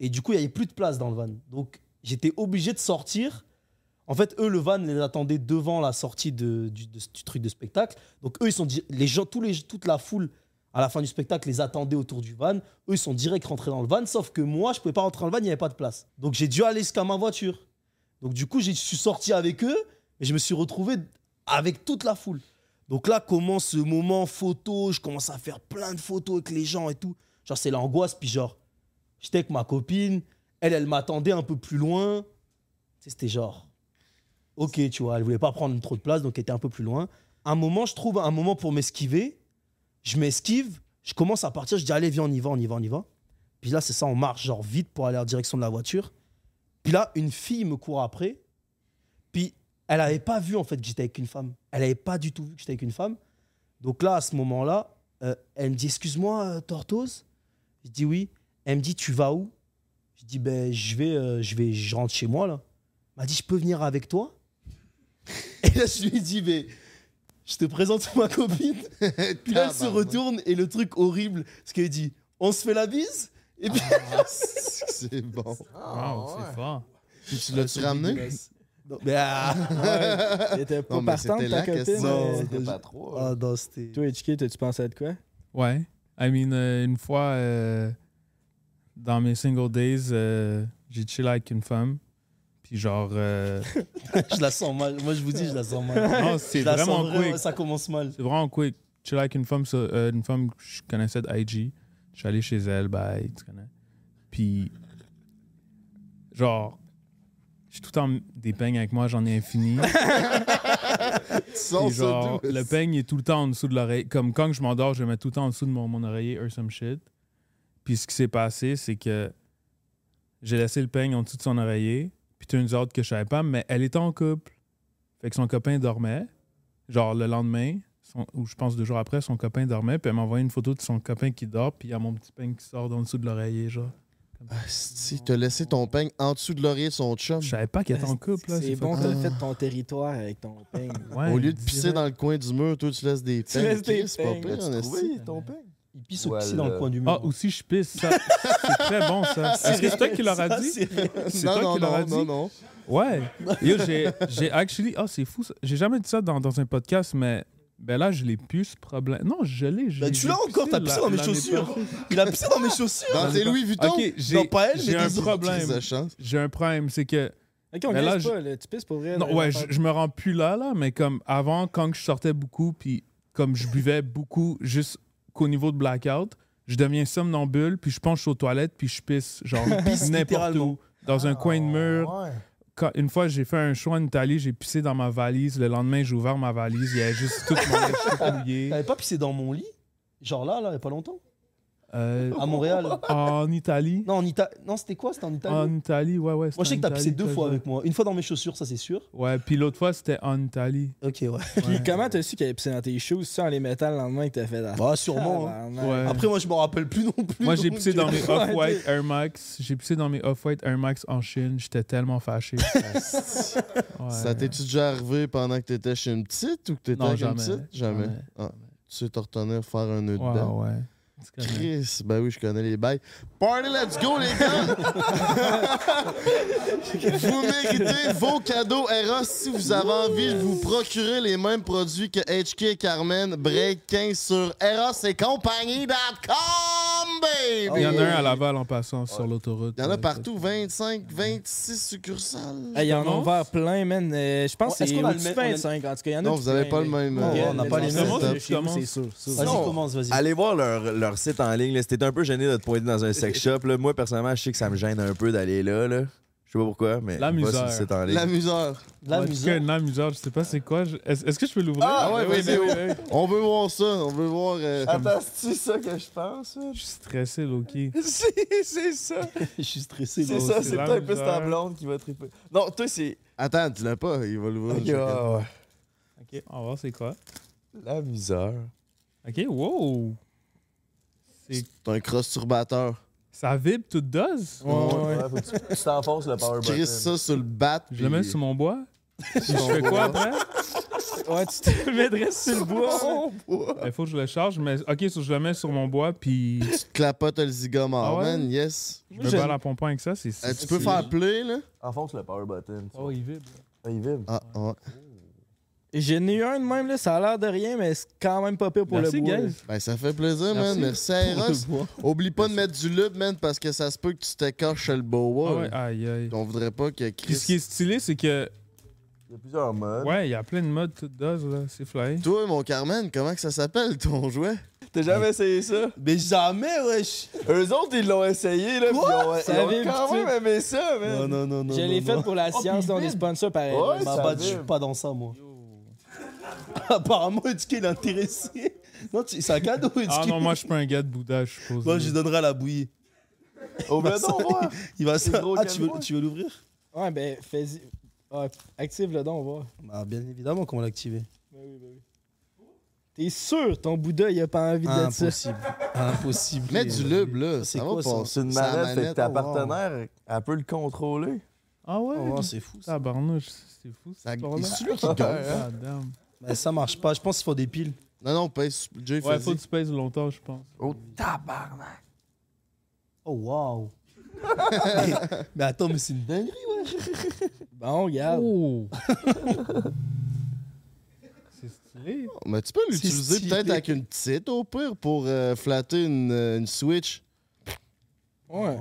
[SPEAKER 2] Et du coup, il n'y avait plus de place dans le van. Donc, j'étais obligé de sortir. En fait, eux, le van les attendait devant la sortie de, du, de- du truc de spectacle. Donc, eux, ils sont di- les gens, tous les, toute la foule à la fin du spectacle les attendait autour du van. Eux, ils sont direct rentrés dans le van. Sauf que moi, je pouvais pas rentrer dans le van, il n'y avait pas de place. Donc, j'ai dû aller jusqu'à ma voiture. Donc, du coup, j'ai- je suis sorti avec eux et je me suis retrouvé avec toute la foule. Donc là commence ce moment photo, je commence à faire plein de photos avec les gens et tout. Genre c'est l'angoisse, puis genre, j'étais avec ma copine, elle, elle m'attendait un peu plus loin. Tu sais, C'était genre, ok, tu vois, elle voulait pas prendre trop de place, donc elle était un peu plus loin. Un moment, je trouve un moment pour m'esquiver. Je m'esquive, je commence à partir, je dis, allez, viens, on y va, on y va, on y va. Puis là, c'est ça, on marche genre vite pour aller en direction de la voiture. Puis là, une fille me court après. Puis elle n'avait pas vu en fait que j'étais avec une femme. Elle n'avait pas du tout vu que j'étais avec une femme. Donc là, à ce moment-là, euh, elle me dit Excuse-moi, euh, Tortoise Je dis Oui. Elle me dit Tu vas où Je dis Ben, je vais, euh, je vais, je rentre
[SPEAKER 12] *laughs*
[SPEAKER 2] chez moi là. Elle m'a dit Je peux venir avec toi Et là, je lui ai dit Ben,
[SPEAKER 12] je te présente ma *laughs* copine. puis là, elle se
[SPEAKER 11] Tabarnak. *laughs*
[SPEAKER 12] retourne et le truc horrible, ce qu'elle dit, on se fait la bise Et puis. c'est
[SPEAKER 11] bon.
[SPEAKER 12] Wow,
[SPEAKER 11] ouais.
[SPEAKER 12] c'est fort.
[SPEAKER 11] Tu l'as-tu ramené?
[SPEAKER 12] Non, mais *laughs* ah,
[SPEAKER 1] Il était pas partant de ta copine.
[SPEAKER 12] Non,
[SPEAKER 1] euh,
[SPEAKER 12] c'était pas
[SPEAKER 1] trop.
[SPEAKER 12] Ah, non, c'était.
[SPEAKER 1] Toi, HK, t'as-tu pensé à de quoi?
[SPEAKER 4] Ouais. I mean, euh, une fois, euh, dans mes single days, euh, j'ai chill avec une femme. Puis genre... euh,
[SPEAKER 12] *laughs* je la sens mal. Moi, je vous dis, je la sens *laughs* mal.
[SPEAKER 4] non, c'est
[SPEAKER 12] Je la sens
[SPEAKER 4] vraiment quick.
[SPEAKER 12] Ça commence mal.
[SPEAKER 4] C'est vraiment quick. Chill avec une femme, sur- euh, une femme que je connaissais de IG. Je suis allé chez elle, bye, tu connais. Puis, genre, je suis tout le temps des peignes avec moi, j'en ai infini.
[SPEAKER 11] Sans
[SPEAKER 4] Et genre,
[SPEAKER 11] ça, d'où-
[SPEAKER 4] le peigne est tout le temps en dessous de l'oreille. Comme quand je m'endors, je le mets tout le temps en dessous de mon, mon oreiller or some shit. Puis ce qui s'est passé, c'est que j'ai laissé le peigne en dessous de son oreiller. Puis tu une autres que je savais pas, mais elle était en couple. Fait que son copain dormait. Genre le lendemain, son- ou je pense deux jours après, son copain dormait. Puis elle m'a envoyé une photo de son copain qui dort. Puis il y a mon petit peigne qui sort d'en dessous de l'oreiller, genre.
[SPEAKER 11] Ah, Si t'as laissé ton peigne en dessous de l'oreiller de son chum. Je
[SPEAKER 4] savais pas qu'il était en couple. là, Ah.
[SPEAKER 1] C'est bon, t'as fait ton territoire avec ton peigne.
[SPEAKER 4] Ouais,
[SPEAKER 11] Au lieu de pisser
[SPEAKER 4] direct.
[SPEAKER 11] dans le coin du mur, toi, tu laisses des
[SPEAKER 1] Tu laisses
[SPEAKER 11] peignes.
[SPEAKER 1] des
[SPEAKER 11] Chris, C'est pas
[SPEAKER 1] peignes.
[SPEAKER 11] pire,
[SPEAKER 1] As-tu
[SPEAKER 11] en
[SPEAKER 1] trouvé
[SPEAKER 11] esti.
[SPEAKER 1] ton peigne?
[SPEAKER 12] Il pisse au petit dans le coin du mur.
[SPEAKER 4] Ah, aussi je pisse, ça. c'est très bon,
[SPEAKER 12] *laughs*
[SPEAKER 4] ça. Est-ce que c'est toi qui leur a
[SPEAKER 12] Ah, Ça,
[SPEAKER 4] dit?
[SPEAKER 12] c'est réel.
[SPEAKER 4] C'est
[SPEAKER 12] Non,
[SPEAKER 4] toi
[SPEAKER 12] non,
[SPEAKER 4] qui leur a
[SPEAKER 12] non,
[SPEAKER 4] dit? Ah,
[SPEAKER 12] non, non. *laughs*
[SPEAKER 4] Ouais. Yo, j'ai- j'ai actually... Ah, c'est fou, ça. J'ai jamais dit ça dans, dans un podcast, mais... Ben là, je l'ai pu, ce problème. Non, je l'ai. je
[SPEAKER 12] Bah,
[SPEAKER 4] l'ai-
[SPEAKER 12] tu
[SPEAKER 4] j'ai
[SPEAKER 12] l'as encore, t'as
[SPEAKER 4] la-
[SPEAKER 12] pissé dans mes
[SPEAKER 4] l'année
[SPEAKER 12] chaussures.
[SPEAKER 4] passée.
[SPEAKER 12] Il a pissé dans mes chaussures.
[SPEAKER 11] Dans tes Louis Vuitton?
[SPEAKER 4] Ok, j'ai-
[SPEAKER 11] Non, pas elle,
[SPEAKER 4] j'ai
[SPEAKER 11] mais
[SPEAKER 4] un
[SPEAKER 11] des-
[SPEAKER 4] problème.
[SPEAKER 11] des achats.
[SPEAKER 4] J'ai un problème, c'est que...
[SPEAKER 1] *laughs* Ok, on
[SPEAKER 4] Mais là,
[SPEAKER 1] glisse
[SPEAKER 4] je-
[SPEAKER 1] pas, là. Tu pisses pour vrai.
[SPEAKER 4] non,
[SPEAKER 1] là,
[SPEAKER 4] ouais, je,
[SPEAKER 1] l'affaire.
[SPEAKER 4] je me rends plus là, là, mais comme avant, quand je sortais beaucoup, puis comme je buvais beaucoup, juste qu'au niveau de blackout, je deviens somnambule, puis je penche aux toilettes, puis je pisse, genre,
[SPEAKER 12] *laughs* pisse
[SPEAKER 4] n'importe
[SPEAKER 12] littéralement. Ah.
[SPEAKER 4] où, dans un coin de mur. Quand- une fois, j'ai fait un show en Italie, j'ai pissé dans ma valise. Le lendemain, j'ai ouvert ma valise, il y avait juste tout mon linge
[SPEAKER 12] *laughs*
[SPEAKER 4] tout mouillé.
[SPEAKER 12] T'avais pas pissé dans mon lit Genre là, là, il y a pas longtemps
[SPEAKER 4] Euh,
[SPEAKER 12] À Montréal.
[SPEAKER 4] En Italie
[SPEAKER 12] Non, en Ita- non c'était quoi C'était en Italie
[SPEAKER 4] En Italie, ouais, ouais.
[SPEAKER 12] Moi, je sais que t'as pissé deux fois
[SPEAKER 4] avec
[SPEAKER 12] avec moi. Une fois dans mes chaussures, ça c'est sûr.
[SPEAKER 4] Ouais, puis l'autre fois, c'était en Italie.
[SPEAKER 12] Ok, ouais.
[SPEAKER 4] Ouais.
[SPEAKER 1] Puis comment t'as su qu'elle avait pissé dans tes shoes sans les métal le lendemain que t'as fait
[SPEAKER 12] *laughs* Bah,
[SPEAKER 3] Ah,
[SPEAKER 12] sûrement. hein.
[SPEAKER 3] bah,
[SPEAKER 4] Ouais.
[SPEAKER 12] Après, moi, je m'en rappelle plus non plus.
[SPEAKER 4] Moi, j'ai
[SPEAKER 12] donc,
[SPEAKER 4] pissé
[SPEAKER 12] *laughs*
[SPEAKER 4] dans
[SPEAKER 12] euh,
[SPEAKER 4] mes Off-White Air Max. J'ai pissé dans mes Off-White Air Max en Chine. J'étais tellement
[SPEAKER 11] *laughs*
[SPEAKER 4] fâché. Ouais.
[SPEAKER 11] Ça t'es-tu déjà arrivé pendant que t'étais chez une petite ou que t'étais
[SPEAKER 4] Non,
[SPEAKER 11] avec une
[SPEAKER 4] jamais.
[SPEAKER 11] petite? Jamais.
[SPEAKER 4] Jamais.
[SPEAKER 11] Ah, Tu sais te retenir faire un nœud
[SPEAKER 4] Ouais,
[SPEAKER 11] dedans.
[SPEAKER 4] ouais.
[SPEAKER 11] Chris, ben oui, je connais les bails. Party, let's go, les
[SPEAKER 4] *laughs*
[SPEAKER 11] gars! vous méritez vos cadeaux Eros si vous avez envie de vous procurer les mêmes produits que HK et Carmen. Break 15 sur Eros et compagnie.com, baby!
[SPEAKER 4] Il y en a un à Laval en passant sur l'autoroute.
[SPEAKER 11] Il y en
[SPEAKER 4] Euh,
[SPEAKER 11] a partout, 25, 26 succursales.
[SPEAKER 1] Hey, ils en ont ouvert plein, man. Euh, je pense
[SPEAKER 11] Ouais,
[SPEAKER 1] que
[SPEAKER 11] est-ce
[SPEAKER 1] c'est hein,
[SPEAKER 11] qu'on a
[SPEAKER 1] au
[SPEAKER 11] le
[SPEAKER 1] dessus
[SPEAKER 11] même-
[SPEAKER 1] de
[SPEAKER 11] on a-
[SPEAKER 1] 25. En tout cas, il y en a
[SPEAKER 11] Non,
[SPEAKER 1] du
[SPEAKER 11] vous avez
[SPEAKER 1] plein,
[SPEAKER 11] pas
[SPEAKER 1] là.
[SPEAKER 11] le même,
[SPEAKER 1] Ouais,
[SPEAKER 11] euh,
[SPEAKER 1] on n'a
[SPEAKER 11] le
[SPEAKER 1] pas
[SPEAKER 11] même
[SPEAKER 1] les mêmes
[SPEAKER 11] setup.
[SPEAKER 1] setups chez nous, c'est sûr. ça.
[SPEAKER 3] Sinon,
[SPEAKER 12] vas-y.
[SPEAKER 3] Allez voir leur, leur site en ligne. là. C'était un peu gêné de te pointer dans un sex shop. là. Moi, personnellement, je sais que ça me gêne un peu d'aller là. là. Je sais pas pourquoi, mais
[SPEAKER 4] La
[SPEAKER 3] va sur
[SPEAKER 4] misère.
[SPEAKER 3] le site en ligne.
[SPEAKER 11] euh, L'amuseur.
[SPEAKER 4] en tout cas, une amuseur, je sais pas c'est quoi. Je- Est-ce est-ce que je peux l'ouvrir?
[SPEAKER 11] Ah ouais, vas-y, oh. on veut voir ça, on veut voir... euh,
[SPEAKER 3] Attends, c'est ça que je pense. man?
[SPEAKER 4] Stressé, Loki.
[SPEAKER 3] C'est c'est
[SPEAKER 11] *laughs*
[SPEAKER 3] ça.
[SPEAKER 12] Je suis stressé.
[SPEAKER 3] C'est
[SPEAKER 12] moi.
[SPEAKER 3] ça,
[SPEAKER 4] c'est
[SPEAKER 3] c'est
[SPEAKER 4] la
[SPEAKER 3] peut-être plus ta
[SPEAKER 4] misère.
[SPEAKER 3] blonde qui va triper. Non, toi, c'est.
[SPEAKER 11] Attends, tu l'as pas, il va le voir.
[SPEAKER 3] Ok,
[SPEAKER 11] je-
[SPEAKER 3] ouais, ouais.
[SPEAKER 4] Ok, on va voir c'est quoi.
[SPEAKER 3] La misère.
[SPEAKER 4] Ok, wow. C'est-
[SPEAKER 11] T'as un cross-turbateur.
[SPEAKER 4] Ça vibre tout dose.
[SPEAKER 3] faut que tu- tu t'en passes le power
[SPEAKER 11] Tu
[SPEAKER 3] button.
[SPEAKER 11] crisses ça sur le bat.
[SPEAKER 4] Je le mets sur mon bois. Je fais quoi après?
[SPEAKER 1] Ouais, tu
[SPEAKER 4] *laughs*
[SPEAKER 1] te mettrais sur le bois.
[SPEAKER 4] Il faut que je le charge, mais ok, so je le mets sur mon bois, puis
[SPEAKER 11] Tu te clapotes le zigomard,
[SPEAKER 4] Ah ouais?
[SPEAKER 11] man, yes.
[SPEAKER 4] je me bats la pompe avec ça. C'est
[SPEAKER 11] Euh,
[SPEAKER 4] c'est-
[SPEAKER 11] tu peux faire play, là?
[SPEAKER 3] Enfonce le power button.
[SPEAKER 4] Oh, il vibre.
[SPEAKER 3] Ah, il vibre.
[SPEAKER 11] Ah, ouais.
[SPEAKER 1] J'en ai eu un de même, là. Ça a l'air de rien, mais c'est quand même pas pire pour
[SPEAKER 4] Merci,
[SPEAKER 1] le bois. là.
[SPEAKER 4] guys.
[SPEAKER 11] Ben, ça fait plaisir, man. Merci à
[SPEAKER 4] pour le
[SPEAKER 11] Eros.
[SPEAKER 4] bois.
[SPEAKER 11] Oublie pas de mettre du lube, man, parce que ça se peut que tu t'écorches le
[SPEAKER 4] Ah
[SPEAKER 11] boa.
[SPEAKER 4] ouais, aïe, aïe.
[SPEAKER 11] On voudrait pas que
[SPEAKER 4] Puis ce qui
[SPEAKER 11] Chris...
[SPEAKER 4] est stylé, c'est que.
[SPEAKER 3] Il y a plusieurs modes.
[SPEAKER 4] Ouais, il y a plein de modes tout dose, là. C'est
[SPEAKER 11] *laughs*
[SPEAKER 4] fly.
[SPEAKER 11] Toi, mon Carmen, comment que ça s'appelle, ton jouet?
[SPEAKER 3] T'as jamais essayé ça?
[SPEAKER 12] Mais jamais, wesh.
[SPEAKER 3] Eux autres, ils l'ont essayé, là. puis ils ont-
[SPEAKER 1] Ça
[SPEAKER 3] ils ont,
[SPEAKER 1] vibre
[SPEAKER 3] quand
[SPEAKER 1] tout.
[SPEAKER 3] même aimé ça, man.
[SPEAKER 12] Non, non, non, non.
[SPEAKER 1] Je
[SPEAKER 12] non,
[SPEAKER 1] l'ai
[SPEAKER 12] non.
[SPEAKER 1] fait pour la science, là, on est sponsor par
[SPEAKER 3] Ouais,
[SPEAKER 12] Ma
[SPEAKER 3] ça
[SPEAKER 12] batte, je
[SPEAKER 3] vibre.
[SPEAKER 12] suis pas dans ça, moi. *laughs* Apparemment, Edke, il est intéressé. Non, tu- c'est un cadeau, Edke.
[SPEAKER 4] Ah non, moi, je suis pas un gars de Bouddha, je suppose.
[SPEAKER 12] Moi, je lui donnerai la bouillie.
[SPEAKER 3] Au
[SPEAKER 12] Bah, *laughs*
[SPEAKER 3] bled,
[SPEAKER 12] ça-
[SPEAKER 3] on voit.
[SPEAKER 12] Il va
[SPEAKER 3] ben C'est
[SPEAKER 12] ça.
[SPEAKER 3] gros
[SPEAKER 12] Ah, tu veux,
[SPEAKER 3] calme-moi.
[SPEAKER 12] tu veux l'ouvrir
[SPEAKER 1] Ouais, ben, fais-y. Ouais, active le don, on va. voir.
[SPEAKER 12] Bah, bien évidemment qu'on va l'activer.
[SPEAKER 1] Ben oui, ben oui. T'es sûr, ton Bouddha, il a pas envie
[SPEAKER 11] Ah,
[SPEAKER 1] de ça.
[SPEAKER 12] Impossible. Impossible.
[SPEAKER 11] Mets du lube, là.
[SPEAKER 12] C'est
[SPEAKER 11] ça
[SPEAKER 12] quoi,
[SPEAKER 11] va
[SPEAKER 12] ça?
[SPEAKER 11] pas.
[SPEAKER 3] C'est une
[SPEAKER 11] Ça, la
[SPEAKER 3] manette, fait que ta
[SPEAKER 11] oh, wow.
[SPEAKER 3] partenaire, elle peut le contrôler.
[SPEAKER 4] Ah ouais?
[SPEAKER 12] Oh, c'est fou. ça.
[SPEAKER 4] Tabarnouche, c'est fou.
[SPEAKER 11] Ça-
[SPEAKER 4] cette histoire-là.
[SPEAKER 11] C'est celui qui gagne.
[SPEAKER 4] Ah, damn.
[SPEAKER 2] Ben, ça marche pas. Je pense qu'il faut des piles.
[SPEAKER 11] Non, non, pèse. Jay,
[SPEAKER 4] Ouais,
[SPEAKER 11] fais-y.
[SPEAKER 4] faut que tu pèses longtemps, je pense.
[SPEAKER 3] Oh, tabarnak!
[SPEAKER 2] Oh, wow. mais, *laughs* mais attends, mais c'est une dinguerie, ouais.
[SPEAKER 1] Bon, regarde.
[SPEAKER 4] *laughs*
[SPEAKER 11] Mais tu peux l'utiliser peut-être avec une petite au pire pour euh, flatter une, euh, une Switch.
[SPEAKER 1] Ouais.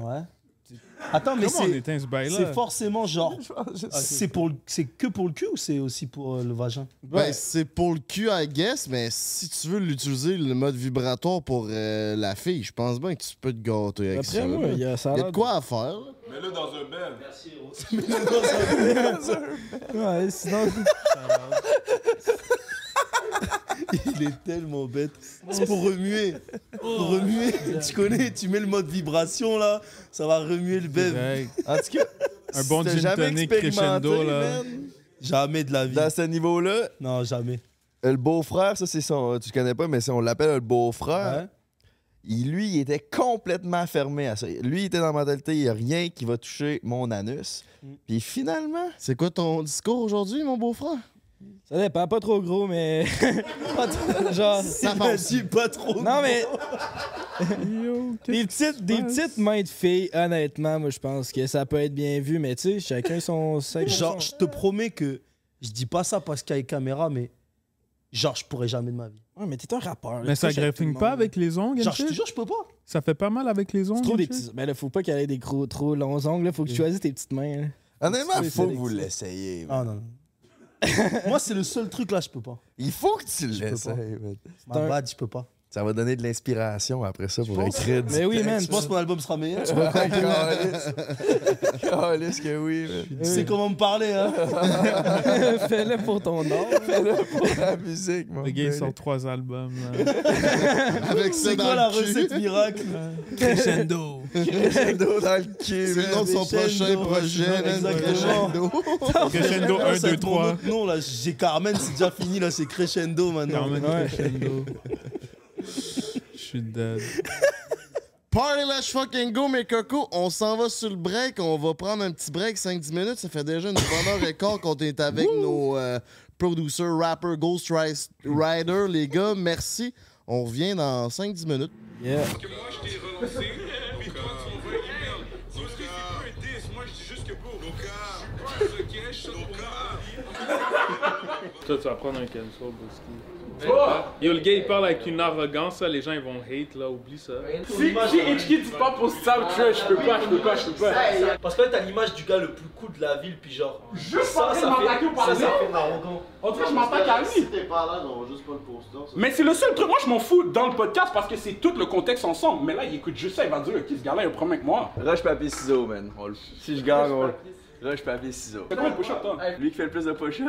[SPEAKER 2] Attends, mais
[SPEAKER 4] Comment on
[SPEAKER 2] c'est
[SPEAKER 4] éteint ce bail-là?
[SPEAKER 2] c'est forcément genre.
[SPEAKER 11] je-
[SPEAKER 12] Ah,
[SPEAKER 2] c'est pour le- c'est que pour le cul ou c'est aussi pour euh, le vagin
[SPEAKER 11] Ben, c'est pour le cul, I guess, mais si tu veux l'utiliser, le mode vibratoire pour euh, la fille, je pense bien que tu peux te gâter avec
[SPEAKER 1] D'après
[SPEAKER 11] ça.
[SPEAKER 1] moi,
[SPEAKER 11] là.
[SPEAKER 1] il y a- ça a
[SPEAKER 11] Il y a
[SPEAKER 1] l'air
[SPEAKER 11] de
[SPEAKER 1] de-
[SPEAKER 11] quoi à faire. là.
[SPEAKER 7] Mets-le dans un bel. Merci, Rose.
[SPEAKER 1] Ouais, sinon.
[SPEAKER 12] Il est tellement bête.
[SPEAKER 2] C'est pour remuer. Oh.
[SPEAKER 12] Pour
[SPEAKER 2] *laughs*
[SPEAKER 12] remuer, tu connais, tu mets le mode vibration là, ça va remuer le bébé.
[SPEAKER 4] Direct.
[SPEAKER 12] En tout cas,
[SPEAKER 4] Un bon
[SPEAKER 12] si t'as
[SPEAKER 4] gin
[SPEAKER 12] jamais
[SPEAKER 4] tonic
[SPEAKER 12] expérimenté,
[SPEAKER 4] crescendo, là.
[SPEAKER 12] man,
[SPEAKER 2] Jamais de la vie.
[SPEAKER 5] Dans ce niveau-là,
[SPEAKER 2] non, jamais.
[SPEAKER 5] le beau-frère, ça, c'est son. Tu le connais pas, mais si on l'appelle le beau-frère, il- lui, il était complètement fermé à ça. Lui, il était dans la mentalité, il n'y a rien qui va toucher mon anus. Puis finalement.
[SPEAKER 11] C'est
[SPEAKER 1] *laughs*
[SPEAKER 11] quoi ton discours aujourd'hui, mon beau-frère?
[SPEAKER 1] Ça dépend, pas trop gros, mais. *laughs* Genre.
[SPEAKER 11] Ça
[SPEAKER 12] *laughs*
[SPEAKER 11] passe.
[SPEAKER 2] pas trop.
[SPEAKER 1] Non, mais.
[SPEAKER 4] *laughs*
[SPEAKER 1] des petites, des petites mains de filles, honnêtement, moi, je pense que ça peut être bien vu, mais tu sais, chacun
[SPEAKER 11] *laughs*
[SPEAKER 1] son sac.
[SPEAKER 2] Genre, je te promets que je dis pas ça parce qu'il y a une caméra, mais genre, je pourrais jamais de ma vie.
[SPEAKER 1] Ouais, mais t'es un rappeur.
[SPEAKER 4] Mais ça graphigne pas avec les ongles,
[SPEAKER 2] Genre,
[SPEAKER 4] Genre,
[SPEAKER 2] je te jure, je peux pas.
[SPEAKER 4] Ça fait pas mal avec les ongles.
[SPEAKER 1] Trop des
[SPEAKER 4] Genshin?
[SPEAKER 1] petits. Mais là, faut pas qu'elle ait des gros, trop longs ongles, là. Faut
[SPEAKER 4] Mm.
[SPEAKER 1] que tu choisisses tes petites mains. là.
[SPEAKER 5] Honnêtement,
[SPEAKER 1] Oui,
[SPEAKER 5] faut
[SPEAKER 1] c'est
[SPEAKER 5] que vous
[SPEAKER 1] vrai.
[SPEAKER 5] l'essayiez. man.
[SPEAKER 2] Ah non. non. *laughs* Moi, c'est le seul truc là, je peux pas.
[SPEAKER 5] Il faut que tu
[SPEAKER 2] peux
[SPEAKER 5] l'essayes. man.
[SPEAKER 2] Ma bad, je peux pas.
[SPEAKER 5] Ça va donner de l'inspiration après ça pour écrire du
[SPEAKER 1] Mais oui, man.
[SPEAKER 2] Je pense que mon album sera meilleur. *laughs*
[SPEAKER 5] Tu vas
[SPEAKER 3] *laughs*
[SPEAKER 5] comprendre. Calisse que oui, man.
[SPEAKER 2] Tu sais comment me parler, hein. *laughs*
[SPEAKER 1] Fais-le pour ton *laughs* nom.
[SPEAKER 5] Fais-le pour la musique, mon
[SPEAKER 4] Le gars, il
[SPEAKER 5] gars.
[SPEAKER 4] *laughs* sort trois albums. là.
[SPEAKER 11] Avec ça
[SPEAKER 2] C'est
[SPEAKER 11] dans
[SPEAKER 2] quoi
[SPEAKER 11] le
[SPEAKER 2] la
[SPEAKER 11] cul.
[SPEAKER 2] recette miracle *laughs*
[SPEAKER 4] Crescendo.
[SPEAKER 5] Crescendo dans le cul,
[SPEAKER 11] C'est le nom de son prochain
[SPEAKER 2] Crescendo,
[SPEAKER 11] projet, man,
[SPEAKER 2] exactement.
[SPEAKER 4] Crescendo
[SPEAKER 11] Crescendo.
[SPEAKER 2] Non,
[SPEAKER 4] 1,
[SPEAKER 2] ça
[SPEAKER 4] 2,
[SPEAKER 2] va être mon
[SPEAKER 4] 3.
[SPEAKER 2] autre nom, là, j'ai Carmen, c'est déjà fini, là, c'est crescendo maintenant.
[SPEAKER 4] Carmen
[SPEAKER 1] Ouais.
[SPEAKER 2] *laughs*
[SPEAKER 4] Crescendo. Je suis dead.
[SPEAKER 11] Party let's fucking go, mes cocos. On s'en va sur le break. On va prendre un petit break, 5-10 minutes. Ça fait déjà une bonne heure et quart qu'on est avec nos euh, producers, rappers, Ghost Ri- Rider, les gars. Merci. On revient dans 5-10 minutes.
[SPEAKER 1] Yeah.
[SPEAKER 9] que moi je t'ai relancé, puis toi tu m'envoies une merde. Sauf que c'est pas un diss, moi je dis juste que bro, je suis pas un requin, je suis
[SPEAKER 13] Toi, tu vas prendre un cancel, Bouski. Yo, le gars, il parle avec une arrogance, là, les gens, ils vont hate, là, oublie ça.
[SPEAKER 10] Si, si HK dit pas pour ça, tu vois, je peux pas, je peux pas, je peux pas.
[SPEAKER 2] Parce que là, t'as l'image du gars le plus cool de la ville, puis genre.
[SPEAKER 10] Juste en train de m'attaquer au
[SPEAKER 2] ça,
[SPEAKER 10] parler.
[SPEAKER 2] ça fait arrogant.
[SPEAKER 10] En tout cas, je m'attaque à lui.
[SPEAKER 11] t'es pas là, on va juste pas le poster.
[SPEAKER 10] Mais c'est le seul truc, moi je m'en fous dans le podcast parce que c'est tout le contexte ensemble. Mais là, il écoute juste ça, il va dire, ok, ce gars-là, il a un problème avec moi.
[SPEAKER 7] Rush papier ciseaux, man. On le- Si je gagne, on le- Rush papier ciseaux.
[SPEAKER 10] Fais combien de push-ups, toi
[SPEAKER 7] Lui qui fait le plus de push-ups.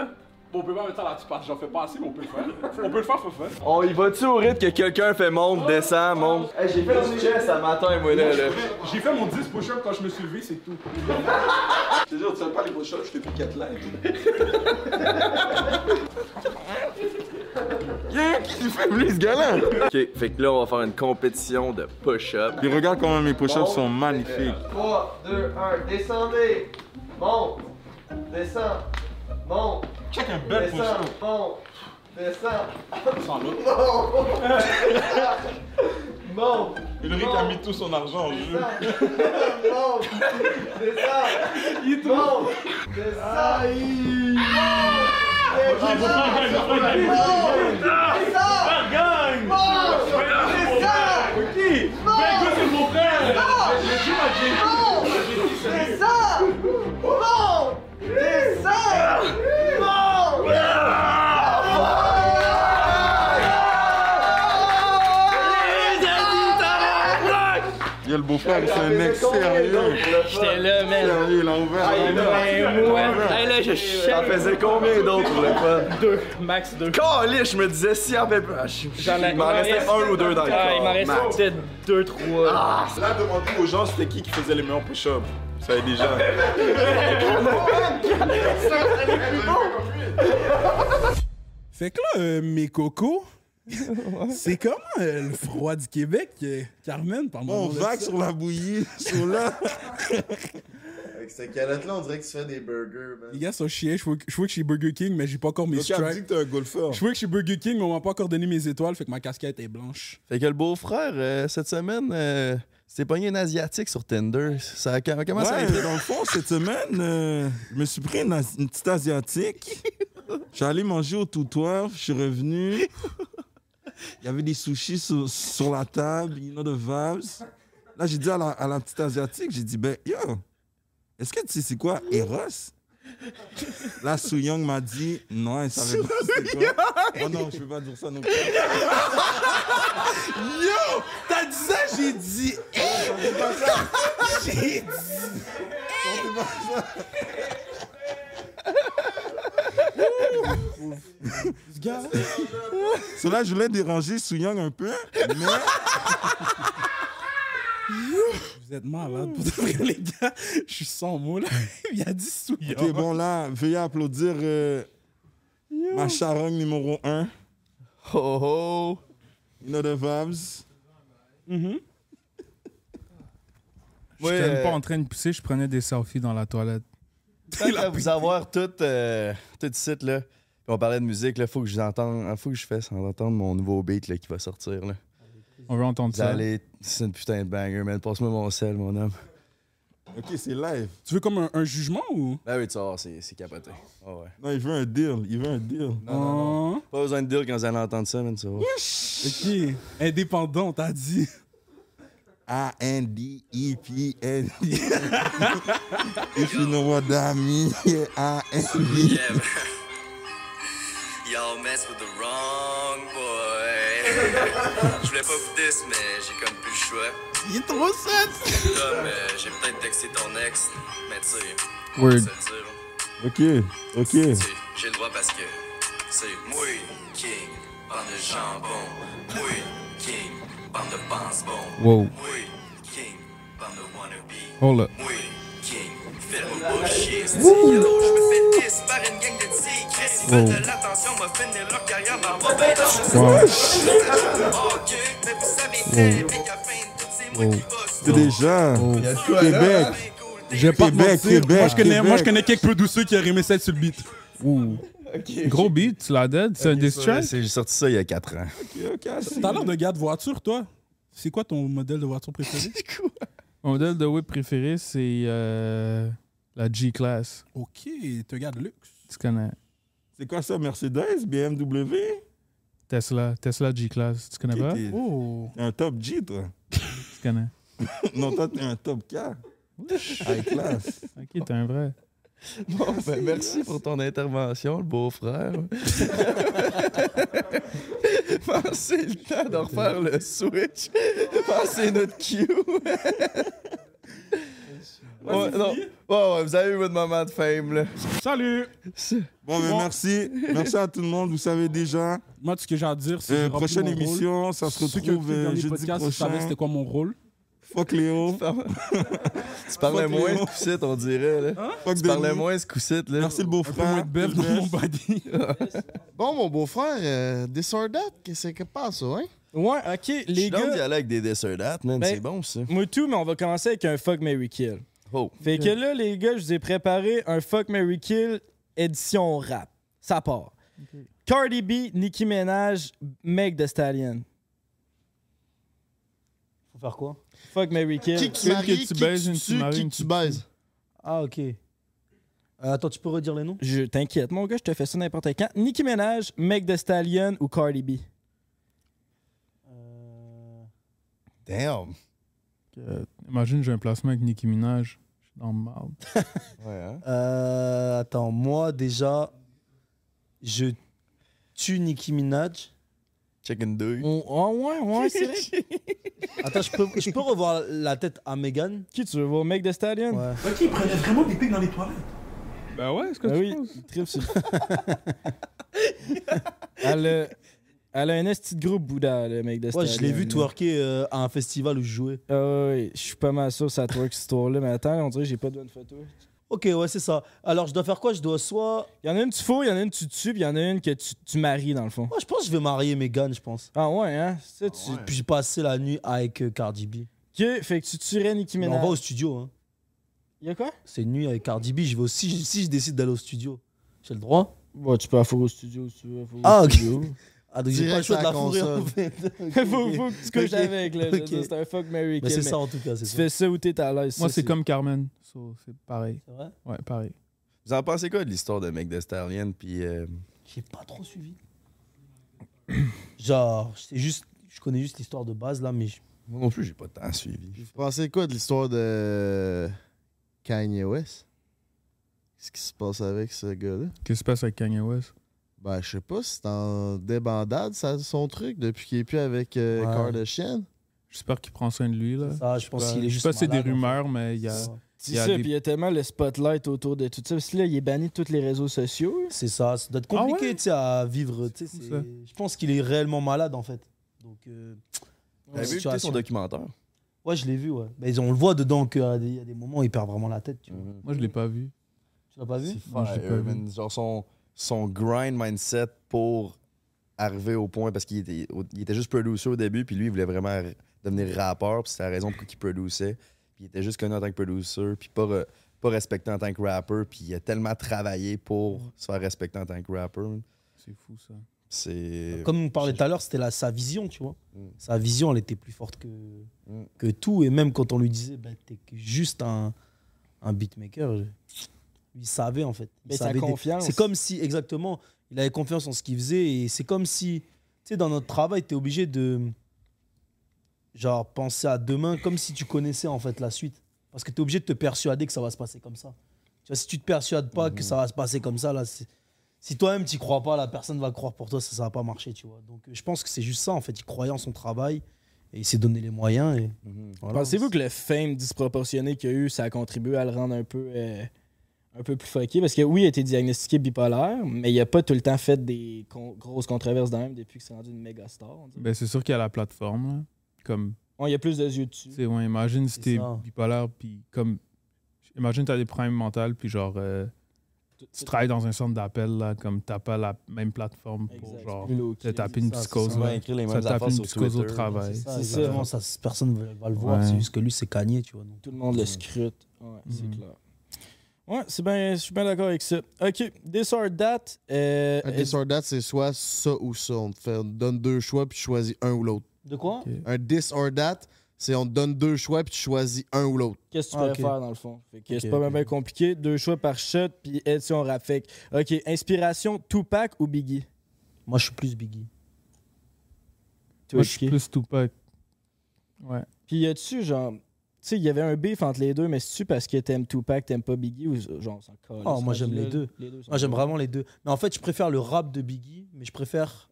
[SPEAKER 10] Bon, on peut pas mettre ça là-dessus parce que j'en fais pas assez, mais on peut le faire. On peut le faire, faut le faire.
[SPEAKER 7] On y va-tu au rythme que quelqu'un fait monte, descend, monte? Hey, j'ai fait du chest à matin, moi, là, là.
[SPEAKER 10] J'ai fait mon 10 push-ups quand je me suis levé, c'est tout.
[SPEAKER 7] Je te jure, tu fais pas les push-ups, je te pique 4 live. Yeah, qui fait plus ce gars-là? Ok, fait que là, on va faire une compétition de push-up.
[SPEAKER 6] Puis regarde comment mes push-ups sont magnifiques.
[SPEAKER 12] 3, 2, 1, descendez, monte, descend, monte.
[SPEAKER 10] Check un bel
[SPEAKER 12] Descends,
[SPEAKER 10] push-up.
[SPEAKER 12] monte, descend,
[SPEAKER 10] Sans l'autre.
[SPEAKER 12] monte,
[SPEAKER 6] Le Rick a mis tout son argent en jeu.
[SPEAKER 12] monte, descend, monte,
[SPEAKER 14] Ah.
[SPEAKER 12] descend.
[SPEAKER 6] Ah, Il y a le beau-frère, c'est un mec sérieux.
[SPEAKER 13] J'étais là, man.
[SPEAKER 6] Sérieux, il a ouvert.
[SPEAKER 13] Hey, là, je
[SPEAKER 7] T'en faisais combien d'autres pour le fun?
[SPEAKER 13] Deux, max deux.
[SPEAKER 7] Calice, je me disais si en fait. Ah, je- je-
[SPEAKER 13] J'en ai-
[SPEAKER 7] Il m'en restait un ou deux dans le
[SPEAKER 13] Ah,
[SPEAKER 7] corps.
[SPEAKER 13] Il m'en reste
[SPEAKER 7] max.
[SPEAKER 13] peut-être deux, trois.
[SPEAKER 7] Ah,
[SPEAKER 6] Là, demandez aux gens c'était qui qui faisait les meilleurs push-ups. Ça y est déjà.
[SPEAKER 14] Fait que là, euh, mes
[SPEAKER 1] *laughs*
[SPEAKER 14] cocos, c'est comment euh, le froid du Québec, euh, Carmen, par
[SPEAKER 6] On vague sur la bouillie, sur là.
[SPEAKER 15] Avec cette calotte-là, on dirait que tu fais des burgers, man.
[SPEAKER 14] Les gars sont chiés. Je vois que je vois que je suis Burger King, mais j'ai pas encore mes
[SPEAKER 6] Donc, elle me dit
[SPEAKER 14] stripes.
[SPEAKER 6] que t'es un golfeur.
[SPEAKER 14] Je vois que je suis Burger King, mais on m'a pas encore donné mes étoiles, fait que ma casquette est blanche.
[SPEAKER 3] Fait que le beau-frère, euh, cette semaine, euh, s'est pogné un Asiatique sur Tinder. Ça a com- comment ça a
[SPEAKER 6] Ouais,
[SPEAKER 3] été?
[SPEAKER 6] dans le fond, cette semaine, euh, je me suis pris une, as- une petite asiatique. J'allais manger au toutoir, je suis revenu. Il y avait des sushis sur, sur la table, you know the vibes. Là, j'ai dit à la, à la petite asiatique, j'ai dit, ben, yo, est-ce que tu sais c'est quoi, Eros? Là, Souyang m'a dit, non, elle savait pas c'est quoi. Oh non, je peux pas dire ça non plus.
[SPEAKER 14] Yo! T'as dit ça, j'ai dit.
[SPEAKER 6] J'ai dit.
[SPEAKER 14] Ce gars.
[SPEAKER 6] Cela, je voulais déranger Souyang un peu, mais.
[SPEAKER 14] *laughs* Vous êtes malade pour de vrai, les gars. Je suis sans mots là. *laughs* Il y a 10 sous.
[SPEAKER 6] Ok, bon, là, veuillez applaudir euh, ma charogne numéro 1. Ho ho! You know the vibes?
[SPEAKER 4] J'étais
[SPEAKER 3] Ouais,
[SPEAKER 4] même pas
[SPEAKER 3] euh,
[SPEAKER 4] en train de pousser, je prenais des selfies dans la toilette.
[SPEAKER 3] Peut-être à vous avoir tout, euh, tout de suite, là. Puis On parlait de musique, là. Faut que je vous entende, hein, faut que je fasse entendre mon nouveau beat, là, qui va sortir, là.
[SPEAKER 4] On veut entendre
[SPEAKER 3] Vous
[SPEAKER 4] ça.
[SPEAKER 3] allez- C'est une putain de banger, man. Passe-moi mon sel, mon homme.
[SPEAKER 6] Ok, c'est live.
[SPEAKER 14] Tu veux comme un, un jugement ou?
[SPEAKER 3] Ben oui, tu vas voir, c'est c'est capoté. Ah ouais.
[SPEAKER 6] Non, il veut un deal. Il veut un deal.
[SPEAKER 3] Non, non, non. Pas besoin de dire quand vous allez entendre ça, man, tu vas voir.
[SPEAKER 14] Ok. Indépendant, t'as dit.
[SPEAKER 6] E A-N-D-E-P-N.
[SPEAKER 14] *laughs*
[SPEAKER 6] If you know what that means, A-N-D.
[SPEAKER 15] Yeah, man. Y'all mess with the wrong boy. Je voulais pas vous diss, mais j'ai comme plus le choix.
[SPEAKER 14] Il est trop sec!
[SPEAKER 15] Là, mais j'ai peut-être texté ton ex, mais tu sais, on
[SPEAKER 6] Word.
[SPEAKER 15] va se le dire, là.
[SPEAKER 6] Ok, ok.
[SPEAKER 15] J'ai le droit parce que c'est moi, King, bande de jambon. Moi, King, bande de pense-bon.
[SPEAKER 4] Wow.
[SPEAKER 15] Moi, King, bande de wannabe.
[SPEAKER 4] Hold up.
[SPEAKER 15] Moi, King, fais-moi pas chier. c'est-tu, yo, Je me fais diss par une gang de petits Chris. Ils veulent
[SPEAKER 4] Wow.
[SPEAKER 15] de l'attention, moi, finir leur carrière dans mon bain
[SPEAKER 4] Wow.
[SPEAKER 15] Ok, mais vous savez
[SPEAKER 4] Wow.
[SPEAKER 15] très bien qu'à fin de tout, c'est moi qui bosse.
[SPEAKER 6] C'est des gens. Oh. Québec.
[SPEAKER 14] Je vais pas te
[SPEAKER 6] Québec,
[SPEAKER 14] mentir.
[SPEAKER 6] Québec,
[SPEAKER 14] moi, je connais, moi, je
[SPEAKER 6] Québec.
[SPEAKER 14] connais quelques peu douceux qui a rimé 7 sur le beat.
[SPEAKER 4] Ouh. Gros beat, tu l'as dead, c'est un diss track?
[SPEAKER 3] C'est- J'ai sorti ça il y a 4 ans.
[SPEAKER 14] T'as l'air de gars de voiture, toi. C'est quoi ton modèle de voiture préféré?
[SPEAKER 4] Mon modèle de whip préféré, c'est euh, la G-Class.
[SPEAKER 14] ok, t'es un gars de luxe.
[SPEAKER 4] Tu connais
[SPEAKER 6] C'est quoi ça, Mercedes, BMW?
[SPEAKER 4] Tesla, Tesla G-Class. Tu connais
[SPEAKER 6] Ok,
[SPEAKER 4] pas
[SPEAKER 6] t'es-
[SPEAKER 14] Oh.
[SPEAKER 6] t'es un top G, toi.
[SPEAKER 4] Tu connais.
[SPEAKER 6] non, toi, t'es un top K. High class.
[SPEAKER 4] Ok, t'es un vrai.
[SPEAKER 3] Bon, ben, merci pour ton intervention, le beau-frère. Pensez le temps de refaire le switch. Pensez notre cue. Ouais, non. Ouais, ouais, vous avez eu votre moment de fame, là.
[SPEAKER 14] Salut!
[SPEAKER 6] Bon, mais merci. Merci à tout le monde. Vous savez déjà.
[SPEAKER 14] Moi, ce que j'ai à dire, c'est.
[SPEAKER 6] Euh,
[SPEAKER 14] j'ai rempli
[SPEAKER 6] prochaine
[SPEAKER 14] mon rôle.
[SPEAKER 6] émission, ça se
[SPEAKER 14] Ceux qui ont écouté
[SPEAKER 6] retrouve,
[SPEAKER 14] le
[SPEAKER 6] euh,
[SPEAKER 14] dernier
[SPEAKER 6] jeudi
[SPEAKER 14] podcast,
[SPEAKER 6] prochain.
[SPEAKER 14] Vous savez c'était quoi mon rôle?
[SPEAKER 6] Fuck Léo.
[SPEAKER 3] Tu parlais
[SPEAKER 6] Fuck
[SPEAKER 3] moins
[SPEAKER 6] Léo.
[SPEAKER 3] ce coup-ci, on dirait, là.
[SPEAKER 16] Hein?
[SPEAKER 6] Fuck
[SPEAKER 3] tu parlais
[SPEAKER 6] Denis.
[SPEAKER 3] moins ce coup-ci, là.
[SPEAKER 6] Merci le beau-frère.
[SPEAKER 14] moins de bœuf dans mon body.
[SPEAKER 11] Bon, mon beau-frère, euh, Disordered, qu'est-ce que passe, hein?
[SPEAKER 1] Ouais, ok,
[SPEAKER 3] Je suis
[SPEAKER 1] les
[SPEAKER 3] donc d'y
[SPEAKER 1] gars.
[SPEAKER 3] aller avec des desserts dates, man.
[SPEAKER 1] Ben,
[SPEAKER 3] c'est bon, ça.
[SPEAKER 1] Moi tout, mais on va commencer avec un fuck Mary Kill.
[SPEAKER 3] Oh.
[SPEAKER 1] Fait
[SPEAKER 3] Ok.
[SPEAKER 1] que là, les gars, je vous ai préparé un fuck Mary Kill édition rap. Ça part. Cardi B, Nicki Minaj, Meg The Stallion.
[SPEAKER 16] Faut faire quoi
[SPEAKER 1] Fuck Mary Kill.
[SPEAKER 16] Qui qui Une marie, que tu qui baises, qui une tu tu tues, maries, qui une que tu tu tues.
[SPEAKER 1] baises.
[SPEAKER 16] Ah, ok.
[SPEAKER 2] Euh,
[SPEAKER 16] attends, tu peux redire les noms
[SPEAKER 1] Je t'inquiète, mon gars, je te fais ça n'importe quand. Nicki Minaj, Meg The Stallion ou Cardi B.
[SPEAKER 3] Damn.
[SPEAKER 4] Euh, imagine, j'ai un placement avec Nicki Minaj. Je suis dans le mal.
[SPEAKER 3] hein.
[SPEAKER 16] Euh, attends, moi déjà, je tue Nicki Minaj.
[SPEAKER 3] Chicken deux.
[SPEAKER 16] Oh, ah
[SPEAKER 1] ouais, ouais, c'est vrai.
[SPEAKER 16] Attends, je peux, je peux revoir la tête à Megan
[SPEAKER 1] *laughs* Qui tu veux voir, Meg The Stallion
[SPEAKER 16] Ouais.
[SPEAKER 14] Ok, il prenait vraiment des pics dans les toilettes.
[SPEAKER 4] Ben ouais, est-ce que
[SPEAKER 1] Ben
[SPEAKER 4] tu
[SPEAKER 1] oui,
[SPEAKER 4] penses?
[SPEAKER 1] trip sur *laughs* elle, a, elle a un esti de gros Bouddha, le mec de
[SPEAKER 16] Ouais, je l'ai
[SPEAKER 1] Stallion,
[SPEAKER 16] vu
[SPEAKER 1] là.
[SPEAKER 16] twerker euh, à un festival où je jouais.
[SPEAKER 1] Ah oui, je suis pas mal sûr que ça twerk cette histoire-là, mais attends, on dirait que j'ai pas de bonne photo.
[SPEAKER 16] Ok, ouais, c'est ça. Alors, je dois faire quoi Je dois soit.
[SPEAKER 1] Il y en a une tu fous, il y en a une tu tues, puis il y en a une que tu, tu maries dans le fond.
[SPEAKER 16] Moi, je pense que je vais marier Megan, je pense.
[SPEAKER 1] Ah ouais, hein ça, tu...
[SPEAKER 16] Puis passer la nuit avec euh, Cardi B.
[SPEAKER 1] Ok, fait que tu tuerais Nicki
[SPEAKER 16] Mais
[SPEAKER 1] Minaj.
[SPEAKER 16] on va au studio, hein.
[SPEAKER 1] Il y a quoi
[SPEAKER 2] C'est une nuit avec Cardi B. Je vais aussi, si, je décide d'aller au studio, j'ai le droit
[SPEAKER 1] Bon, tu peux affourrer au studio si tu veux. affourrer au
[SPEAKER 2] Ah, ok.
[SPEAKER 1] studio.
[SPEAKER 2] Ah, donc j'ai pas le choix de la
[SPEAKER 16] *laughs*
[SPEAKER 2] fourrer, en fait.
[SPEAKER 1] faut, faut que tu couches
[SPEAKER 2] Ok.
[SPEAKER 4] *laughs*
[SPEAKER 1] avec, là. Je veux
[SPEAKER 2] Ok.
[SPEAKER 1] dire, C'est un fuck Mary
[SPEAKER 2] Mais c'est ça, en tout cas, c'est
[SPEAKER 1] Tu
[SPEAKER 2] ça.
[SPEAKER 1] fais ça où t'es à l'aise.
[SPEAKER 4] Moi,
[SPEAKER 1] ça,
[SPEAKER 4] c'est comme Carmen. so, c'est pareil.
[SPEAKER 2] C'est vrai?
[SPEAKER 4] Ouais, pareil.
[SPEAKER 5] Vous en pensez quoi de l'histoire de Meg Thee Stallion? Puis. euh,
[SPEAKER 2] J'ai pas trop suivi. Genre, c'est juste, je connais juste l'histoire de base là, mais je-
[SPEAKER 5] Moi non plus, j'ai pas tant suivi.
[SPEAKER 11] Vous pensez quoi de l'histoire de Kanye West? Qu'est-ce qui se passe avec ce gars-là?
[SPEAKER 4] Qu'est-ce qui se passe avec Kanye West?
[SPEAKER 11] Ben, je sais pas, c'est en débandade ça, son truc depuis qu'il est plus avec euh,
[SPEAKER 4] Ouais.
[SPEAKER 11] Kardashian.
[SPEAKER 4] J'espère qu'il prend soin de lui. Là.
[SPEAKER 2] Ça, je pense
[SPEAKER 4] pas-
[SPEAKER 2] qu'il est
[SPEAKER 4] Je
[SPEAKER 2] juste
[SPEAKER 4] sais pas si c'est
[SPEAKER 2] malade,
[SPEAKER 4] des
[SPEAKER 2] en fait.
[SPEAKER 4] rumeurs, mais il y a.
[SPEAKER 1] C'est
[SPEAKER 4] il y a
[SPEAKER 1] ça,
[SPEAKER 4] des-
[SPEAKER 1] puis il y a tellement le spotlight autour de tout ça. Parce que là, il est banni de tous les réseaux sociaux.
[SPEAKER 2] C'est ça, ça
[SPEAKER 4] Ah
[SPEAKER 2] doit être compliqué tu sais, à vivre. tu sais, c'est- Je pense qu'il est réellement malade en fait. Donc, euh,
[SPEAKER 5] T'as vu écouter
[SPEAKER 2] situation.
[SPEAKER 5] son documentaire?
[SPEAKER 2] Ouais, je l'ai vu, ouais. Mais on le voit dedans qu'à des, à des moments, il perd vraiment la tête. Tu vois.
[SPEAKER 5] Mhm.
[SPEAKER 4] Moi, je l'ai pas vu.
[SPEAKER 2] Tu l'as pas vu
[SPEAKER 5] Ouais, euh, man, genre son, son grind mindset pour arriver au point parce qu'il était, au- il était juste producer au début, puis lui, il voulait vraiment r- devenir rappeur, puis c'était la raison pour qu'il produisait. Puis il était juste connu en tant que producer, puis pas, re- pas respecté en tant que rappeur, puis il a tellement travaillé pour
[SPEAKER 2] Mm.
[SPEAKER 5] se faire respecter en tant que rappeur.
[SPEAKER 4] C'est fou ça.
[SPEAKER 5] C'est. Mm.
[SPEAKER 2] Comme on parlait tout à l'heure, c'était la- sa vision, tu vois. Sa vision, elle était plus forte que, que tout. Et même quand on lui disait, ben, t'es que juste un, un beatmaker, je- il savait en fait. Il
[SPEAKER 1] Mais sa
[SPEAKER 2] savait des-
[SPEAKER 1] confiance.
[SPEAKER 2] C'est comme si, exactement, il avait confiance en ce qu'il faisait. Et c'est comme si, tu sais, dans notre travail, t'es obligé de, genre, penser à demain comme si tu connaissais en fait la suite. Parce que t'es obligé de te persuader que ça va se passer comme ça. Tu vois, si tu te persuades pas que ça va se passer comme ça, là, c'est- si toi-même tu crois pas, la personne va croire pour toi, ça, ça va pas marcher, tu vois. Donc euh, je pense que c'est juste ça, en fait. Il croyait en son travail et il s'est donné les moyens. Et...
[SPEAKER 4] Ah
[SPEAKER 2] voilà.
[SPEAKER 1] Pensez-vous que le fame disproportionné qu'il y a eu, ça a contribué à le rendre un peu, euh, un peu plus fucké? Parce que oui, il a été diagnostiqué bipolaire, mais il a pas tout le temps fait des con- grosses controverses dans même depuis qu'il s'est rendu une méga star. on dirait.
[SPEAKER 4] Ben, c'est sûr qu'il y a la plateforme. là. Comme.
[SPEAKER 1] Ouais, il y a plus de yeux dessus.
[SPEAKER 4] C'est ouais, imagine si
[SPEAKER 1] C'est
[SPEAKER 4] t'es
[SPEAKER 1] ça.
[SPEAKER 4] bipolaire, puis comme. Imagine t'as des problèmes mentaux, puis genre. euh, tu travailles dans un centre d'appel, là, comme t'as pas la même plateforme pour genre. Te taper une
[SPEAKER 2] Ça, c'est
[SPEAKER 4] psychose.
[SPEAKER 2] ça.
[SPEAKER 4] là.
[SPEAKER 2] Ouais, écrire les
[SPEAKER 4] Ça
[SPEAKER 2] mêmes
[SPEAKER 4] tape
[SPEAKER 2] affaires
[SPEAKER 4] une
[SPEAKER 2] sur
[SPEAKER 4] psychose au
[SPEAKER 2] Twitter,
[SPEAKER 4] travail.
[SPEAKER 2] c'est ça, C'est ça. exactement, ça, c'est- personne va- va le voir, c'est juste que lui, c'est cagné, tu vois. donc. euh,
[SPEAKER 1] Tout le monde le scrute. Ouais, c'est clair. Ouais, c'est bien, je suis bien d'accord avec ça. Ok, This or That. euh,
[SPEAKER 3] Ah,
[SPEAKER 11] Un this or that, c'est soit ça ou ça. On te fait, on te donne deux choix puis tu choisis un ou l'autre.
[SPEAKER 2] De quoi
[SPEAKER 11] Un this or that, c'est on te donne deux choix puis tu choisis un ou l'autre.
[SPEAKER 1] Qu'est-ce que tu pourrais faire dans le fond? Fait que c'est pas
[SPEAKER 11] même
[SPEAKER 1] bien compliqué. Deux choix par shot, puis édition rap. Fait que, OK, inspiration Tupac ou Biggie?
[SPEAKER 2] Moi, je suis plus Biggie.
[SPEAKER 4] Moi, je suis plus Tupac. Ouais.
[SPEAKER 1] Puis y a-tu, genre, tu sais, il y avait un beef entre les deux, mais c'est-tu parce que t'aimes Tupac, t'aimes pas Biggie ou genre, on s'en colle?
[SPEAKER 2] Oh, moi, j'aime les
[SPEAKER 1] Là,
[SPEAKER 2] deux.
[SPEAKER 1] sont
[SPEAKER 2] Moi, j'aime
[SPEAKER 1] bons.
[SPEAKER 2] vraiment les deux. Mais en fait, je préfère le rap de Biggie, mais je préfère,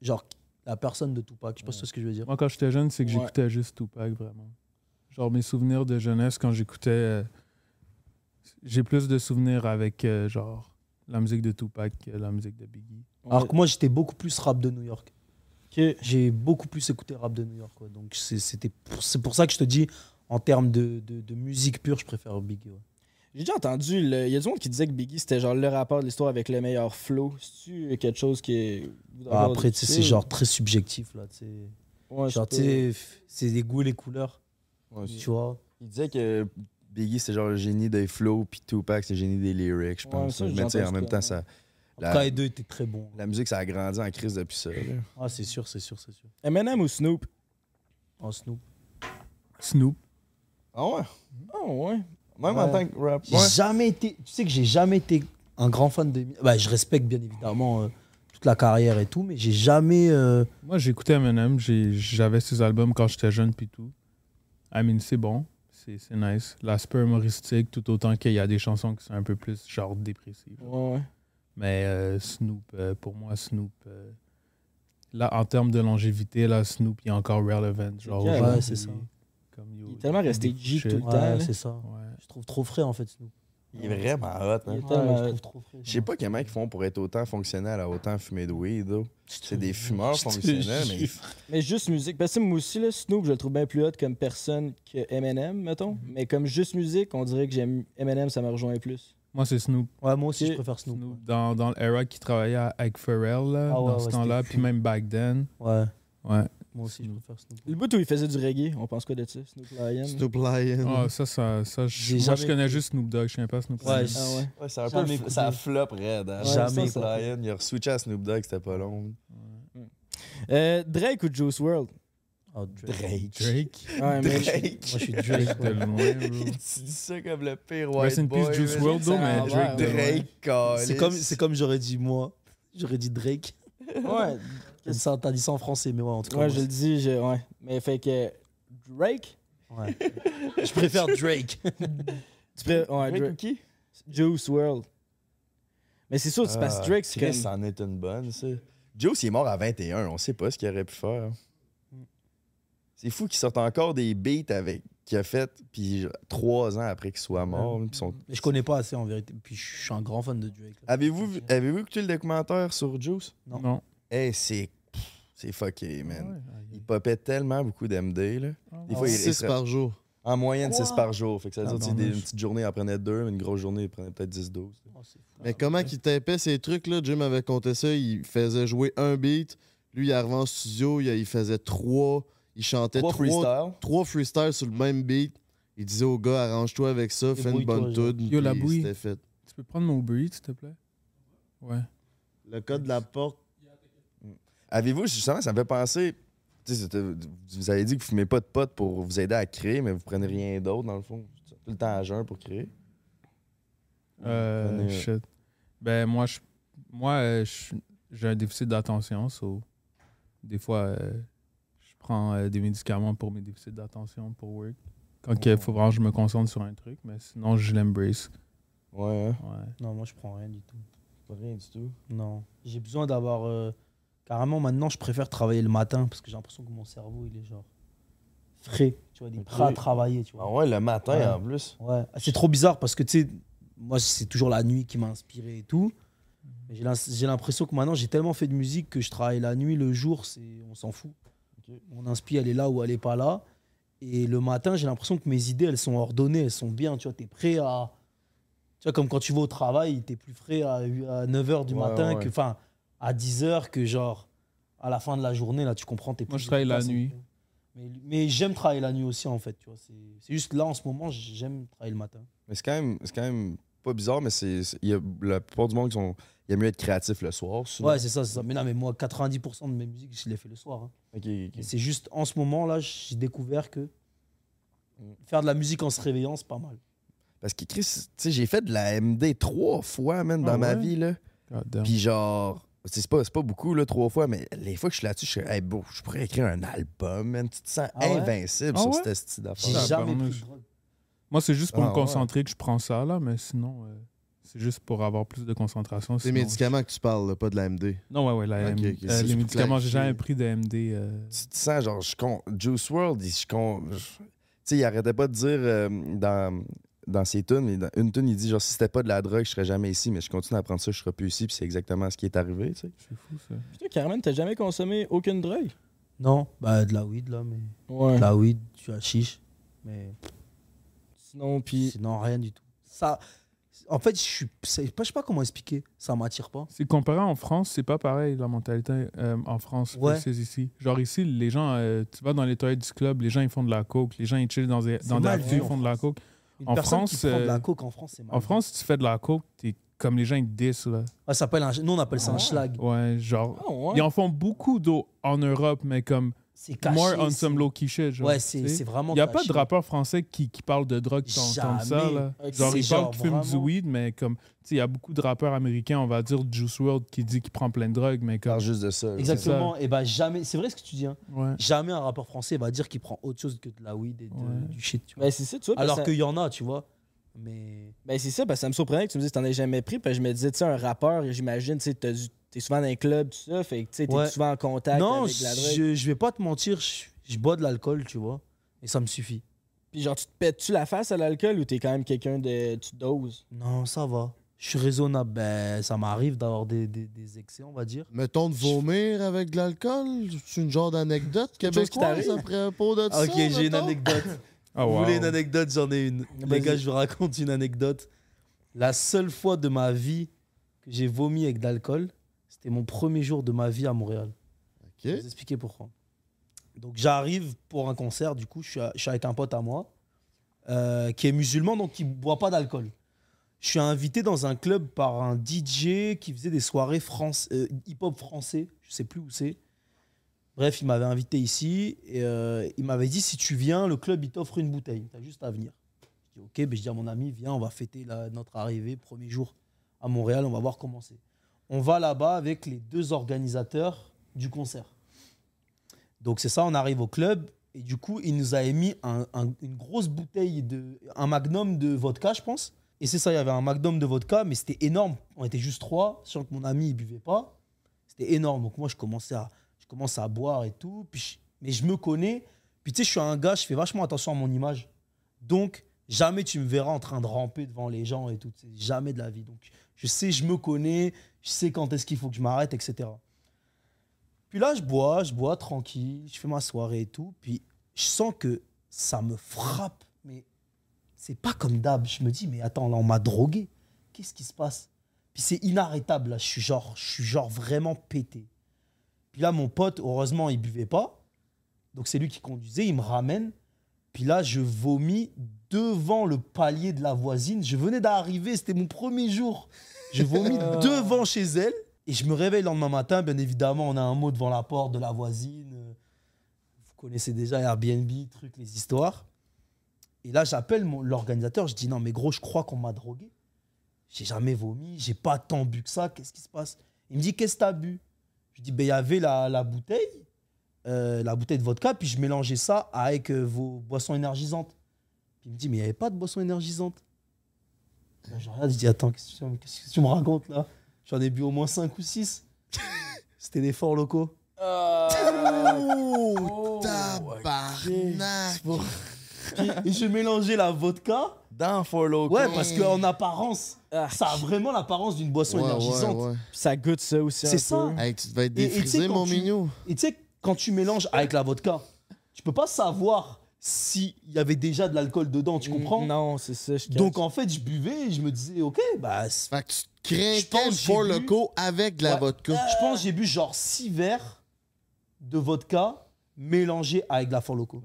[SPEAKER 2] genre, la personne de Tupac. Je sais pas si tu vois ce que je veux dire.
[SPEAKER 4] Moi, quand j'étais jeune, c'est que
[SPEAKER 2] Ouais.
[SPEAKER 4] j'écoutais juste Tupac, vraiment. Genre, mes souvenirs de jeunesse, quand j'écoutais. euh, j'ai plus de souvenirs avec, euh, genre, la musique de Tupac que la musique de Biggie.
[SPEAKER 2] Alors que moi, j'étais beaucoup plus rap de New York. J'ai beaucoup plus écouté rap de New York. quoi. Donc, c'est c'était pour, c'est pour ça que je te dis, en termes de, de- de musique pure, je préfère Biggie. ouais.
[SPEAKER 1] J'ai déjà entendu, il y a du monde qui disait que Biggie, c'était genre le rapport de l'histoire avec le meilleur flow. C'est-tu quelque chose qui est... vous
[SPEAKER 2] Bah,
[SPEAKER 1] avez
[SPEAKER 2] après, tu sais,
[SPEAKER 1] discuté
[SPEAKER 2] c'est
[SPEAKER 1] ou-
[SPEAKER 2] genre très subjectif. Là, tu sais.
[SPEAKER 1] Ouais,
[SPEAKER 2] Genre,
[SPEAKER 1] c'est
[SPEAKER 2] tu sais,
[SPEAKER 1] pas-
[SPEAKER 2] f- c'est les goûts et les couleurs. tu vois
[SPEAKER 5] Il disait que Biggie, c'est genre le génie des flows, puis Tupac, c'est le génie des lyrics, je
[SPEAKER 2] Ouais,
[SPEAKER 5] pense.
[SPEAKER 2] ça, j'ai
[SPEAKER 5] Mais tu sais, en
[SPEAKER 2] entendu
[SPEAKER 5] même
[SPEAKER 2] ça,
[SPEAKER 5] temps,
[SPEAKER 2] ouais.
[SPEAKER 5] ça.
[SPEAKER 2] En tout cas, les deux étaient très bons.
[SPEAKER 5] La musique, ça a grandi en crise depuis ça. là.
[SPEAKER 2] Ah, c'est sûr, c'est sûr, c'est sûr.
[SPEAKER 1] Eminem ou Snoop?
[SPEAKER 2] En Snoop.
[SPEAKER 4] Snoop.
[SPEAKER 5] Ah ouais?
[SPEAKER 1] Ah ouais?
[SPEAKER 5] Même en tant que rap.
[SPEAKER 2] J'ai jamais été. Tu sais que j'ai jamais été un grand fan de. Bah, je respecte bien évidemment euh, toute la carrière et tout, mais j'ai jamais. euh,
[SPEAKER 4] Moi, j'écoutais Eminem, j'ai- j'avais ses albums quand j'étais jeune, puis tout. I mean, c'est bon, c'est c'est nice. L'aspect humoristique, tout autant qu'il y a des chansons qui sont un peu plus, genre, dépressives.
[SPEAKER 1] Ouais, ouais.
[SPEAKER 4] Mais euh, Snoop, euh, pour moi, Snoop. euh, là, en termes de longévité, là, Snoop, il est encore relevant. Genre,
[SPEAKER 1] Ouais,
[SPEAKER 4] aujourd'hui.
[SPEAKER 1] c'est ça.
[SPEAKER 4] Comme,
[SPEAKER 1] Il est tellement resté G tout
[SPEAKER 4] shit.
[SPEAKER 1] le temps.
[SPEAKER 4] Ouais,
[SPEAKER 1] là.
[SPEAKER 2] c'est ça. Je trouve trop frais en fait Snoop.
[SPEAKER 5] Il est vraiment hot.
[SPEAKER 1] Il
[SPEAKER 5] hein.
[SPEAKER 1] est tellement hot.
[SPEAKER 5] Je sais pas comment ils font pour être autant fonctionnels à autant fumer de weed. là. C'est des fumeurs
[SPEAKER 1] Je te
[SPEAKER 5] fonctionnels, mais.
[SPEAKER 1] jure.
[SPEAKER 5] *laughs*
[SPEAKER 1] Mais juste musique. Parce que moi aussi, là, Snoop, je le trouve bien plus hot comme personne que Eminem,
[SPEAKER 2] Mhm.
[SPEAKER 1] mettons. Mais comme juste musique, on dirait que j'aime Eminem, ça me rejoint plus.
[SPEAKER 4] Moi, c'est Snoop.
[SPEAKER 2] Ouais, moi aussi, je préfère Snoop.
[SPEAKER 4] Dans, dans l'era qui travaillait avec Pharrell, là,
[SPEAKER 2] Ah ouais,
[SPEAKER 4] dans
[SPEAKER 2] ouais,
[SPEAKER 4] ce temps-là, puis même back then.
[SPEAKER 2] Ouais.
[SPEAKER 4] Ouais.
[SPEAKER 2] Moi aussi, je préfère Snoop.
[SPEAKER 1] Le bout où il faisait du reggae, on pense quoi de ça? Snoop Lion.
[SPEAKER 11] Snoop Lion.
[SPEAKER 4] Ah, ça, ça, ça je,
[SPEAKER 1] J'ai
[SPEAKER 4] moi, je
[SPEAKER 1] jamais-
[SPEAKER 4] connais juste Snoop Dogg, je connais pas Snoop Dogg.
[SPEAKER 2] Ouais,
[SPEAKER 1] Ah ouais.
[SPEAKER 3] Ouais, c'est un peu
[SPEAKER 1] Jamais
[SPEAKER 3] f-
[SPEAKER 1] écouté.
[SPEAKER 3] ça flop raide. hein.
[SPEAKER 1] Ouais, Jamais
[SPEAKER 3] Snoop
[SPEAKER 1] ça, ça-
[SPEAKER 3] Lion, il a switché à Snoop Dogg, c'était pas long.
[SPEAKER 1] Euh, Drake ou Juice
[SPEAKER 2] *laughs*
[SPEAKER 1] WRLD?
[SPEAKER 2] Oh,
[SPEAKER 3] Drake.
[SPEAKER 4] Drake.
[SPEAKER 1] Ouais, mais je-
[SPEAKER 3] Drake.
[SPEAKER 4] Moi, je suis Drake de loin, bro.
[SPEAKER 3] *laughs*
[SPEAKER 5] *laughs*
[SPEAKER 3] tu dis ça comme le pire white
[SPEAKER 4] Rest in
[SPEAKER 3] boy.
[SPEAKER 4] peace, Juice
[SPEAKER 3] man.
[SPEAKER 4] WRLD, though,
[SPEAKER 3] Ça
[SPEAKER 4] mais
[SPEAKER 3] a
[SPEAKER 4] Drake de loin.
[SPEAKER 3] Drake, calice.
[SPEAKER 2] C'est comme, c'est comme j'aurais dit moi. J'aurais dit Drake.
[SPEAKER 1] Ouais.
[SPEAKER 2] Ça, T'as dit ça en français, mais ouais, en tout cas.
[SPEAKER 1] Ouais,
[SPEAKER 2] moi,
[SPEAKER 1] je le dis, je- ouais. Mais fait que Drake?
[SPEAKER 2] Ouais. Je préfère Drake.
[SPEAKER 1] Tu pré- ouais,
[SPEAKER 3] Drake ou
[SPEAKER 1] Ah, Drake.
[SPEAKER 3] qui?
[SPEAKER 1] Juice WRLD. Mais c'est sûr, c'est parce que
[SPEAKER 3] Ah,
[SPEAKER 1] Drake, c'est
[SPEAKER 3] Chris,
[SPEAKER 1] comme.
[SPEAKER 3] c'en est une bonne, ça. Juice, il est mort à 21. On sait pas ce qu'il aurait pu faire. C'est fou qu'il sorte encore des beats avec qu'il a fait, puis genre, trois ans après qu'il soit mort. puis son-
[SPEAKER 2] Mais je connais pas assez en vérité. Puis je suis un grand fan de Drake.
[SPEAKER 3] Avez-vous vu- avez-vous écouté le documentaire sur Juice?
[SPEAKER 2] Non.
[SPEAKER 4] Non.
[SPEAKER 3] Eh, c'est. pff, C'est fucké, man. il popait tellement beaucoup d'MD, là. Des
[SPEAKER 11] Ah
[SPEAKER 3] fois,
[SPEAKER 11] ouais.
[SPEAKER 3] il- il
[SPEAKER 11] Six
[SPEAKER 3] serait-
[SPEAKER 11] par jour.
[SPEAKER 3] En moyenne, 6
[SPEAKER 11] Quoi?
[SPEAKER 3] par jour. Fait que ça veut
[SPEAKER 11] Ah,
[SPEAKER 3] dire que si
[SPEAKER 11] barnouche.
[SPEAKER 3] des- une petite journée, il en prenait deux, une grosse journée, il prenait peut-être 10-12.
[SPEAKER 11] Mais comment qu'il tapait ces trucs-là? Jim avait compté ça. Il faisait jouer un beat. Lui, il arrivait en studio. Il, il faisait trois. Il chantait
[SPEAKER 3] Trois
[SPEAKER 11] trois,
[SPEAKER 3] freestyles.
[SPEAKER 11] trois freestyles sur le même beat. Il disait au gars, arrange-toi avec ça, fais une
[SPEAKER 4] Débrouille-toi,
[SPEAKER 11] bonne
[SPEAKER 4] genre.
[SPEAKER 11] tune.
[SPEAKER 4] Yo, la
[SPEAKER 11] puis
[SPEAKER 4] bouille.
[SPEAKER 11] c'était fait.
[SPEAKER 4] Tu peux prendre mon Uber Eats, s'il te plaît? Ouais.
[SPEAKER 11] Le code de la porte.
[SPEAKER 3] Mm. Avez-vous, justement, ça me fait penser. tu sais, c'était- Vous avez dit que vous fumez pas de potes pour vous aider à créer, mais vous prenez rien d'autre, dans le fond. Vous êtes Tout le temps à jeun pour créer.
[SPEAKER 4] Euh,
[SPEAKER 3] Prenez-
[SPEAKER 4] shit. Ben, moi, je, moi euh, je- j'ai un déficit d'attention, so, des fois, euh, je prends euh, des médicaments pour mes déficits d'attention pour work. Quand il faut vraiment que je me concentre sur un truc, mais sinon, je l'embrace.
[SPEAKER 3] Ouais, hein?
[SPEAKER 4] Ouais.
[SPEAKER 2] Non, moi je prends rien du tout.
[SPEAKER 3] Pas rien du tout.
[SPEAKER 2] Non. J'ai besoin d'avoir. euh, Carrément, maintenant, je préfère travailler le matin parce que j'ai l'impression que mon cerveau, il est genre frais. Tu vois, il est
[SPEAKER 3] Ok.
[SPEAKER 2] prêt à travailler. Tu vois.
[SPEAKER 3] Ah ouais, le matin,
[SPEAKER 2] Ouais.
[SPEAKER 3] en plus.
[SPEAKER 2] Ouais, Ah, c'est trop bizarre parce que tu sais, moi c'est toujours la nuit qui m'a inspiré et tout. Mais j'ai l'ins- J'ai l'impression que maintenant j'ai tellement fait de musique que je travaille la nuit, le jour, c'est on s'en fout. Mon inspi elle est là ou elle est pas là. Et le matin, j'ai l'impression que mes idées elles sont ordonnées, elles sont bien. Tu vois, t'es prêt à. Tu vois, comme quand tu vas au travail, t'es plus frais à, 9h du
[SPEAKER 4] Ouais,
[SPEAKER 2] matin
[SPEAKER 4] ouais.
[SPEAKER 2] que. Enfin, à 10h que genre à la fin de la journée, là tu comprends, t'es plus.
[SPEAKER 4] Moi, je travaille la
[SPEAKER 2] efficace.
[SPEAKER 4] nuit.
[SPEAKER 2] Mais, mais j'aime travailler la nuit aussi en fait. Tu vois, c'est c'est juste là en ce moment, j'aime travailler le matin.
[SPEAKER 3] Mais c'est quand même, c'est quand même pas bizarre, mais c'est, c'est- il y a la plupart du monde qui sont, il y a mieux être créatif le soir. souvent.
[SPEAKER 2] Ouais, c'est ça, c'est ça. Mais non, mais moi, 90% de mes musiques, je les fais le soir. hein.
[SPEAKER 3] Ok, ok, ok.
[SPEAKER 2] Et c'est juste en ce moment, là, j'ai découvert que
[SPEAKER 4] Mm.
[SPEAKER 2] faire de la musique en se réveillant, c'est pas mal.
[SPEAKER 4] Ah,
[SPEAKER 3] Parce que Chris, tu sais, j'ai fait de la MD trois fois, man, dans
[SPEAKER 2] Ah
[SPEAKER 3] ma
[SPEAKER 2] ouais?
[SPEAKER 3] vie, là. Puis genre, tu sais, c'est pas, c'est pas beaucoup, là, trois fois, mais les fois que je suis là-dessus, je suis, hey, bro, je pourrais écrire un album, man. Tu te sens
[SPEAKER 2] Ah ouais?
[SPEAKER 3] invincible
[SPEAKER 4] Ah
[SPEAKER 3] sur
[SPEAKER 4] ouais?
[SPEAKER 3] cette style d'affaire.
[SPEAKER 2] J'ai jamais
[SPEAKER 4] pardon,
[SPEAKER 2] pris de
[SPEAKER 4] je-
[SPEAKER 2] drogue.
[SPEAKER 4] Moi, c'est juste pour
[SPEAKER 3] Ah,
[SPEAKER 4] me concentrer que je prends ça, là, mais sinon, euh, c'est juste pour avoir plus de concentration.
[SPEAKER 11] Des
[SPEAKER 4] sinon-
[SPEAKER 11] médicaments que tu parles, là, pas de la MD.
[SPEAKER 4] Non, ouais, ouais, la-
[SPEAKER 11] Ok,
[SPEAKER 4] euh,
[SPEAKER 11] ok, c'est juste
[SPEAKER 4] les
[SPEAKER 11] pour
[SPEAKER 4] médicaments, j'ai
[SPEAKER 11] clarifier.
[SPEAKER 4] jamais pris de MD. euh,
[SPEAKER 3] tu te sens genre, je con... Juice World, je con... je- Tu sais, il arrêtait pas de dire euh, dans, dans ses tunes, mais dans une tune, il dit genre, si c'était pas de la drogue, je serais jamais ici, mais je continue à prendre ça, je serais plus ici, puis c'est exactement ce qui est arrivé, tu sais.
[SPEAKER 4] C'est fou, ça.
[SPEAKER 1] Putain, Carmen, t'as jamais consommé aucune drogue?
[SPEAKER 2] Non, bah, de la weed, là, mais.
[SPEAKER 1] Ouais.
[SPEAKER 2] De la weed, tu as chiche. Mais
[SPEAKER 1] Sinon, puis.
[SPEAKER 2] sinon, rien du tout. Ça. En fait, je suis. c'est- Je sais pas comment expliquer. Ça m'attire pas.
[SPEAKER 4] C'est comparé en France, c'est pas pareil la mentalité euh, en France
[SPEAKER 2] Ouais.
[SPEAKER 4] versus ici. Genre ici, les gens, euh, tu vas dans les toilettes du club, les gens ils font de la coke, les gens ils chillent dans des,
[SPEAKER 2] C'est
[SPEAKER 4] dans des
[SPEAKER 2] mal
[SPEAKER 4] avenues,
[SPEAKER 2] vu
[SPEAKER 4] ils
[SPEAKER 2] en
[SPEAKER 4] font de la coke.
[SPEAKER 2] Une
[SPEAKER 4] En
[SPEAKER 2] personne
[SPEAKER 4] France,
[SPEAKER 2] qui prend de la
[SPEAKER 4] euh,
[SPEAKER 2] coke en France, c'est mal.
[SPEAKER 4] en France, si tu fais de la coke, t'es comme les gens ils te dissent là.
[SPEAKER 2] Ouais, Ah, ça s'appelle un... Nous, on appelle
[SPEAKER 4] Ah.
[SPEAKER 2] ça un schlag.
[SPEAKER 4] Ouais, genre
[SPEAKER 1] Ah ouais?
[SPEAKER 4] ils en font beaucoup d'eau en Europe, mais comme
[SPEAKER 2] C'est caché.
[SPEAKER 4] more on
[SPEAKER 2] c'est-
[SPEAKER 4] some low key shit. Genre,
[SPEAKER 2] Ouais, c'est-
[SPEAKER 4] tu sais.
[SPEAKER 2] c'est vraiment
[SPEAKER 4] Il y a pas de
[SPEAKER 2] caché.
[SPEAKER 4] rappeur français qui, qui parle de drogue tant tant que ça
[SPEAKER 2] Jamais.
[SPEAKER 4] là.
[SPEAKER 2] Ok.
[SPEAKER 4] Genre
[SPEAKER 2] C'est
[SPEAKER 4] ils parlent
[SPEAKER 2] genre
[SPEAKER 4] qu'ils fument du
[SPEAKER 2] vraiment-
[SPEAKER 4] weed, mais comme tu sais, il y a beaucoup de rappeurs américains, on va dire Juice World qui dit qu'il prend plein de drogue, mais
[SPEAKER 3] Il
[SPEAKER 4] comme
[SPEAKER 3] parle juste de ça. là.
[SPEAKER 2] Exactement. Et bah jamais. C'est vrai ce que tu dis. Hein.
[SPEAKER 4] Ouais.
[SPEAKER 2] Jamais un rappeur français va dire qu'il prend autre chose que de la weed et de-
[SPEAKER 4] Ouais.
[SPEAKER 2] du shit. Tu vois.
[SPEAKER 1] Ben, c'est ça, tu vois. parce
[SPEAKER 2] Alors
[SPEAKER 1] que-
[SPEAKER 2] qu'il y en a, tu vois. Mais
[SPEAKER 1] Ben, c'est ça, parce que ça me surprenait que tu me dises que t'en as jamais pris. Parce que je me disais, tu sais, un rappeur, j'imagine, tu sais, t'as du- t'es souvent dans un club, tout ça. Fait que, tu sais, t'es
[SPEAKER 2] Ouais.
[SPEAKER 1] souvent en contact
[SPEAKER 2] non,
[SPEAKER 1] avec de la drogue.
[SPEAKER 2] je, je vais pas te mentir. Je, je bois de l'alcool, tu vois. Et ça me suffit.
[SPEAKER 1] Puis, genre, tu te pètes-tu la face à l'alcool ou t'es quand même quelqu'un de. Tu doses?
[SPEAKER 2] Non, ça va. Je suis raisonnable. Ben, ça m'arrive d'avoir des, des- des excès, on va dire.
[SPEAKER 11] Mettons de vomir avec de l'alcool, c'est une genre d'anecdote
[SPEAKER 1] chose qui
[SPEAKER 11] québécoise
[SPEAKER 1] t'arrive?
[SPEAKER 11] après un pot de ça,
[SPEAKER 2] Ok, j'ai une
[SPEAKER 11] mettons?
[SPEAKER 2] anecdote.
[SPEAKER 4] Ah,
[SPEAKER 2] Vous
[SPEAKER 4] wow.
[SPEAKER 2] voulez une anecdote J'en ai une. Les
[SPEAKER 1] Vas-y.
[SPEAKER 2] gars, je vous raconte une anecdote. La seule fois de ma vie que j'ai vomi avec de l'alcool, c'était mon premier jour de ma vie à Montréal.
[SPEAKER 11] Ok.
[SPEAKER 2] Je vais vous expliquer pourquoi. Donc j'arrive pour un concert, du coup, je suis, à- je suis avec un pote à moi, euh, qui est musulman, donc qui ne boit pas d'alcool. Je suis invité dans un club par un DJ qui faisait des soirées France, euh, hip-hop français, je sais plus où c'est. Bref, il m'avait invité ici et euh, il m'avait dit si tu viens, le club il t'offre une bouteille, t'as juste à venir. Je dis ok, ben, je dis à mon ami, viens, on va fêter la- notre arrivée, premier jour à Montréal, on va voir comment c'est. On va là-bas avec les deux organisateurs du concert. Donc c'est ça, on arrive au club et du coup, il nous avait mis un- un- une grosse bouteille de un magnum de vodka, je pense. Et c'est ça, il y avait un magnum de vodka, mais c'était énorme. On était juste trois, sachant que mon ami il buvait pas. C'était énorme. Donc moi, je commençais à je commence à boire et tout, puis je- mais je me connais. Puis tu sais, je suis un gars, je fais vachement attention à mon image. Donc jamais tu me verras en train de ramper devant les gens et tout, tu sais, jamais de la vie. Donc je sais, je me connais, je sais quand est-ce qu'il faut que je m'arrête, etc. Puis là, je bois, je bois tranquille, je fais ma soirée et tout. Puis je sens que ça me frappe, mais c'est pas comme d'hab. Je me dis, mais attends, là, on m'a drogué. Qu'est-ce qui se passe Puis c'est inarrêtable, là. Je suis genre, je suis genre vraiment pété. Puis là, mon pote, heureusement, il buvait pas. Donc c'est lui qui conduisait, il me ramène. Puis là, je vomis devant le palier de la voisine. Je venais d'arriver, c'était mon premier jour. Je vomis devant chez elle. Et je me réveille le lendemain matin, bien évidemment, on a un mot devant la porte de la voisine. Euh, Vous connaissez déjà Airbnb, truc, les histoires. Et là, j'appelle mon- l'organisateur, je dis non, mais gros, je crois qu'on m'a drogué. J'ai jamais vomi, j'ai pas tant bu que ça, qu'est-ce qui se passe Il me dit qu'est-ce que t'as bu Je dis ben il y avait la, la bouteille, euh, la bouteille de vodka, puis je mélangeais ça avec euh, vos boissons énergisantes. Puis il me dit mais il n'y avait pas de boissons énergisantes. Là, je regarde, je dis attends, qu'est-ce que tu- qu'est-ce que tu me racontes là J'en ai bu au moins 5 ou 6. *laughs* C'était des forts locaux.
[SPEAKER 11] Oh, tabarnak!
[SPEAKER 2] Et je mélangeais la vodka.
[SPEAKER 3] D'un follow.
[SPEAKER 2] Ouais, parce qu'en apparence, ça a vraiment l'apparence d'une boisson
[SPEAKER 11] Ouais,
[SPEAKER 2] énergisante.
[SPEAKER 11] ouais, ouais.
[SPEAKER 1] Ça goûte ça aussi.
[SPEAKER 2] C'est ça.
[SPEAKER 11] Hey, tu devais être
[SPEAKER 2] Et- et tu sais,
[SPEAKER 11] défrisé,
[SPEAKER 2] quand
[SPEAKER 11] mon
[SPEAKER 2] tu-
[SPEAKER 11] minou.
[SPEAKER 2] Et tu sais, quand tu mélanges avec la vodka, tu peux pas savoir s'il y avait déjà de l'alcool dedans, tu comprends
[SPEAKER 1] Mm, Non, c'est ça. je
[SPEAKER 2] Donc en fait, je buvais et je me disais, ok, bah. Fait
[SPEAKER 11] que tu craquais le Four Loko avec de la vodka.
[SPEAKER 2] Je pense que j'ai bu genre 6 verres de vodka mélangés avec de la Four Loko.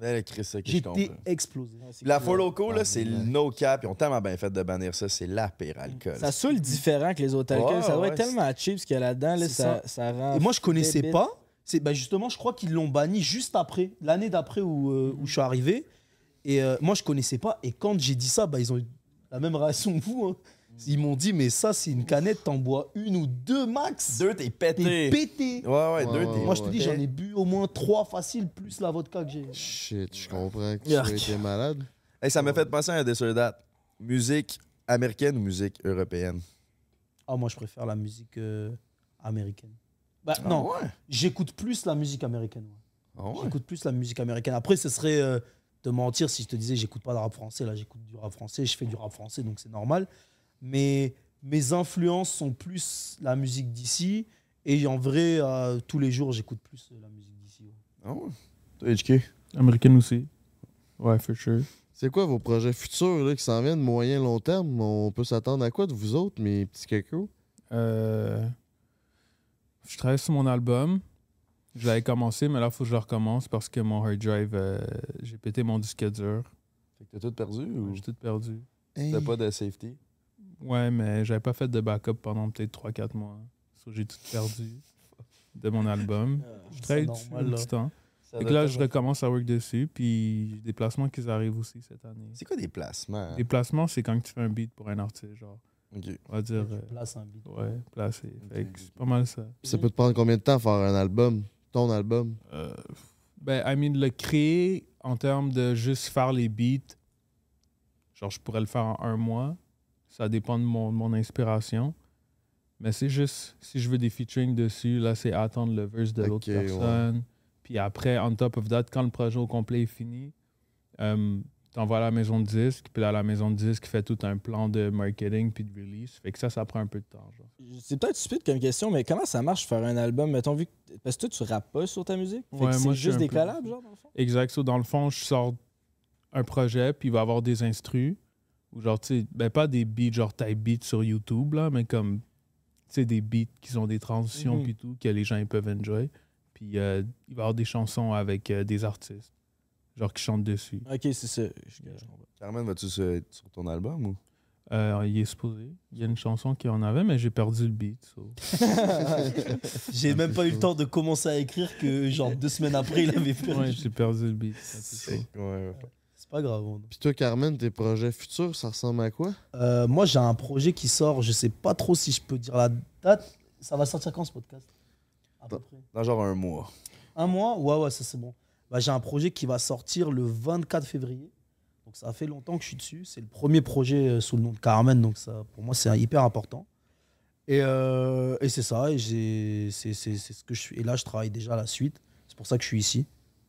[SPEAKER 2] J'étais explosé.
[SPEAKER 3] La Four Loko, là, c'est le no cap. Ils ont tellement bien fait de bannir ça. C'est la pire alcool.
[SPEAKER 1] Ça saoule différent que les autres alcools.
[SPEAKER 3] Ouais,
[SPEAKER 1] ça doit
[SPEAKER 3] ouais,
[SPEAKER 1] être tellement cheap ce qu'il y a là-dedans. Là,
[SPEAKER 2] C'est
[SPEAKER 1] ça,
[SPEAKER 2] ça.
[SPEAKER 1] ça rend.
[SPEAKER 2] Et moi, je connaissais
[SPEAKER 1] débile.
[SPEAKER 2] pas. C'est bah, justement, je crois qu'ils l'ont banni juste après, l'année d'après où, euh, où je suis arrivé. Et euh, moi, je connaissais pas. Et quand j'ai dit ça, bah, ils ont eu la même réaction que vous. hein. Ils m'ont dit, mais ça, c'est une canette, t'en bois une ou deux max.
[SPEAKER 3] Deux, t'es pété.
[SPEAKER 2] T'es pété.
[SPEAKER 3] Ouais, ouais, deux, t'es
[SPEAKER 2] Moi, je te dis,
[SPEAKER 3] pété.
[SPEAKER 2] j'en ai bu au moins trois faciles, plus la vodka que j'ai.
[SPEAKER 11] Shit, je comprends que tu
[SPEAKER 3] Yuck.
[SPEAKER 11] as été malade.
[SPEAKER 3] Hey, ça m'a fait penser à un dessert date. Musique américaine ou musique européenne?
[SPEAKER 2] Ah, moi, je préfère la musique euh, américaine. Bah,
[SPEAKER 3] Ah
[SPEAKER 2] non, j'écoute plus la musique américaine. ouais. J'écoute plus la musique américaine. Après, ce serait euh, te mentir si je te disais j'écoute pas de rap français. Là, j'écoute du rap français, je fais du rap français, donc c'est normal. Mais mes influences sont plus la musique d'ici. Et en vrai, euh, tous les jours, j'écoute plus euh, la musique d'ici. ouais.
[SPEAKER 3] Ah HQ.
[SPEAKER 4] Américaine aussi. Ouais, for sure.
[SPEAKER 11] C'est quoi vos projets futurs là, qui s'en viennent, moyen, long terme? On peut s'attendre à quoi de vous autres, mes petits cacos?
[SPEAKER 4] Euh, je travaille sur mon album. Je l'avais commencé, mais là, il faut que je le recommence parce que mon hard drive, euh, j'ai pété mon disque dur.
[SPEAKER 3] Fait que t'as tout perdu ou?
[SPEAKER 4] J'ai tout perdu.
[SPEAKER 3] T'as pas de safety?
[SPEAKER 4] Ouais, mais j'avais pas fait de backup pendant peut-être 3-4 mois. So, j'ai tout perdu de mon album. je
[SPEAKER 14] Ah, c'est
[SPEAKER 4] travaille dessus
[SPEAKER 14] normal,
[SPEAKER 4] un
[SPEAKER 2] hein.
[SPEAKER 4] petit
[SPEAKER 14] là.
[SPEAKER 4] temps.
[SPEAKER 14] Mmh. Ça
[SPEAKER 4] Et
[SPEAKER 14] doit
[SPEAKER 4] là,
[SPEAKER 14] être-
[SPEAKER 4] je recommence à work dessus, puis j'ai des placements qui arrivent aussi cette année.
[SPEAKER 3] C'est quoi des placements?
[SPEAKER 4] Des placements, c'est quand tu fais un beat pour un artiste, genre.
[SPEAKER 3] Ok.
[SPEAKER 4] On va dire.
[SPEAKER 2] Tu
[SPEAKER 4] euh,
[SPEAKER 2] places un
[SPEAKER 4] *laughs*
[SPEAKER 2] beat.
[SPEAKER 4] Ouais, placer. Fait que c'est pas mal ça.
[SPEAKER 11] Ça peut te prendre combien de temps à faire un album? Ton album?
[SPEAKER 4] Ben, I mean, le créer en termes de juste faire les beats, genre, je pourrais le faire en un mois. Ça dépend de mon, de mon inspiration. Mais c'est juste, si je veux des featuring dessus, là, c'est attendre le verse de l'autre
[SPEAKER 11] Ok, ouais.
[SPEAKER 4] personne. Puis après, on top of that, quand le projet au complet est fini, euh, t'envoies à la maison de disque. Puis là, la maison de disque fait tout un plan de marketing puis de release. Fait que ça, ça prend un peu de temps. genre.
[SPEAKER 1] C'est peut-être stupide comme question, mais comment ça marche faire un album? Mettons, vu que. Parce que toi, tu rappes pas sur ta musique. Fait que
[SPEAKER 4] Ouais,
[SPEAKER 1] c'est
[SPEAKER 4] moi, je suis
[SPEAKER 1] juste
[SPEAKER 4] un
[SPEAKER 1] des
[SPEAKER 4] peu-
[SPEAKER 1] collabs, genre. dans le fond?
[SPEAKER 4] Exact. So, dans le fond, je sors un projet, puis il va y avoir des instrus, ou genre, tu sais, ben pas des beats, genre type beat sur YouTube, là, mais comme, tu sais, des beats qui ont des transitions,
[SPEAKER 14] Mhm.
[SPEAKER 4] puis tout, que les gens ils peuvent enjoy. puis euh, il va y avoir des chansons avec euh, des artistes, genre qui chantent dessus.
[SPEAKER 1] Ok, c'est ça. Je-
[SPEAKER 5] Carmen, vas-tu sur, sur ton album ou
[SPEAKER 4] Euh, il est supposé. Il y a une chanson qui en avait, mais j'ai perdu le beat. so.
[SPEAKER 2] J'ai même pas eu le temps de commencer à écrire que, genre, deux semaines après, il avait perdu.
[SPEAKER 4] Ouais, j'ai perdu le beat.
[SPEAKER 2] C'est
[SPEAKER 11] C'est
[SPEAKER 2] pas grave.
[SPEAKER 11] Puis toi, Carmen, tes projets futurs, ça ressemble à quoi?
[SPEAKER 2] Euh, moi, j'ai un projet qui sort, je sais pas trop si je peux dire la date. Ça va sortir quand ce podcast
[SPEAKER 5] dans, dans genre un mois.
[SPEAKER 2] Un mois Ouais, ouais, ça c'est bon. Bah, j'ai un projet qui va sortir le 24 février. Donc ça fait longtemps que je suis dessus. C'est le premier projet euh, sous le nom de Carmen, donc ça, pour moi, c'est hyper important. Et, euh, et c'est ça, et j'ai- c'est c'est- c'est ce que je suis. Et là, je travaille déjà à la suite. C'est pour ça que je suis ici.